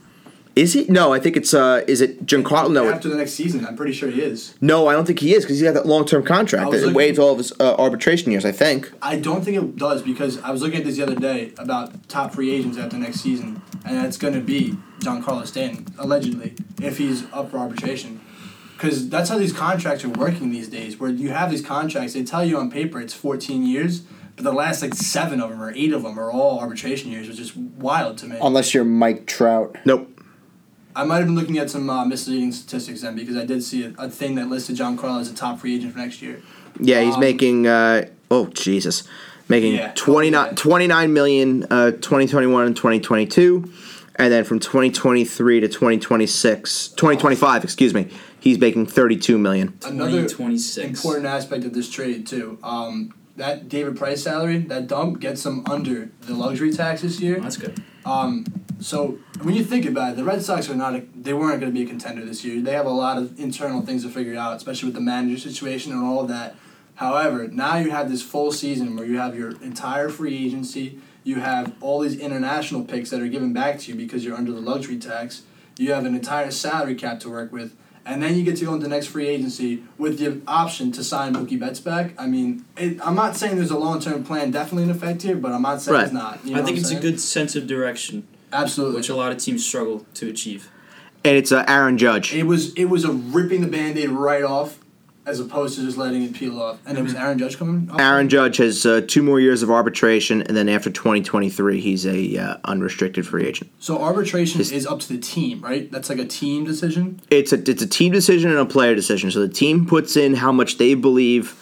Speaker 1: Is he? No, I think it's uh, is it Giancarlo? No, it-
Speaker 2: After the next season, I'm pretty sure he is.
Speaker 1: no, I don't think he is because he's got that long term
Speaker 2: I
Speaker 1: contract
Speaker 2: was
Speaker 1: that
Speaker 2: looking-
Speaker 1: waived all of his uh, arbitration years. I think.
Speaker 2: I don't think it does because I was looking at this the other day about top free agents after next season, and that's going to be John Carlos Stanton, allegedly, if he's up for arbitration. Because that's how these contracts are working these days, where you have these contracts, they tell you on paper it's 14 years, but the last like seven of them or eight of them are all arbitration years, which is wild to me.
Speaker 4: Unless you're Mike Trout.
Speaker 1: Nope.
Speaker 2: I might have been looking at some uh, misleading statistics then because I did see a, a thing that listed John Carlos as a top free agent for next year.
Speaker 1: Yeah, he's
Speaker 2: Um,
Speaker 1: making uh, oh Jesus, making
Speaker 2: Yeah.
Speaker 1: 29, 29 million uh, 2021 and 2022 and then from 2023 to 2026 2025 excuse me he's making 32 million
Speaker 2: Another
Speaker 3: 2026.
Speaker 2: important aspect of this trade too. Um, that David Price salary, that dump gets them under the luxury tax this year.
Speaker 3: That's good.
Speaker 2: Um, so when you think about it, the Red Sox are not a, they weren't going to be a contender this year. They have a lot of internal things to figure out, especially with the manager situation and all of that. However, now you have this full season where you have your entire free agency, you have all these international picks that are given back to you because you're under the luxury tax. You have an entire salary cap to work with, and then you get to go into the next free agency with the option to sign Mookie Betts back. I mean, it, I'm not saying there's a long term plan definitely in effect here, but I'm not saying
Speaker 1: Right.
Speaker 2: it's not. You know
Speaker 3: I think
Speaker 2: what I'm
Speaker 3: it's a
Speaker 2: saying?
Speaker 3: good sense of direction,
Speaker 2: absolutely
Speaker 3: which a lot of teams struggle to achieve.
Speaker 1: and it's uh, Aaron Judge
Speaker 2: It was it was a ripping the band-aid right off as opposed to just letting it peel off. And it was Aaron Judge coming up.
Speaker 1: Aaron Judge has uh, two more years of arbitration and then after 2023 he's a uh, unrestricted free agent
Speaker 2: So arbitration is up to the team, right? That's like a team decision.
Speaker 1: it's a it's a team decision and a player decision. So the team puts in how much they believe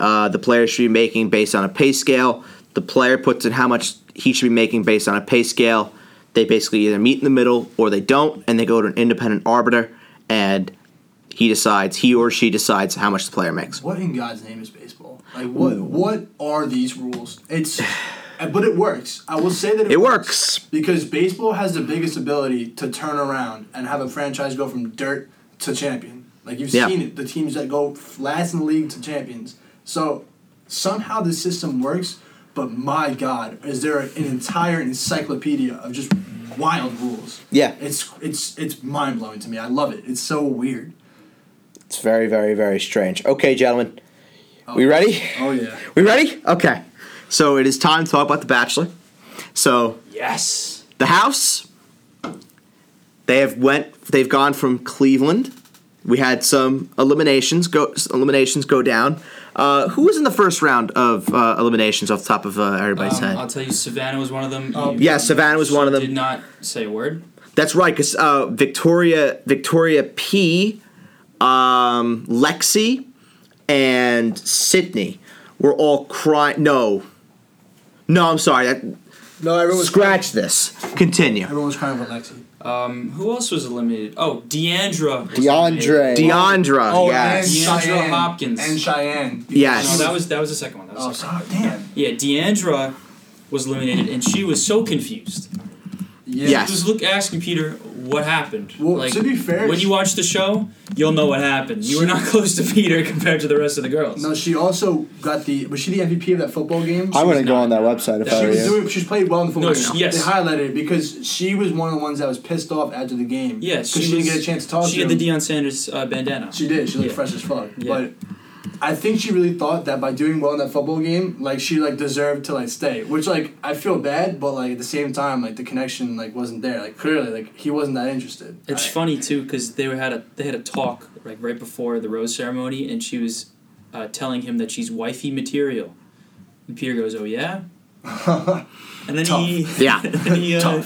Speaker 1: uh, the player should be making based on a pay scale. The player puts in how much he should be making based on a pay scale. They basically either meet in the middle or they don't, and they go to an independent arbiter, and he decides he or she decides how much the player makes.
Speaker 2: What in God's name is baseball? Like what what are these rules? It's uh, but it works. I will say that it,
Speaker 1: It works.
Speaker 2: because baseball has the biggest ability to turn around and have a franchise go from dirt to champion. Like you've
Speaker 1: Yeah.
Speaker 2: seen it, the teams that go f- last in the league to champions. So somehow the system works, but my God, is there an entire encyclopedia of just wild rules?
Speaker 1: Yeah.
Speaker 2: it's it's it's mind blowing to me. I love it. It's so weird.
Speaker 1: It's very, very, very strange. Okay, gentlemen, we ready?
Speaker 2: Oh yeah.
Speaker 1: We ready? Okay. So it is time to talk about The Bachelor. So
Speaker 3: Yes.
Speaker 1: the house they have went they've gone from cleveland we had some eliminations go eliminations go down uh, who was in the first round of uh, eliminations off the top of uh, everybody's
Speaker 3: Um, I'll
Speaker 1: head
Speaker 3: tell you, Savannah was one of them.
Speaker 2: Um,
Speaker 3: You-
Speaker 1: yeah savannah was
Speaker 3: she
Speaker 1: one of
Speaker 3: Did
Speaker 1: them
Speaker 3: not say a word.
Speaker 1: that's right because uh, victoria victoria p Um, Lexi and Sydney were all crying. No, no, I'm sorry. That,
Speaker 2: No, everyone was
Speaker 1: scratch this. Continue.
Speaker 2: Everyone was crying for Lexi.
Speaker 3: Um, who else was eliminated? Oh, Deandra. was
Speaker 4: DeAndre.
Speaker 3: eliminated.
Speaker 2: Uh,
Speaker 1: Deandra.
Speaker 6: Oh,
Speaker 2: Oh,
Speaker 1: yes.
Speaker 3: and- Sandra Hopkins.
Speaker 6: And Cheyenne.
Speaker 1: Yes.
Speaker 3: No, that was that was the second one. That was
Speaker 6: Oh,
Speaker 3: the second.
Speaker 6: sorry. Damn.
Speaker 3: one. Yeah, Deandra was eliminated, and she was so confused.
Speaker 2: Yeah.
Speaker 1: Yes.
Speaker 3: She was look asking Peter what happened.
Speaker 2: Well,
Speaker 3: like,
Speaker 2: to be fair,
Speaker 3: when you watch the show, you'll know what happened. You were not close to Peter compared to the rest of the girls.
Speaker 2: No, she also got the. Was she the MVP of that football game?
Speaker 4: I wouldn't go
Speaker 3: not-
Speaker 4: on that website if
Speaker 3: She
Speaker 4: I
Speaker 2: She
Speaker 4: were
Speaker 2: was
Speaker 4: you.
Speaker 2: doing. She's played well in the football
Speaker 3: No,
Speaker 2: game.
Speaker 3: she- yes.
Speaker 2: They highlighted it because she was one of the ones that was pissed off after the game.
Speaker 3: Yeah,
Speaker 2: because
Speaker 3: she,
Speaker 2: she, didn't
Speaker 3: was-
Speaker 2: get a chance to talk
Speaker 3: She
Speaker 2: to
Speaker 3: had
Speaker 2: him.
Speaker 3: the Deion Sanders uh, bandana.
Speaker 2: she did. She looked
Speaker 3: Yeah.
Speaker 2: fresh as fuck.
Speaker 3: Yeah.
Speaker 2: But I think she really thought that by doing well in that football game, like she like deserved to like stay. Which like I feel bad, but like at the same time, like the connection like wasn't there. Like clearly, like he wasn't that interested.
Speaker 3: It's
Speaker 2: I-
Speaker 3: funny too because they were had a they had a talk like right before the rose ceremony, and she was uh, telling him that she's wifey material, and Peter goes, "Oh yeah," and then he
Speaker 1: Yeah.
Speaker 3: and then he, uh,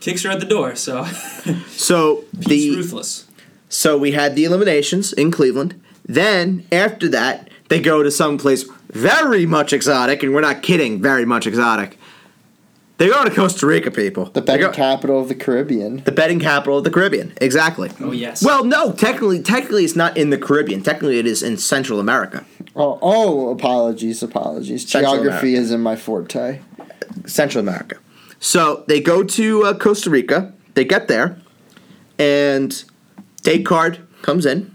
Speaker 3: kicks her out the door. So
Speaker 1: So
Speaker 3: he's
Speaker 1: the
Speaker 3: ruthless.
Speaker 1: so we had the eliminations in Cleveland. Then after that, they go to someplace very much exotic, and we're not kidding, very much exotic. They go to Costa Rica, people.
Speaker 4: The
Speaker 1: They
Speaker 4: betting
Speaker 1: go-
Speaker 4: capital of the Caribbean.
Speaker 1: the betting capital of the Caribbean. Exactly.
Speaker 3: Oh yes.
Speaker 1: Well, no, technically, technically, it's not in the Caribbean. Technically, it is in Central America.
Speaker 4: Oh, oh apologies, apologies.
Speaker 1: Central
Speaker 4: Geography
Speaker 1: America.
Speaker 4: is in my forte.
Speaker 1: Central America. So they go to uh, Costa Rica. They get there, and date card comes in,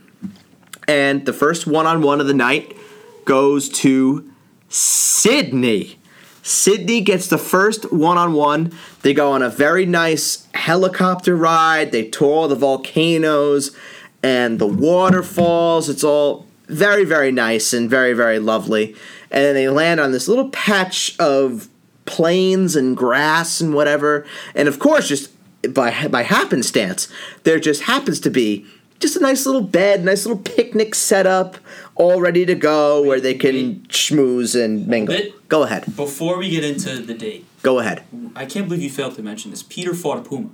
Speaker 1: and the first one-on-one of the night goes to Sydney. Sydney gets the first one-on-one. They go on a very nice helicopter ride. They tour all the volcanoes and the waterfalls. It's all very, very nice and very, very lovely. And then they land on this little patch of plains and grass and whatever. And of course, just by by happenstance, there just happens to be just a nice little bed, nice little picnic setup, all ready to go, where they can schmooze and mingle.
Speaker 3: bit.
Speaker 1: Go ahead.
Speaker 3: Before we get into the date,
Speaker 1: Go ahead.
Speaker 3: I can't believe you failed to mention this. Peter fought a puma.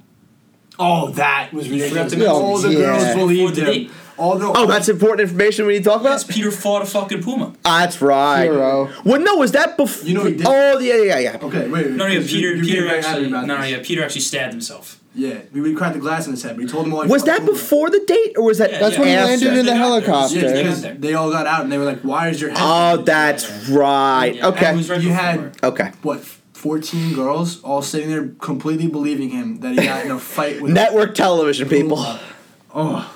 Speaker 2: Oh, that was
Speaker 3: forgot
Speaker 2: ridiculous.
Speaker 3: to mention-
Speaker 2: All the
Speaker 4: Yeah.
Speaker 2: girls believed
Speaker 3: Before the
Speaker 2: him.
Speaker 3: date.
Speaker 2: All the
Speaker 1: Oh, that's important information we need to talk
Speaker 3: Yes,
Speaker 1: about.
Speaker 3: Peter fought a fucking puma.
Speaker 1: Ah, that's right.
Speaker 4: Hero.
Speaker 1: Well, no, was that before?
Speaker 2: You know he did.
Speaker 1: Oh, yeah, yeah, yeah.
Speaker 2: Okay, wait. wait
Speaker 3: No, no,
Speaker 2: because you-
Speaker 3: Peter.
Speaker 2: you
Speaker 3: Peter
Speaker 2: get very happy
Speaker 3: actually. No,
Speaker 2: about
Speaker 3: no,
Speaker 2: this.
Speaker 3: yeah, Peter actually stabbed himself.
Speaker 2: Yeah, we, we cracked the glass in his head. We told him all. he
Speaker 1: Was
Speaker 2: fucked
Speaker 1: that before the date, or was that
Speaker 3: Yeah,
Speaker 4: That's
Speaker 3: yeah.
Speaker 4: when he
Speaker 1: after?
Speaker 4: landed in
Speaker 3: They
Speaker 4: the
Speaker 3: got there.
Speaker 4: helicopter.
Speaker 2: Yeah,
Speaker 3: They got
Speaker 2: because
Speaker 3: there.
Speaker 2: they all got out and they were like, "Why is your head?"
Speaker 1: Oh, that's right.
Speaker 3: Yeah,
Speaker 1: Okay.
Speaker 3: it was right
Speaker 2: You
Speaker 3: before.
Speaker 2: had- uh,
Speaker 1: okay.
Speaker 2: what? Fourteen girls all sitting there completely believing him that he got in a fight with.
Speaker 1: Network television, people.
Speaker 2: Oh,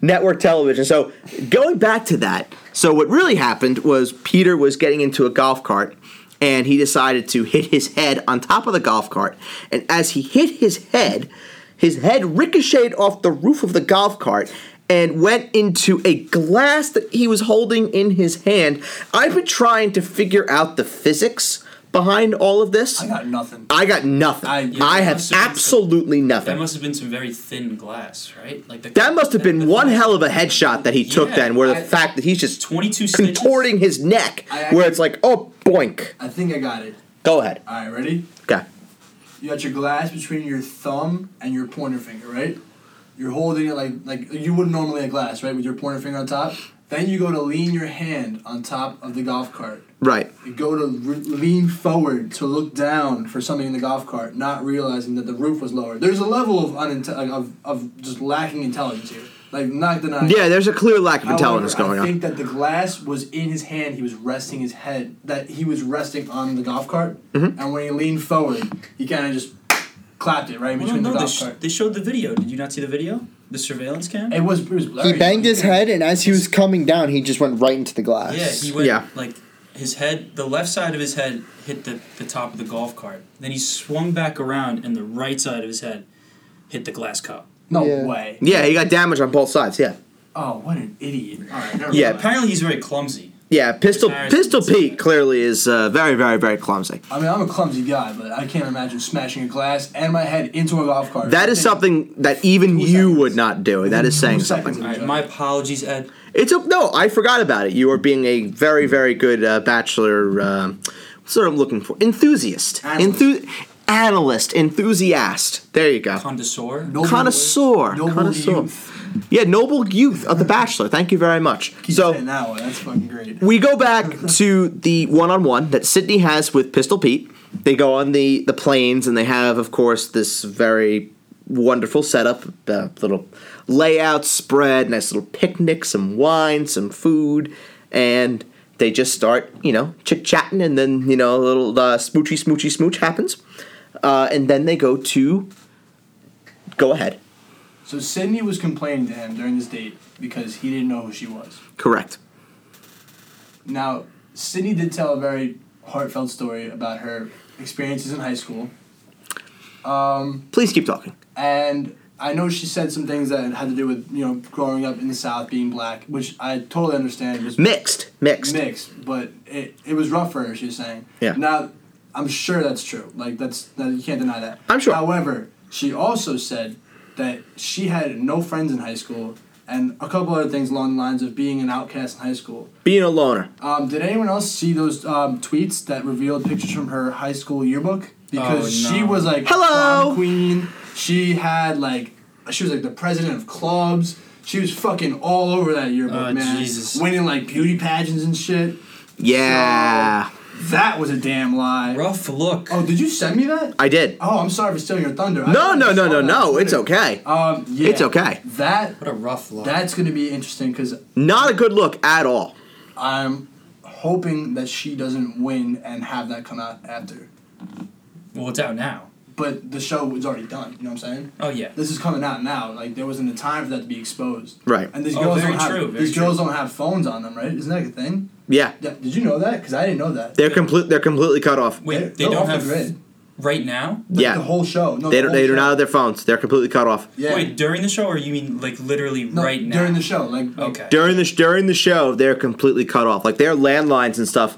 Speaker 1: network television. So going back to that, so what really happened was Peter was getting into a golf cart and he decided to hit his head on top of the golf cart. And as he hit his head, his head ricocheted off the roof of the golf cart and went into a glass that he was holding in his hand. I've been trying to figure out the physics behind all of this.
Speaker 2: I got nothing.
Speaker 1: I got nothing.
Speaker 2: I-
Speaker 1: I,
Speaker 2: yeah,
Speaker 3: that
Speaker 1: have
Speaker 3: must have been
Speaker 1: absolutely
Speaker 3: That
Speaker 1: nothing.
Speaker 3: must have been some very thin glass, right? Like the,
Speaker 1: That must have been
Speaker 3: the-
Speaker 1: one hell of a headshot that he took
Speaker 3: Yeah,
Speaker 1: then, where the
Speaker 2: I-
Speaker 1: fact that he's just
Speaker 3: 22 stitches.
Speaker 1: contorting his neck,
Speaker 2: I
Speaker 1: where
Speaker 2: actually-
Speaker 1: it's like, oh, boink.
Speaker 2: I think I got it.
Speaker 1: Go ahead.
Speaker 2: All right, ready?
Speaker 1: Okay.
Speaker 2: You got your glass between your thumb and your pointer finger, right? You're holding it like like you would normally a glass, right, with your pointer finger on top. Then you go to lean your hand on top of the golf cart.
Speaker 1: Right.
Speaker 2: You go to re- lean forward to look down for something in the golf cart, not realizing that the roof was lower. There's a level of uninte- of, of just lacking intelligence here. Like, not denying.
Speaker 1: Yeah, there's a clear lack of intelligence
Speaker 2: However,
Speaker 1: going
Speaker 2: I
Speaker 1: on.
Speaker 2: think that the glass was in his hand. He was resting his head. That he was resting on the golf cart.
Speaker 1: Mm-hmm.
Speaker 2: And when he leaned forward, he kind of just clapped it right in
Speaker 3: Well,
Speaker 2: between
Speaker 3: no,
Speaker 2: the
Speaker 3: they,
Speaker 2: golf
Speaker 3: sh-
Speaker 2: cart.
Speaker 3: they showed the video. Did you not see the video? The surveillance cam.
Speaker 2: It was, it was blurry.
Speaker 4: He banged his head, and as he was coming down, he just went right into the glass.
Speaker 3: Yeah, he went
Speaker 1: Yeah.
Speaker 3: like his head, the left side of his head hit the, the top of the golf cart. Then he swung back around, and the right side of his head hit the glass cup.
Speaker 2: No
Speaker 4: Yeah.
Speaker 2: way.
Speaker 1: Yeah, he got damage on both sides. Yeah.
Speaker 2: Oh, what an idiot. All right, never
Speaker 1: Yeah,
Speaker 2: mind.
Speaker 3: Apparently, he's very clumsy.
Speaker 1: Yeah, Pistol
Speaker 3: Retired.
Speaker 1: Pistol Pete clearly is uh, very, very, very clumsy.
Speaker 2: I mean, I'm a clumsy guy, but I can't imagine smashing a glass and my head into a golf cart.
Speaker 1: That is something that even
Speaker 2: Two
Speaker 1: you
Speaker 2: seconds.
Speaker 1: would not do. That is saying
Speaker 2: Two seconds
Speaker 1: something.
Speaker 2: of
Speaker 3: All right,
Speaker 2: each
Speaker 3: my
Speaker 2: other.
Speaker 3: apologies, Ed.
Speaker 1: It's a, no, I forgot about it. You are being a very, very good uh, bachelor. Um, what's what I'm looking for? Enthusiast.
Speaker 2: Analyst.
Speaker 1: Enthu- analyst, enthusiast. There you go.
Speaker 3: Condesor.
Speaker 2: Noble-
Speaker 1: Connoisseur.
Speaker 2: Noble
Speaker 1: Connoisseur.
Speaker 2: youth.
Speaker 1: Yeah, noble youth of The Bachelor. Thank you very much.
Speaker 2: Keep
Speaker 1: so
Speaker 2: saying that one. That's fucking great.
Speaker 1: we go back to the one-on-one that Sydney has with Pistol Pete. They go on the the planes, and they have, of course, this very wonderful setup, the little layout spread, nice little picnic, some wine, some food, and they just start, you know, chit chatting, and then you know, a little uh, smoochy, smoochy, smooch happens, uh, and then they go to go ahead.
Speaker 2: So Sydney was complaining to him during this date because he didn't know who she was.
Speaker 1: Correct.
Speaker 2: Now, Sydney did tell a very heartfelt story about her experiences in high school. Um,
Speaker 1: Please keep talking.
Speaker 2: and I know she said some things that had to do with, you know, growing up in the South, being black, which I totally understand. was
Speaker 1: Mixed, mixed.
Speaker 2: mixed, but it, it was rough for her, she was saying.
Speaker 1: Yeah.
Speaker 2: Now, I'm sure that's true. Like, that's that, you can't deny that.
Speaker 1: I'm sure.
Speaker 2: However, she also said that she had no friends in high school and a couple other things along the lines of being an outcast in high school.
Speaker 1: Being a loner.
Speaker 2: Um, did anyone else see those um, tweets that revealed pictures from her high school yearbook? Because
Speaker 3: Oh, no.
Speaker 2: she was like a
Speaker 1: Hello!
Speaker 2: prom queen. She had like she was like the president of clubs. She was fucking all over that yearbook,
Speaker 3: Oh,
Speaker 2: man.
Speaker 3: Jesus.
Speaker 2: Winning like beauty pageants and shit.
Speaker 1: Yeah.
Speaker 2: That was a damn lie.
Speaker 3: Rough look.
Speaker 2: Oh, did you send me that?
Speaker 1: I did.
Speaker 2: Oh, I'm sorry for stealing your thunder. I
Speaker 1: No,
Speaker 2: thought
Speaker 1: no,
Speaker 2: I
Speaker 1: no,
Speaker 2: saw
Speaker 1: no,
Speaker 2: that on
Speaker 1: no. It's
Speaker 2: Twitter.
Speaker 1: okay.
Speaker 2: Um, yeah.
Speaker 1: It's okay.
Speaker 2: That
Speaker 3: What a rough look.
Speaker 2: that's gonna be interesting because
Speaker 1: Not a good look at all.
Speaker 2: I'm hoping that she doesn't win and have that come out after.
Speaker 3: well, it's out now.
Speaker 2: But the show was already done. You know what I'm saying?
Speaker 3: Oh yeah.
Speaker 2: This is coming out now. Like there wasn't a time for that to be exposed.
Speaker 1: Right.
Speaker 2: And these
Speaker 3: Oh,
Speaker 2: girls
Speaker 3: very
Speaker 2: don't have
Speaker 3: true, very
Speaker 2: these girls don't have phones on them, right? Isn't that a thing?
Speaker 1: Yeah.
Speaker 2: Yeah. Did you know that? Because I didn't know that.
Speaker 1: They're complete. They're completely cut off.
Speaker 2: They're-
Speaker 3: Wait, they
Speaker 2: they're
Speaker 3: don't
Speaker 2: off the
Speaker 3: have
Speaker 2: grid.
Speaker 3: right now.
Speaker 2: Like,
Speaker 1: Yeah.
Speaker 2: The whole show. No,
Speaker 1: They don't.
Speaker 2: the whole
Speaker 1: They don't
Speaker 2: show.
Speaker 1: have their phones. They're completely cut off.
Speaker 2: Yeah.
Speaker 3: Wait, during the show, or you mean like literally
Speaker 2: no,
Speaker 3: right now?
Speaker 2: during the show. Like, like
Speaker 3: Okay.
Speaker 1: During the sh- during the show, they're completely cut off. Like their landlines and stuff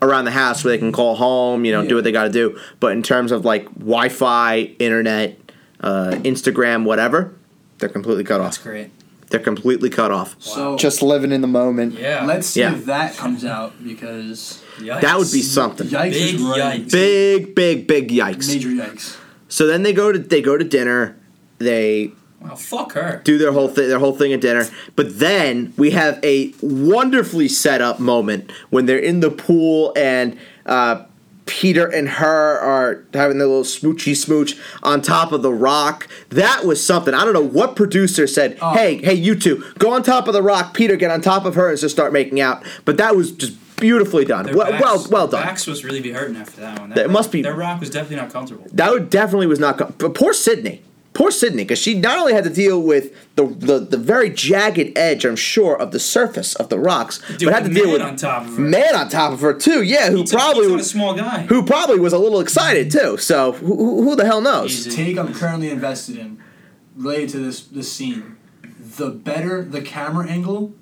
Speaker 1: around the house where they can call home. You know, do
Speaker 2: Yeah.
Speaker 1: what they got to do. But in terms of like Wi-Fi, internet, uh, Instagram, whatever, they're completely cut
Speaker 3: That's
Speaker 1: off.
Speaker 3: great.
Speaker 1: They're completely cut off.
Speaker 2: So
Speaker 4: Just living in the moment.
Speaker 3: Yeah.
Speaker 2: let's see
Speaker 1: Yeah.
Speaker 2: if that comes out because
Speaker 3: Yikes.
Speaker 1: That would be something.
Speaker 2: yikes is
Speaker 3: Big
Speaker 2: right.
Speaker 3: yikes.
Speaker 1: Big, big, big yikes.
Speaker 2: Major yikes.
Speaker 1: So then they go to they go to dinner. They
Speaker 3: Wow. Fuck her.
Speaker 1: do their whole thing, their whole thing at dinner. But then we have a wonderfully set up moment when they're in the pool and uh, Peter and her are having their little smoochy smooch on top of the rock. That was something. I don't know what producer said. Hey, hey, you two, go on top of the rock. Peter, get on top of her and just start making out. But that was just beautifully done.
Speaker 3: Their
Speaker 1: Well,
Speaker 3: backs-
Speaker 1: well, well
Speaker 3: their
Speaker 1: done.
Speaker 3: Backs was really be hurting after that one. That,
Speaker 1: That must be-
Speaker 3: Their rock was definitely not comfortable.
Speaker 1: That would definitely was not. co- But poor Sydney. Poor Sydney, because she not only had to deal with the, the the very jagged edge, I'm sure, of the surface of the rocks,
Speaker 3: Dude,
Speaker 1: but had to
Speaker 3: the
Speaker 1: deal
Speaker 3: man
Speaker 1: with
Speaker 3: on top of her.
Speaker 1: man on top of her too. Yeah, who
Speaker 3: He's a-
Speaker 1: probably
Speaker 3: he's not a
Speaker 1: was
Speaker 3: small guy.
Speaker 1: who probably was a little excited too. So who, who who the hell knows?
Speaker 3: Easy.
Speaker 2: Take I'm currently invested in related to this this scene. The better the camera angle,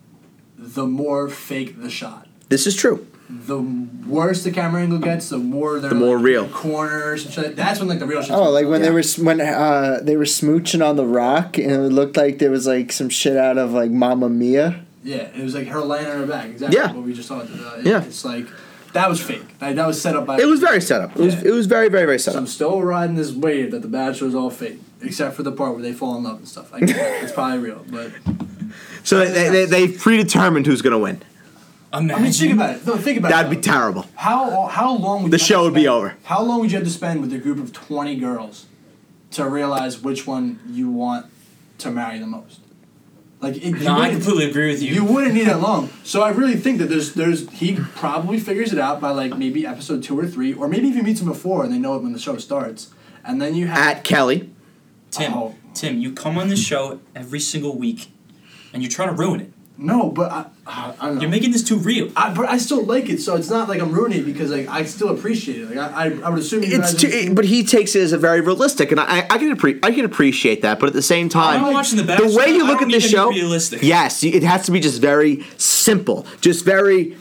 Speaker 2: the more fake the shot.
Speaker 1: This is true.
Speaker 2: The worse the camera angle gets, the more they're
Speaker 1: The more
Speaker 2: like,
Speaker 1: real.
Speaker 2: corners and shit. That's when like the real shit.
Speaker 4: Oh, like when
Speaker 1: Yeah.
Speaker 4: they were s- when uh, they were smooching on the rock, and it looked like there was like some shit out of like Mamma Mia.
Speaker 2: yeah, it was like her laying on her back. Exactly
Speaker 1: Yeah.
Speaker 2: what we just talked about. It-
Speaker 1: Yeah.
Speaker 2: it's like that was fake. Like, that was set up by.
Speaker 1: It was very set up. It was
Speaker 2: Yeah.
Speaker 1: it was very very very set
Speaker 2: So I'm
Speaker 1: up.
Speaker 2: still riding this wave that the Bachelor's all fake, except for the part where they fall in love and stuff. I get that. it's probably real, but
Speaker 1: So they they, they predetermined who's gonna win.
Speaker 3: Imagine.
Speaker 2: I mean, think about it. No, think about it.
Speaker 1: That'd be terrible.
Speaker 2: How how long would
Speaker 1: The
Speaker 2: you have
Speaker 1: show
Speaker 2: to
Speaker 1: would be
Speaker 2: spend-
Speaker 1: over.
Speaker 2: How long would you have to spend with a group of twenty girls to realize which one you want to marry the most? Like it, you
Speaker 3: No, I
Speaker 2: wouldn't-
Speaker 3: completely agree with you.
Speaker 2: You wouldn't need that long. So I really think that there's there's he probably figures it out by like maybe episode two or three, or maybe if he meets him before and they know it when the show starts, and then you have
Speaker 1: At Kelly,
Speaker 3: Tim,
Speaker 2: Oh.
Speaker 3: Tim, you come on this show every single week, and you're trying to ruin it.
Speaker 2: no, but I, I, I don't know.
Speaker 3: You're making this too real.
Speaker 2: I, but I still like it, so it's not like I'm ruining it because like I still appreciate it. Like I, I, I would assume you
Speaker 1: it's
Speaker 2: guys
Speaker 1: too, but he takes it as a very realistic, and I I, I can appre- I can appreciate that. But at the same time,
Speaker 3: I'm watching the
Speaker 1: the
Speaker 3: Bachelor.
Speaker 1: way you
Speaker 3: I
Speaker 1: look
Speaker 3: don't
Speaker 1: at
Speaker 3: need
Speaker 1: this
Speaker 3: any
Speaker 1: show,
Speaker 3: realistic.
Speaker 1: yes, you- it has to be just very simple, just very,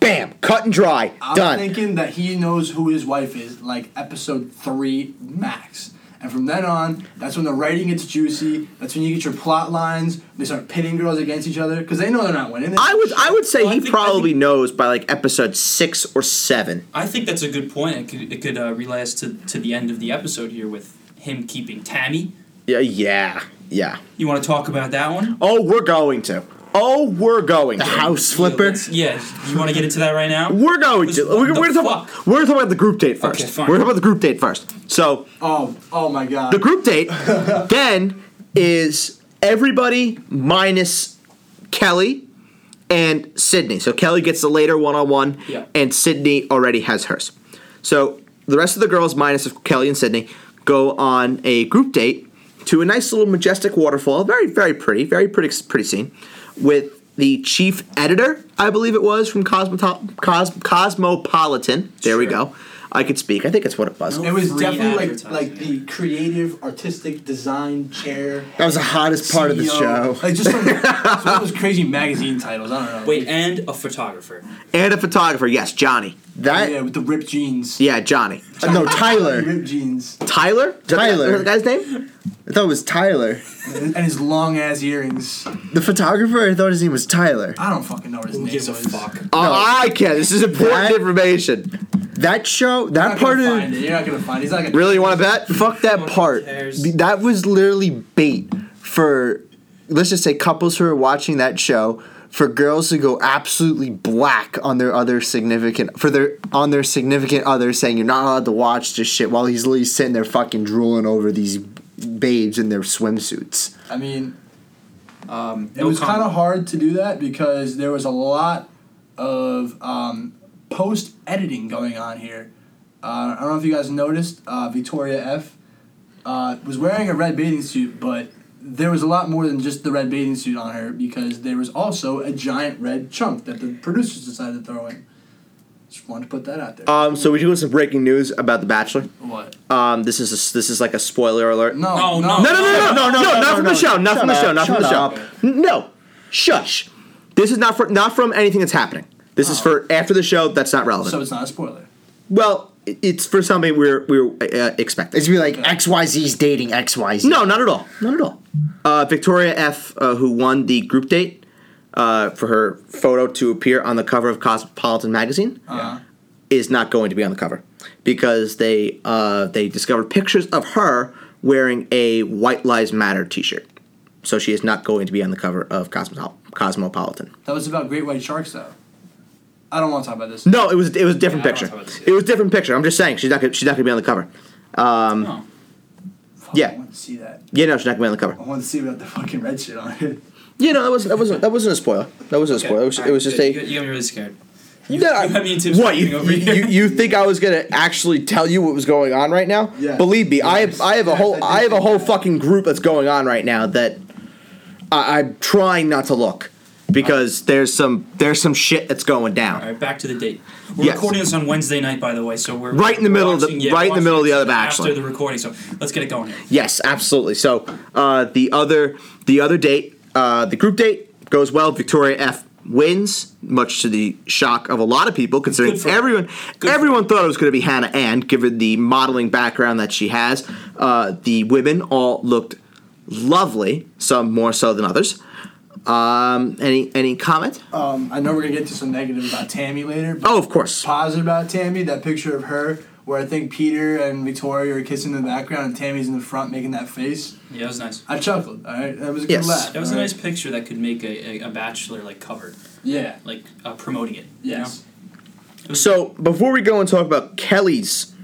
Speaker 1: bam, cut and dry,
Speaker 2: I'm
Speaker 1: done.
Speaker 2: thinking that he knows who his wife is, like episode three max. And from then on, that's when the writing gets juicy. That's when you get your plot lines. They start pitting girls against each other because they know they're not winning.
Speaker 1: I would I would say
Speaker 3: Well, I
Speaker 1: he
Speaker 3: think- I
Speaker 1: probably
Speaker 3: think-
Speaker 1: knows by like episode six or seven.
Speaker 3: I think that's a good point. It could it could uh, relay us to to the end of the episode here with him keeping Tammy.
Speaker 1: Yeah, yeah, yeah.
Speaker 3: You want to talk about that one?
Speaker 1: Oh, we're going to. Oh, we're going
Speaker 4: The
Speaker 1: to.
Speaker 4: house flipper.
Speaker 3: Yeah. You want to get into that right now?
Speaker 1: We're going to.
Speaker 3: What
Speaker 1: We're,
Speaker 3: the
Speaker 1: we're, gonna talk
Speaker 3: fuck?
Speaker 1: about, we're gonna talk about the group date first.
Speaker 3: Okay, fine.
Speaker 1: We're gonna talk about the group date first. So
Speaker 2: Oh, oh my God.
Speaker 1: the group date then is everybody minus Kelly and Sydney. So Kelly gets the later one on one,
Speaker 3: Yeah.
Speaker 1: and Sydney already has hers. So the rest of the girls, minus Kelly and Sydney, go on a group date to a nice little majestic waterfall. Very, very pretty. Very pretty, pretty scene with the chief editor, I believe it was from Cosmoto- Cos- Cosmopolitan. There we
Speaker 3: Sure.
Speaker 1: go. I could speak. I think it's what it was.
Speaker 2: It was
Speaker 3: Free
Speaker 2: definitely like
Speaker 3: advertising.
Speaker 2: like the creative, artistic design chair.
Speaker 4: That was the hottest part of the
Speaker 2: CEO.
Speaker 4: show.
Speaker 2: Like just some, some of those crazy magazine titles. I don't know.
Speaker 3: Wait, and a photographer.
Speaker 1: And a photographer, yes, Johnny.
Speaker 4: That
Speaker 2: yeah, with the ripped jeans.
Speaker 1: Yeah, Johnny.
Speaker 4: uh, no Tyler.
Speaker 2: Ripped jeans
Speaker 1: Tyler? Is that the guy-
Speaker 4: Tyler.
Speaker 1: is that the guy's name?
Speaker 4: I thought it was Tyler.
Speaker 2: and, and his long ass earrings.
Speaker 4: The photographer. I thought his name was Tyler.
Speaker 2: I don't fucking know what his
Speaker 3: Who
Speaker 2: name
Speaker 3: gives a
Speaker 2: was.
Speaker 3: fuck?
Speaker 1: Oh, I can. This is important
Speaker 4: That-
Speaker 1: information.
Speaker 4: That show.
Speaker 2: You're
Speaker 4: That
Speaker 2: not
Speaker 4: part
Speaker 2: gonna
Speaker 4: of
Speaker 2: find it. You're not gonna find. It. He's not gonna.
Speaker 1: Really, you want to bet?
Speaker 4: Fuck that
Speaker 3: one
Speaker 4: part.
Speaker 3: cares?
Speaker 4: Be- That was literally bait for, let's just say, couples who are watching that show for girls to go absolutely black on their other significant for their on their significant other saying you're not allowed to watch this shit while he's literally sitting there fucking drooling over these babes in their swimsuits.
Speaker 2: I mean,
Speaker 3: Um,
Speaker 2: it was kind of hard to do that because there was a lot of um, post editing going on here. Uh, I don't know if you guys noticed, uh, Victoria F. Uh, was wearing a red bathing suit, but there was a lot more than just the red bathing suit on her because there was also a giant red chunk that the producers decided to throw in. Just wanted to put that out there.
Speaker 1: Um, so we do have some breaking news about The Bachelor.
Speaker 2: what?
Speaker 1: Um, this is a, this is like a spoiler alert.
Speaker 2: No, no,
Speaker 3: No, no.
Speaker 1: no, no, no, no, no, no, no, not from the show, not from the
Speaker 4: Shut
Speaker 1: show,
Speaker 4: up,
Speaker 1: not from the
Speaker 4: shut
Speaker 1: show.
Speaker 4: up.
Speaker 1: N- No, shush. This is not for not from anything that's happening. This is for after the show. That's not relevant.
Speaker 2: Oh. So it's not a spoiler.
Speaker 1: well, i- it's for something we're we're uh, expecting.
Speaker 4: It's be like XYZ's dating XYZ.
Speaker 1: No, not at all. Not at all. Uh, Victoria F., uh, who won the group date uh, for her photo to appear on the cover of Cosmopolitan magazine,
Speaker 2: Uh,
Speaker 1: is not going to be on the cover because they uh, they discovered pictures of her wearing a White Lives Matter T-shirt. So she is not going to be on the cover of Cosmo- Cosmopolitan.
Speaker 2: That was about great white sharks, though. I don't want to talk about this.
Speaker 1: No, it was it was a different
Speaker 3: Yeah, I don't
Speaker 1: picture.
Speaker 3: know how to see it.
Speaker 1: It was a different picture. I'm just saying she's not gonna, she's not going to be on the cover. um,
Speaker 3: no.
Speaker 2: Fuck,
Speaker 1: yeah.
Speaker 2: I want to see that.
Speaker 1: Yeah, no, she's not going to be on the cover.
Speaker 2: I want to see about the fucking red shit on it.
Speaker 1: Yeah, no, that wasn't that wasn't that wasn't a spoiler. That wasn't a spoiler. It was, it was just
Speaker 3: you,
Speaker 1: a.
Speaker 3: got- You got me really scared.
Speaker 1: Yeah,
Speaker 3: you had me in tips
Speaker 1: what you,
Speaker 3: over
Speaker 1: you,
Speaker 3: here.
Speaker 1: you, you think I was gonna actually tell you what was going on right now?
Speaker 2: Yes.
Speaker 1: Believe me, I
Speaker 2: Yes.
Speaker 1: have I have a
Speaker 2: Yes, I
Speaker 1: whole
Speaker 2: did
Speaker 1: I have a
Speaker 2: think
Speaker 1: whole
Speaker 2: that.
Speaker 1: fucking group that's going on right now that I, I'm trying not to look because there's some there's some shit that's going
Speaker 3: All
Speaker 1: down.
Speaker 3: right, back to the date. We're
Speaker 1: Yes.
Speaker 3: recording this on Wednesday night, by the way, so we're
Speaker 1: Right in the middle of the-
Speaker 3: watching- yeah,
Speaker 1: right in the
Speaker 3: watching
Speaker 1: middle of the other
Speaker 3: after
Speaker 1: Bachelor.
Speaker 3: the recording. So let's get it going here.
Speaker 1: Yes, absolutely. So uh, the other the other date uh, the group date goes well. Victoria F wins, much to the shock of a lot of people, considering
Speaker 3: Good for her.
Speaker 1: everyone
Speaker 3: Good for
Speaker 1: everyone thought it was going to be Hannah Ann, given the modeling background that she has. Uh, the women all looked lovely, some more so than others. Um, any any comment?
Speaker 2: Um, I know we're gonna get to some negative about Tammy later. But
Speaker 1: Oh, of course.
Speaker 2: Positive about Tammy, that picture of her where I think Peter and Victoria are kissing in the background and Tammy's in the front making that face.
Speaker 3: Yeah, it was nice.
Speaker 2: I chuckled. All right, that was a good
Speaker 1: Yes.
Speaker 2: laugh.
Speaker 3: That was a
Speaker 2: all
Speaker 3: nice
Speaker 2: right?
Speaker 3: picture that could make a, a, a bachelor like cover,
Speaker 2: Yeah.
Speaker 3: like uh, promoting it. you
Speaker 2: Yes.
Speaker 1: So before we go and talk about Kelly's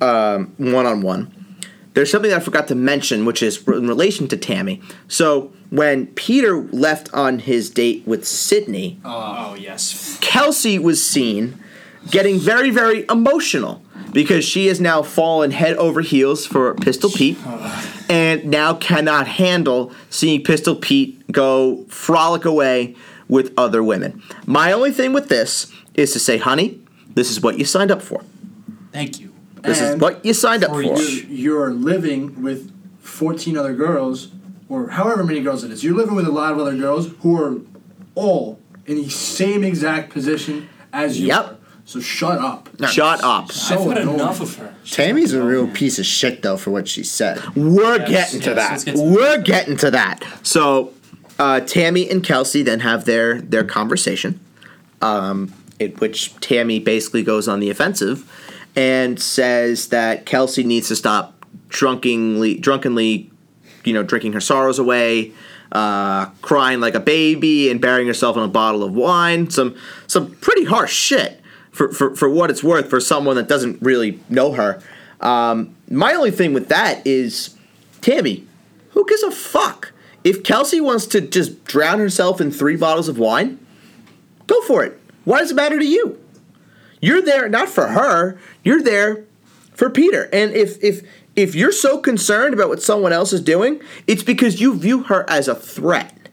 Speaker 1: um, one-on-one, there's something I forgot to mention, which is in relation to Tammy. So when Peter left on his date with Sydney,
Speaker 3: know? Oh, yes.
Speaker 1: Kelsey was seen getting very, very emotional because she has now fallen head over heels for Pistol Pete, and now cannot handle seeing Pistol Pete go frolic away with other women. My only thing with this is to say, honey, this is what you signed up for.
Speaker 3: Thank you.
Speaker 1: This is
Speaker 2: And
Speaker 1: what you signed up for.
Speaker 3: Preach.
Speaker 2: You're, you're living with 14 other girls, or however many girls it is. You're living with a lot of other girls who are all in the same exact position as you
Speaker 1: Yep.
Speaker 2: are. So shut up.
Speaker 1: Shut up.
Speaker 2: So
Speaker 3: I've had
Speaker 2: annoying.
Speaker 3: enough of her.
Speaker 4: Tammy's a real piece of shit though for what she said.
Speaker 1: We're
Speaker 3: Yes,
Speaker 1: getting to
Speaker 3: yes,
Speaker 1: that.
Speaker 3: let's get to
Speaker 1: We're getting to that. So, uh, Tammy and Kelsey then have their their conversation, um, in which Tammy basically goes on the offensive and says that Kelsey needs to stop drunkenly, drunkenly, you know, drinking her sorrows away, uh, crying like a baby, and burying herself in a bottle of wine. Some some pretty harsh shit for for, for what it's worth for someone that doesn't really know her. Um, my only thing with that is, Tammy, who gives a fuck? If Kelsey wants to just drown herself in three bottles of wine, go for it. Why does it matter to you? You're there not for her. You're there for Peter. And if if if you're so concerned about what someone else is doing, it's because you view her as a threat.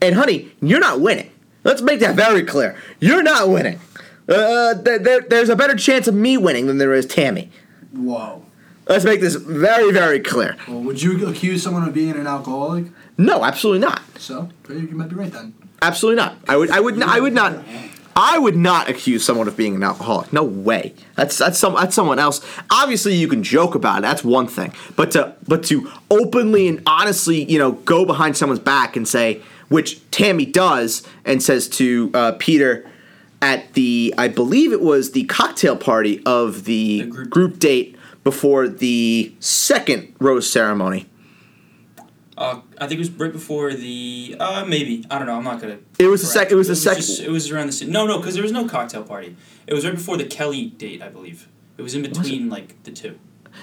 Speaker 1: And honey, you're not winning. Let's make that very clear. You're not winning. Uh, there, there, there's a better chance of me winning than there is Tammy.
Speaker 2: Whoa.
Speaker 1: Let's make this very, very clear.
Speaker 2: Well, would you accuse someone of being an alcoholic?
Speaker 1: No, absolutely not.
Speaker 2: So you might be right then.
Speaker 1: Absolutely not. I would. I would. I would not. I would not accuse someone of being an alcoholic. No way. That's that's some that's someone else. Obviously, you can joke about it. That's one thing. But to but to openly and honestly, you know, go behind someone's back and say, which Tammy does, and says to uh, Peter at the I believe it was the cocktail party of the
Speaker 3: The group-
Speaker 1: group date before the second rose ceremony.
Speaker 3: Uh, I think it was right before the. Uh, maybe I don't know. I'm not gonna.
Speaker 1: It was the
Speaker 3: correct.
Speaker 1: sec- it was the second-
Speaker 3: just- it was around the. se- No, no, because there was no cocktail party. It was right before the Kelly date, I believe. It was in between like the two.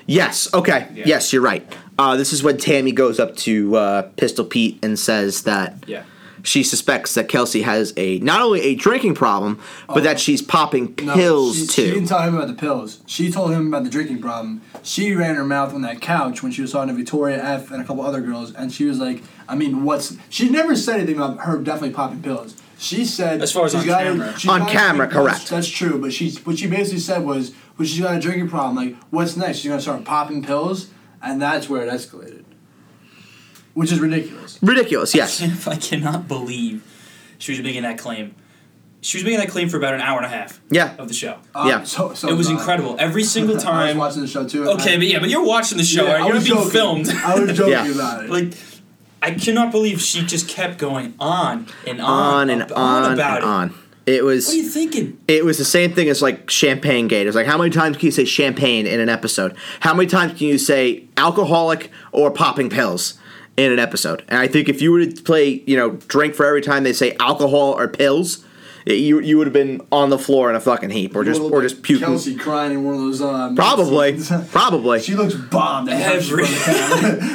Speaker 1: Yes. Okay.
Speaker 3: Yeah.
Speaker 1: Yes, you're right. Uh, this is when Tammy goes up to uh, Pistol Pete and says that
Speaker 3: Yeah.
Speaker 1: she suspects that Kelsey has a not only a drinking problem, but
Speaker 3: Oh.
Speaker 1: that she's popping
Speaker 2: No,
Speaker 1: pills
Speaker 2: she,
Speaker 1: too.
Speaker 2: She didn't tell him about the pills. She told him about the drinking problem. She ran her mouth on that couch when she was talking to Victoria F and a couple other girls, and she was like, "I mean, what's?" She never said anything about her definitely popping pills. She said,
Speaker 3: As far as
Speaker 2: she's
Speaker 3: on
Speaker 2: got a-
Speaker 3: camera.
Speaker 2: she's
Speaker 1: On
Speaker 2: got a
Speaker 1: camera,
Speaker 2: drinking- that's-
Speaker 1: correct.
Speaker 2: That's true, but she's what she basically said was, "Well, she's got a drinking problem. Like, what's next? She's gonna start popping pills," and that's where it escalated, which is ridiculous.
Speaker 1: Ridiculous. Yes.
Speaker 3: I cannot believe she was making that claim. She was making that claim for about an hour and a half.
Speaker 1: Yeah.
Speaker 3: Of the show.
Speaker 2: Um,
Speaker 1: Yeah.
Speaker 2: so, so
Speaker 3: it was
Speaker 2: not-
Speaker 3: incredible. Every
Speaker 2: I
Speaker 3: single
Speaker 2: was
Speaker 3: time.
Speaker 2: watching the show too. and
Speaker 3: okay,
Speaker 2: I-
Speaker 3: but yeah, but you're watching the show.
Speaker 2: Yeah,
Speaker 3: right?
Speaker 2: I
Speaker 3: You're
Speaker 2: was
Speaker 3: being
Speaker 2: joking.
Speaker 3: filmed.
Speaker 2: I was joking
Speaker 1: Yeah.
Speaker 2: about it.
Speaker 3: like I cannot believe she just kept going on and
Speaker 1: on
Speaker 3: on,
Speaker 1: and
Speaker 3: ab-
Speaker 1: on and
Speaker 3: about it.
Speaker 1: on. It
Speaker 3: What are you
Speaker 1: was.
Speaker 3: thinking?
Speaker 1: It was the same thing as like Champagne Gate. It's like how many times can you say champagne in an episode? How many times can you say alcoholic or popping pills in an episode? And I think if you were to play, you know, drink for every time they say alcohol or pills, it- you you would have been on the floor in a fucking heap, or just
Speaker 2: Well,
Speaker 1: or
Speaker 2: like
Speaker 1: just puking.
Speaker 2: Kelsey crying in one of those. Um,
Speaker 1: Probably. Probably.
Speaker 2: She looks bombed.
Speaker 3: Every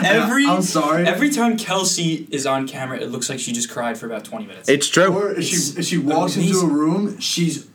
Speaker 3: every
Speaker 2: I'm sorry.
Speaker 3: Every time Kelsey is on camera, it looks like she just cried for about twenty minutes.
Speaker 1: It's true.
Speaker 2: Or if
Speaker 3: It's
Speaker 2: she if she walks into a
Speaker 3: amazing.
Speaker 2: room, she's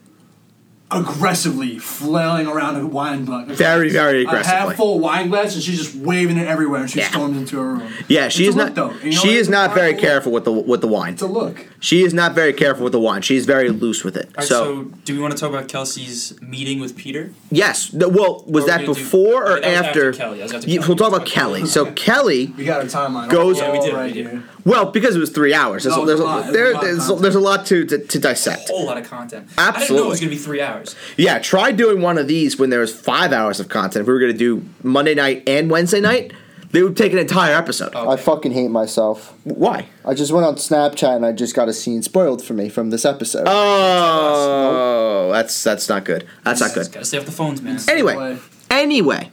Speaker 2: aggressively flailing around a wine glass.
Speaker 1: Very, very
Speaker 2: A
Speaker 1: aggressively.
Speaker 2: half full wine glass, and she's just waving it everywhere, and she
Speaker 1: Yeah.
Speaker 2: storms into her room.
Speaker 1: yeah, she
Speaker 2: It's
Speaker 1: is
Speaker 2: a
Speaker 1: not.
Speaker 2: look, though. You know,
Speaker 1: she
Speaker 2: it's
Speaker 1: is
Speaker 2: a
Speaker 1: not very
Speaker 2: powerful-
Speaker 1: careful with the with the wine.
Speaker 2: It's a look.
Speaker 1: She is not very careful with the wine. She's very loose with it.
Speaker 3: All right,
Speaker 1: so,
Speaker 3: so, do we want to talk about Kelsey's meeting with Peter?
Speaker 1: yes. No, well, was
Speaker 3: Or
Speaker 1: that
Speaker 3: we do-
Speaker 1: before or
Speaker 3: okay, that was
Speaker 1: after?
Speaker 3: after Kelly. That was after
Speaker 1: Yeah,
Speaker 3: Kelly.
Speaker 1: We'll talk about Kelly. So Kelly.
Speaker 2: We got our timeline.
Speaker 1: Goes-
Speaker 2: all
Speaker 1: Yeah,
Speaker 3: we did,
Speaker 2: right
Speaker 3: we did.
Speaker 2: here.
Speaker 1: Well, because it was three hours. There's,
Speaker 2: No,
Speaker 1: a,
Speaker 2: it
Speaker 1: there's,
Speaker 2: was a lot.
Speaker 1: a,
Speaker 2: It was
Speaker 1: there,
Speaker 2: a lot of
Speaker 1: there's, a,
Speaker 2: content.
Speaker 1: there's a lot to, to, to dissect.
Speaker 3: Whole lot of content. I didn't know
Speaker 1: Absolutely.
Speaker 3: it was gonna be three hours.
Speaker 1: Yeah, try doing one of these when there was five hours of content. If we were going to do Monday night and Wednesday night, they would take an entire episode.
Speaker 3: Oh.
Speaker 4: I fucking hate myself.
Speaker 1: Why?
Speaker 4: I just went on Snapchat and I just got a scene spoiled for me from this episode.
Speaker 1: Oh, that's that's not good. That's not good.
Speaker 3: Gotta stay off the phones, man.
Speaker 1: Anyway, anyway.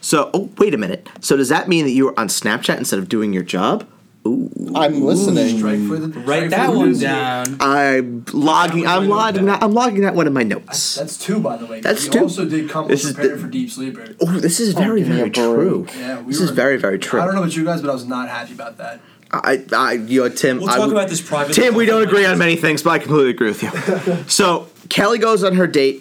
Speaker 1: So, oh, wait a minute. So does that mean that you were on Snapchat instead of doing your job?
Speaker 4: I'm listening.
Speaker 2: Strike for the strike
Speaker 3: Write
Speaker 2: for
Speaker 3: that
Speaker 2: the
Speaker 3: one
Speaker 2: music.
Speaker 3: down.
Speaker 1: I'm logging. I'm logging. That, I'm logging that one in my notes.
Speaker 2: That's two, by the way.
Speaker 1: That's
Speaker 2: we
Speaker 1: two.
Speaker 2: also did come
Speaker 1: This is
Speaker 2: prepared
Speaker 1: the-
Speaker 2: for deep sleeper.
Speaker 1: Oh, this is very,
Speaker 4: give me
Speaker 1: very
Speaker 4: a break.
Speaker 1: true.
Speaker 2: Yeah, we
Speaker 1: This
Speaker 2: were,
Speaker 1: is very, very true.
Speaker 2: I don't know about you guys, but I was not happy about that.
Speaker 1: I, I, you know, Tim.
Speaker 3: We'll
Speaker 1: I
Speaker 3: talk
Speaker 1: would-
Speaker 3: about this privately.
Speaker 1: Tim, we don't agree on many things, but I completely agree with you. so Kelly goes on her date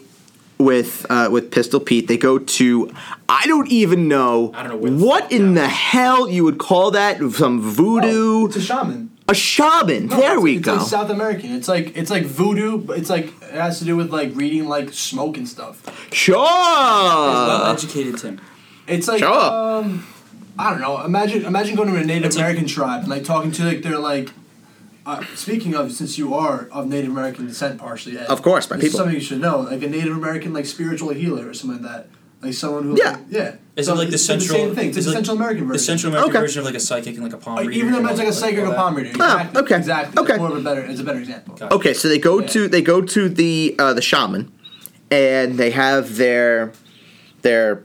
Speaker 1: with uh, with Pistol Pete. They go to I don't even know,
Speaker 3: I don't know where the
Speaker 1: what
Speaker 3: fuck
Speaker 1: in
Speaker 3: that
Speaker 1: the hell you would call that some voodoo
Speaker 2: Oh, it's a shaman.
Speaker 1: a shaman.
Speaker 2: No,
Speaker 1: there
Speaker 2: it's-
Speaker 1: we
Speaker 2: it's
Speaker 1: go.
Speaker 2: Like South American. It's like it's like voodoo, but it's like it has to do with like reading like smoke and stuff.
Speaker 1: sure. Uh,
Speaker 3: well educated Tim.
Speaker 2: It's like
Speaker 1: Sure.
Speaker 2: um, I don't know. Imagine imagine going to a Native
Speaker 3: It's like-
Speaker 2: American tribe and like talking to like their like Uh, speaking of, since you are of Native American descent, partially, Ed,
Speaker 1: Of course, by
Speaker 2: this is
Speaker 1: people.
Speaker 2: something you should know, like a Native American, like spiritual healer or something like that, like someone who,
Speaker 1: Yeah.
Speaker 2: like, yeah,
Speaker 3: Is
Speaker 2: So
Speaker 3: it like the
Speaker 2: it's
Speaker 3: central?
Speaker 2: same thing? It's
Speaker 3: is
Speaker 2: the
Speaker 3: it like
Speaker 2: Central American version.
Speaker 3: The Central American
Speaker 1: Okay.
Speaker 3: version of like a psychic and like a palm
Speaker 2: Like,
Speaker 3: reader.
Speaker 2: even
Speaker 3: and
Speaker 2: though it's like
Speaker 3: all-
Speaker 2: a psychic
Speaker 3: all
Speaker 2: or
Speaker 3: that.
Speaker 2: palm reader.
Speaker 1: Ah,
Speaker 2: Exactly.
Speaker 1: okay.
Speaker 2: Exactly.
Speaker 1: Okay.
Speaker 2: It's more of a better. It's a better example.
Speaker 3: Okay.
Speaker 1: Okay, so they go to they go to the uh, the shaman, and they have their their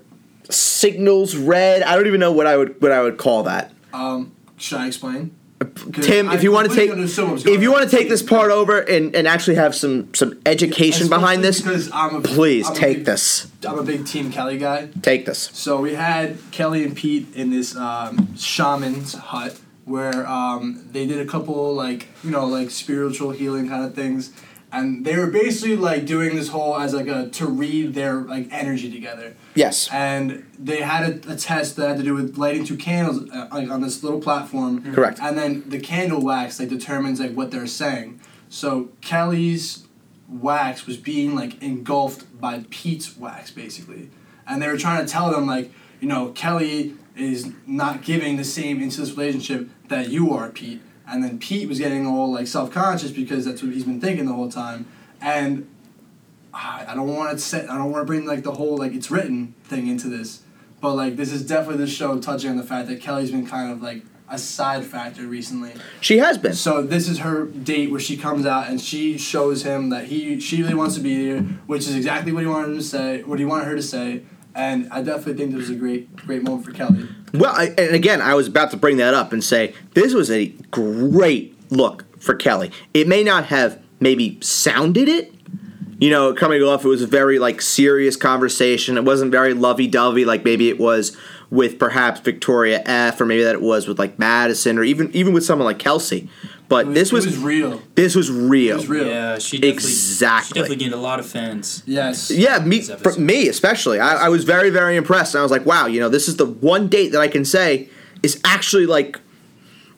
Speaker 1: signals read. I don't even know what I would what I would call that.
Speaker 2: Um, should I explain? 'Cause
Speaker 1: Tim,
Speaker 2: I
Speaker 1: if you want to
Speaker 2: completely
Speaker 1: take
Speaker 2: understood what was
Speaker 1: if
Speaker 2: going
Speaker 1: you
Speaker 2: on.
Speaker 1: want to take this part over and, and actually have some some education behind this,
Speaker 2: Especially because I'm a-
Speaker 1: please
Speaker 2: I'm a
Speaker 1: take
Speaker 2: big-
Speaker 1: this.
Speaker 2: I'm a big Team Kelly guy.
Speaker 1: Take this.
Speaker 2: So we had Kelly and Pete in this um, shaman's hut where um, they did a couple like you know like spiritual healing kind of things, and they were basically like doing this whole as like a to read their like energy together.
Speaker 1: Yes.
Speaker 2: And they had a, a test that had to do with lighting two candles uh, like on this little platform.
Speaker 1: Mm-hmm. Correct.
Speaker 2: And then the candle wax like determines like what they're saying. So Kelly's wax was being like engulfed by Pete's wax basically, and they were trying to tell them like you know Kelly is not giving the same into this relationship that you are Pete, and then Pete was getting all like self conscious because that's what he's been thinking the whole time, and I I don't want to set. I don't want to bring like the whole like it's written thing into this, but like this is definitely the show touching on the fact that Kelly's been kind of like a side factor recently.
Speaker 1: She has been.
Speaker 2: So this is her date where she comes out and she shows him that he she really wants to be here, which is exactly what he wanted him to say. What he wanted her to say, and I definitely think this was a great great moment for Kelly.
Speaker 1: Well, I, and again, I was about to bring that up and say this was a great look for Kelly. It may not have maybe sounded it, you know, coming off. It was a very like serious conversation. It wasn't very lovey dovey like maybe it was with perhaps Victoria F, or maybe that it was with like Madison, or even even with someone like Kelsey. But
Speaker 2: It
Speaker 1: this was,
Speaker 2: it was real.
Speaker 1: this was real.
Speaker 2: It was real.
Speaker 3: Yeah, she definitely,
Speaker 1: Exactly.
Speaker 3: She definitely gained a lot of fans.
Speaker 2: Yes.
Speaker 1: Yeah, me,
Speaker 3: This
Speaker 1: for
Speaker 3: episode.
Speaker 1: me especially. I, I was very, very impressed. And I was like, wow, you know, this is the one date that I can say is actually like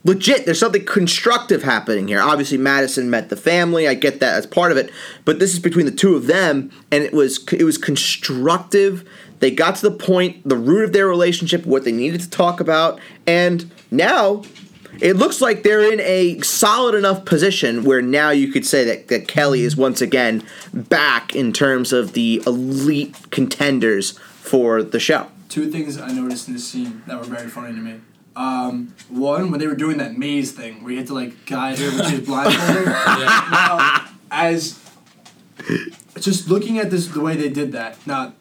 Speaker 1: legit. There's something constructive happening here. Obviously, Madison met the family. I get that as part of it, but this is between the two of them, and it was it was constructive. They got to the point, the root of their relationship, what they needed to talk about, and now. It looks like they're in a solid enough position where now you could say that, that Kelly is once again back in terms of the elite contenders for the show.
Speaker 2: two things I noticed in this scene that were very funny to me. Um, one, when they were doing that maze thing where you had to like guide her with his blindfolded. Now, as just looking at this, the way they did that. Now,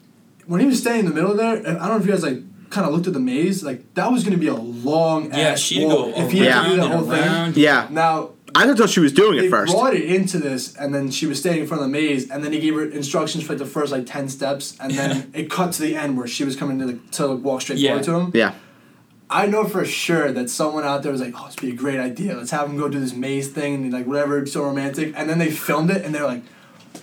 Speaker 2: when he was standing in the middle there, I don't know if you guys like kind of looked at the maze. Like that was going to be a long.
Speaker 3: Yeah,
Speaker 2: ass
Speaker 3: she'd
Speaker 2: wall
Speaker 3: go
Speaker 2: if he had to do
Speaker 3: around
Speaker 2: that whole
Speaker 3: and around.
Speaker 2: thing.
Speaker 1: Yeah.
Speaker 2: Now
Speaker 1: I thought she was doing
Speaker 2: they
Speaker 1: it first.
Speaker 2: brought it into this, and then she was standing in front of the maze, and then he gave her instructions for like, the first like ten steps, and then it cut to the end where she was coming to like, to like, walk straight
Speaker 3: Yeah.
Speaker 2: forward to him.
Speaker 1: Yeah.
Speaker 2: I know for sure that someone out there was like, "Oh, this would be a great idea. Let's have him go do this maze thing and like whatever, it's so romantic." And then they filmed it, and they're like,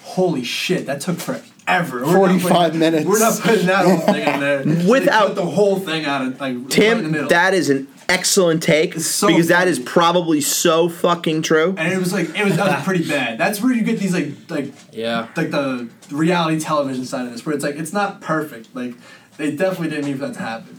Speaker 2: "Holy shit, that took forever." We're not putting-
Speaker 4: 45 minutes.
Speaker 2: We're not putting that whole thing in there. So they
Speaker 1: Without-
Speaker 2: cut the whole thing out of like right in the
Speaker 1: Tim,
Speaker 2: middle.
Speaker 1: that is an excellent take
Speaker 2: It's so
Speaker 1: because that is
Speaker 2: funny.
Speaker 1: probably so fucking true.
Speaker 2: and it was like it was that was pretty bad. That's where you get these like like
Speaker 3: Yeah.
Speaker 2: like the reality television side of this, where it's like it's not perfect. Like they definitely didn't need for that to happen.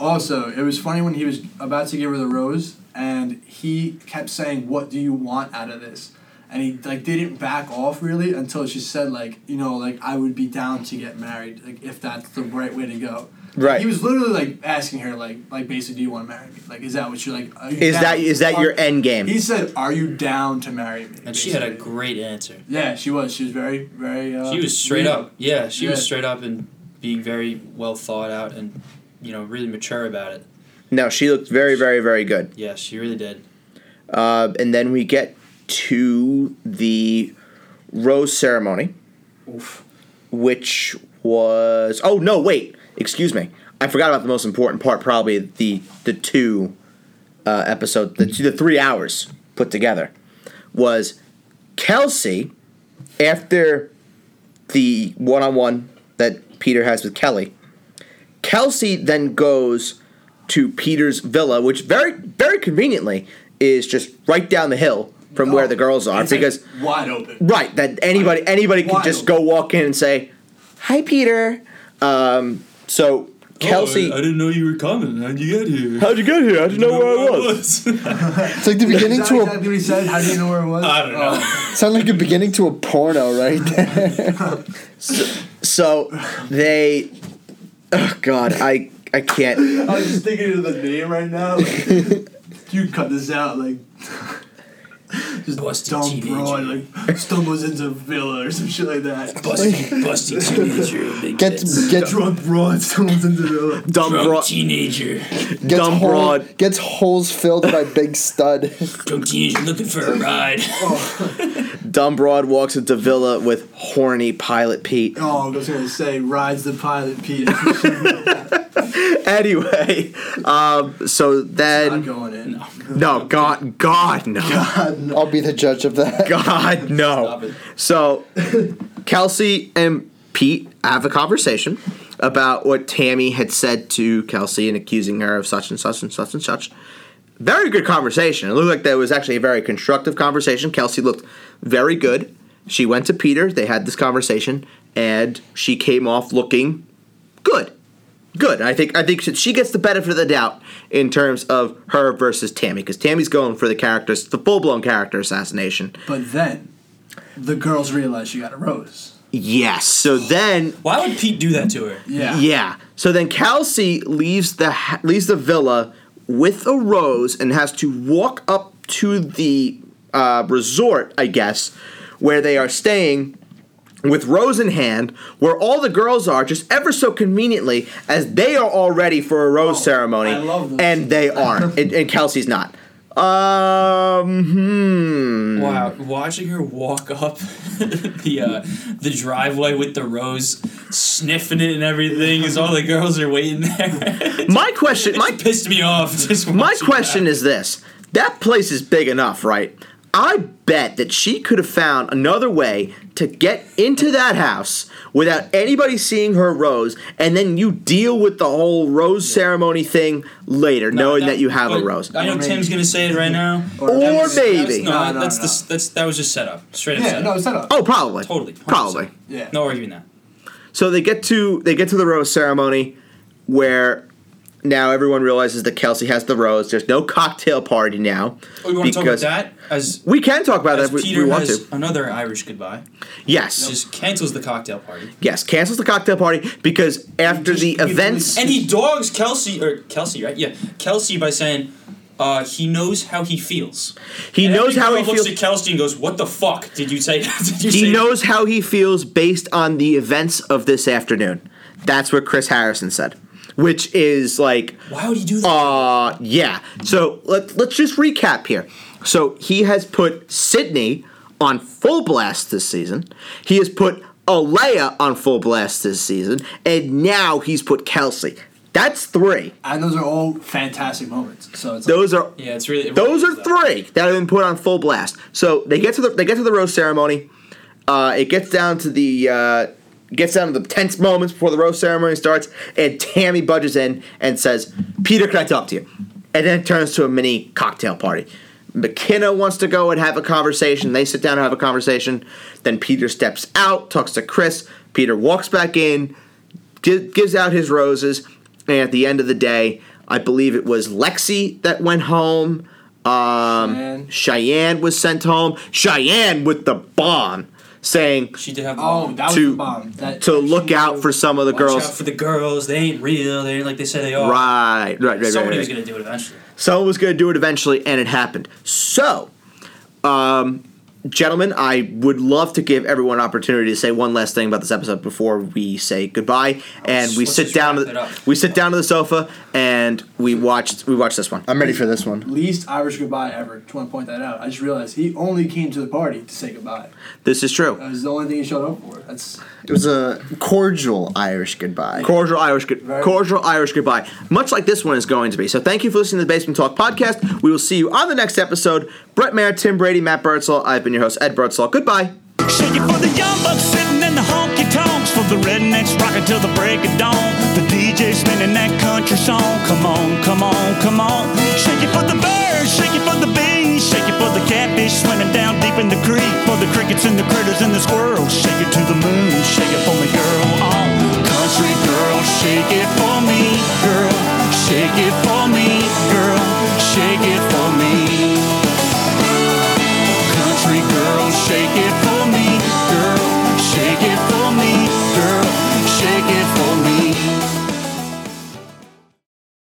Speaker 2: Also, it was funny when he was about to give her the rose, and he kept saying, "What do you want out of this?" And he like didn't back off really until she said like you know like I would be down to get married like if that's the right way to go.
Speaker 1: Right.
Speaker 2: He was literally like asking her like like basically, do you want to marry me? Like is that what you're like? Are you
Speaker 1: Is
Speaker 2: down-
Speaker 1: that is that
Speaker 2: are-
Speaker 1: your end game?
Speaker 2: He said, "Are you down to marry me?"
Speaker 3: And she had a
Speaker 2: basically.
Speaker 3: great answer.
Speaker 2: Yeah, she was. She was very, very. Uh,
Speaker 3: She was straight
Speaker 2: real.
Speaker 3: up. Yeah, she was
Speaker 2: Yeah.
Speaker 3: straight up and being very well thought out and you know really mature about it.
Speaker 1: No, she looked very, very, very good.
Speaker 3: Yeah, she really did.
Speaker 1: Uh, and then we get to the rose ceremony, which was oh no wait excuse me I forgot about the most important part probably the the two uh, episode the two, the three hours put together was Kelsey after the one on one that Peter has with Kelly. Kelsey then goes to Peter's villa, which very very conveniently is just right down the hill from where the girls are
Speaker 2: Oh, It's, like,
Speaker 1: because
Speaker 2: wide open.
Speaker 1: right that anybody anybody can
Speaker 2: Wild.
Speaker 1: just go walk in and say hi Peter. Um, so Kelsey.
Speaker 6: I,
Speaker 3: Oh,
Speaker 6: I didn't know you were coming. How'd you get here?
Speaker 1: How'd you get here? I didn't know where I was.
Speaker 4: It's like the beginning
Speaker 2: Is that
Speaker 4: to a
Speaker 2: exactly what he said? How do you know where it was?
Speaker 6: I don't know.
Speaker 4: sound like a beginning to a porno right there.
Speaker 1: So they. Oh God, I I can't.
Speaker 2: I was just thinking of the name right now. you cut this out, like. Just
Speaker 3: Busted
Speaker 2: Oh, dumb
Speaker 3: teenager.
Speaker 2: broad, like stumbles into a villa or some shit like that.
Speaker 3: Busty, busty teenager. Big
Speaker 4: Get
Speaker 3: tits.
Speaker 4: gets
Speaker 2: Drunk broad stumbles into villa.
Speaker 1: Dumb
Speaker 3: Drunk
Speaker 1: broad.
Speaker 3: teenager.
Speaker 4: gets
Speaker 1: Dumb
Speaker 4: hole-
Speaker 1: broad.
Speaker 4: gets holes filled by big stud.
Speaker 3: Drunk teenager looking for a ride.
Speaker 1: Dumb broad walks into villa with horny pilot Pete.
Speaker 2: Oh, I was gonna say, rides the pilot Pete.
Speaker 1: Anyway, um, so
Speaker 2: I'm
Speaker 1: then
Speaker 2: going in.
Speaker 1: no, God, God, no,
Speaker 4: I'll be the judge of that.
Speaker 1: God,
Speaker 2: Stop
Speaker 1: no.
Speaker 2: it.
Speaker 1: So Kelsey and Pete have a conversation about what Tammy had said to Kelsey and accusing her of such and such and such and such. Very good conversation. It looked like that was actually a very constructive conversation. Kelsey looked very good. She went to Peter, they had this conversation, and she came off looking good. Good. I think I think that she gets the benefit of the doubt in terms of her versus Tammy, because Tammy's going for the characters, the full blown character assassination.
Speaker 2: But then, the girls realize she got a rose.
Speaker 1: Yes. So then
Speaker 3: Why would Pete do that to her?
Speaker 2: Yeah.
Speaker 1: Yeah. So then Kelsey leaves the ha- leaves the villa with a rose and has to walk up to the uh, resort, I guess, where they are staying. With rose in hand, where all the girls are, just ever so conveniently, as they are all ready for a rose ceremony,
Speaker 2: Oh, I love this.
Speaker 1: and they aren't, and, and Kelsey's not. Um, hmm.
Speaker 3: Wow, watching her walk up the uh, the driveway with the rose, sniffing it and everything, as all the girls are waiting there.
Speaker 1: My question, my
Speaker 3: it pissed me off. Just
Speaker 1: My question is this: That place is big enough, right? I bet that she could have found another way to get into that house without anybody seeing her rose, and then you deal with the whole rose ceremony thing later, knowing that, you have a rose.
Speaker 3: I know
Speaker 2: Or maybe.
Speaker 3: Tim's gonna say it right now.
Speaker 2: Or
Speaker 3: That was- that was-
Speaker 1: maybe.
Speaker 3: no,
Speaker 2: No, no,
Speaker 3: that's
Speaker 2: no.
Speaker 3: the s that's that was just set up. Straight up
Speaker 2: Yeah,
Speaker 3: set
Speaker 2: no,
Speaker 3: up.
Speaker 2: it's not up.
Speaker 1: oh, probably,
Speaker 3: Totally, 100%.
Speaker 1: probably.
Speaker 2: Yeah.
Speaker 3: No arguing that.
Speaker 1: So they get to they get to the rose ceremony, where now everyone realizes that Kelsey has the rose. There's no cocktail party now.
Speaker 3: Oh, you want to talk about
Speaker 1: Because-
Speaker 3: that? As,
Speaker 1: We can talk about
Speaker 3: as
Speaker 1: that if we-
Speaker 3: Peter
Speaker 1: we want
Speaker 3: has
Speaker 1: to.
Speaker 3: another Irish goodbye,
Speaker 1: Yes.
Speaker 3: just cancels the cocktail party,
Speaker 1: Yes, cancels the cocktail party because after the
Speaker 2: just-
Speaker 1: events,
Speaker 3: and he dogs Kelsey or Kelsey, right? Yeah, Kelsey by saying. Uh, he knows how he feels.
Speaker 1: he
Speaker 3: And
Speaker 1: knows
Speaker 3: every
Speaker 1: how
Speaker 3: girl
Speaker 1: he
Speaker 3: looks
Speaker 1: feels.
Speaker 3: at Kelsey and goes, "What the fuck did you say?" did you
Speaker 1: He
Speaker 3: say
Speaker 1: knows how he feels based on the events of this afternoon. That's what Chris Harrison said, which is like,
Speaker 3: Why would he do that?
Speaker 1: uh, yeah. So let let's just recap here. So he has put Sydney on full blast this season. He has put Alea on full blast this season, and now he's put Kelsey. That's three.
Speaker 2: And those are all fantastic moments. So it's like,
Speaker 1: Those are
Speaker 3: yeah, it's really. it really
Speaker 1: Those are
Speaker 3: is that.
Speaker 1: three that have been put on full blast. So they get to the they get to the roast ceremony. Uh, it gets down to the uh, gets down to the tense moments before the roast ceremony starts, and Tammy budges in and says, "Peter, can I talk to you?" And then it turns to a mini cocktail party. McKenna wants to go and have a conversation. They sit down and have a conversation. Then Peter steps out, talks to Chris. Peter walks back in, gi- gives out his roses, and at the end of the day, I believe it was Lexi that went home. Um,
Speaker 2: Cheyenne.
Speaker 1: Cheyenne. was sent home. Cheyenne with the bomb, saying
Speaker 3: She did have. the
Speaker 2: oh,
Speaker 3: moment.
Speaker 2: that was
Speaker 1: To-
Speaker 2: the bomb. That,
Speaker 1: to look out for some of the
Speaker 3: Watch out
Speaker 1: girls.
Speaker 3: for the girls. They ain't real. They ain't like they say they are.
Speaker 1: Right, right, right, right.
Speaker 3: Somebody
Speaker 1: right.
Speaker 3: was gonna do it eventually.
Speaker 1: Someone was going to do it eventually, and it happened. So, um, gentlemen, I would love to give everyone an opportunity to say one last thing about this episode before we say goodbye, and we
Speaker 3: Oh, let's
Speaker 1: sit
Speaker 3: just
Speaker 1: down. To
Speaker 3: wrap it
Speaker 1: the,
Speaker 3: up.
Speaker 1: we sit down to the sofa, and we watched. We watched this one.
Speaker 4: I'm ready for this one.
Speaker 2: least Irish goodbye ever. Just want to point that out. I just realized he only came to the party to say goodbye.
Speaker 1: This is true.
Speaker 2: That was the only thing he showed up for. That's
Speaker 4: It was a cordial Irish goodbye.
Speaker 1: Cordial Irish, good,
Speaker 2: Very-
Speaker 1: cordial Irish goodbye. Much like this one is going to be. So thank you for listening to the Basement Talk podcast. We will see you on the next episode. Brett Mayer, Tim Brady, Matt Bertzel. I've been your host, Ed Bertzel. Goodbye.
Speaker 7: Shake it for the young bucks sitting in the honky tonks, for the rednecks rocking till the break of dawn. The DJ spinning that country song. Come on, come on, come on. Shake it for the birds, shake it for the bees, shake it for the catfish swimming down deep in the creek, for Oh, the crickets and the critters and the squirrels. Shake it to the moon, shake it for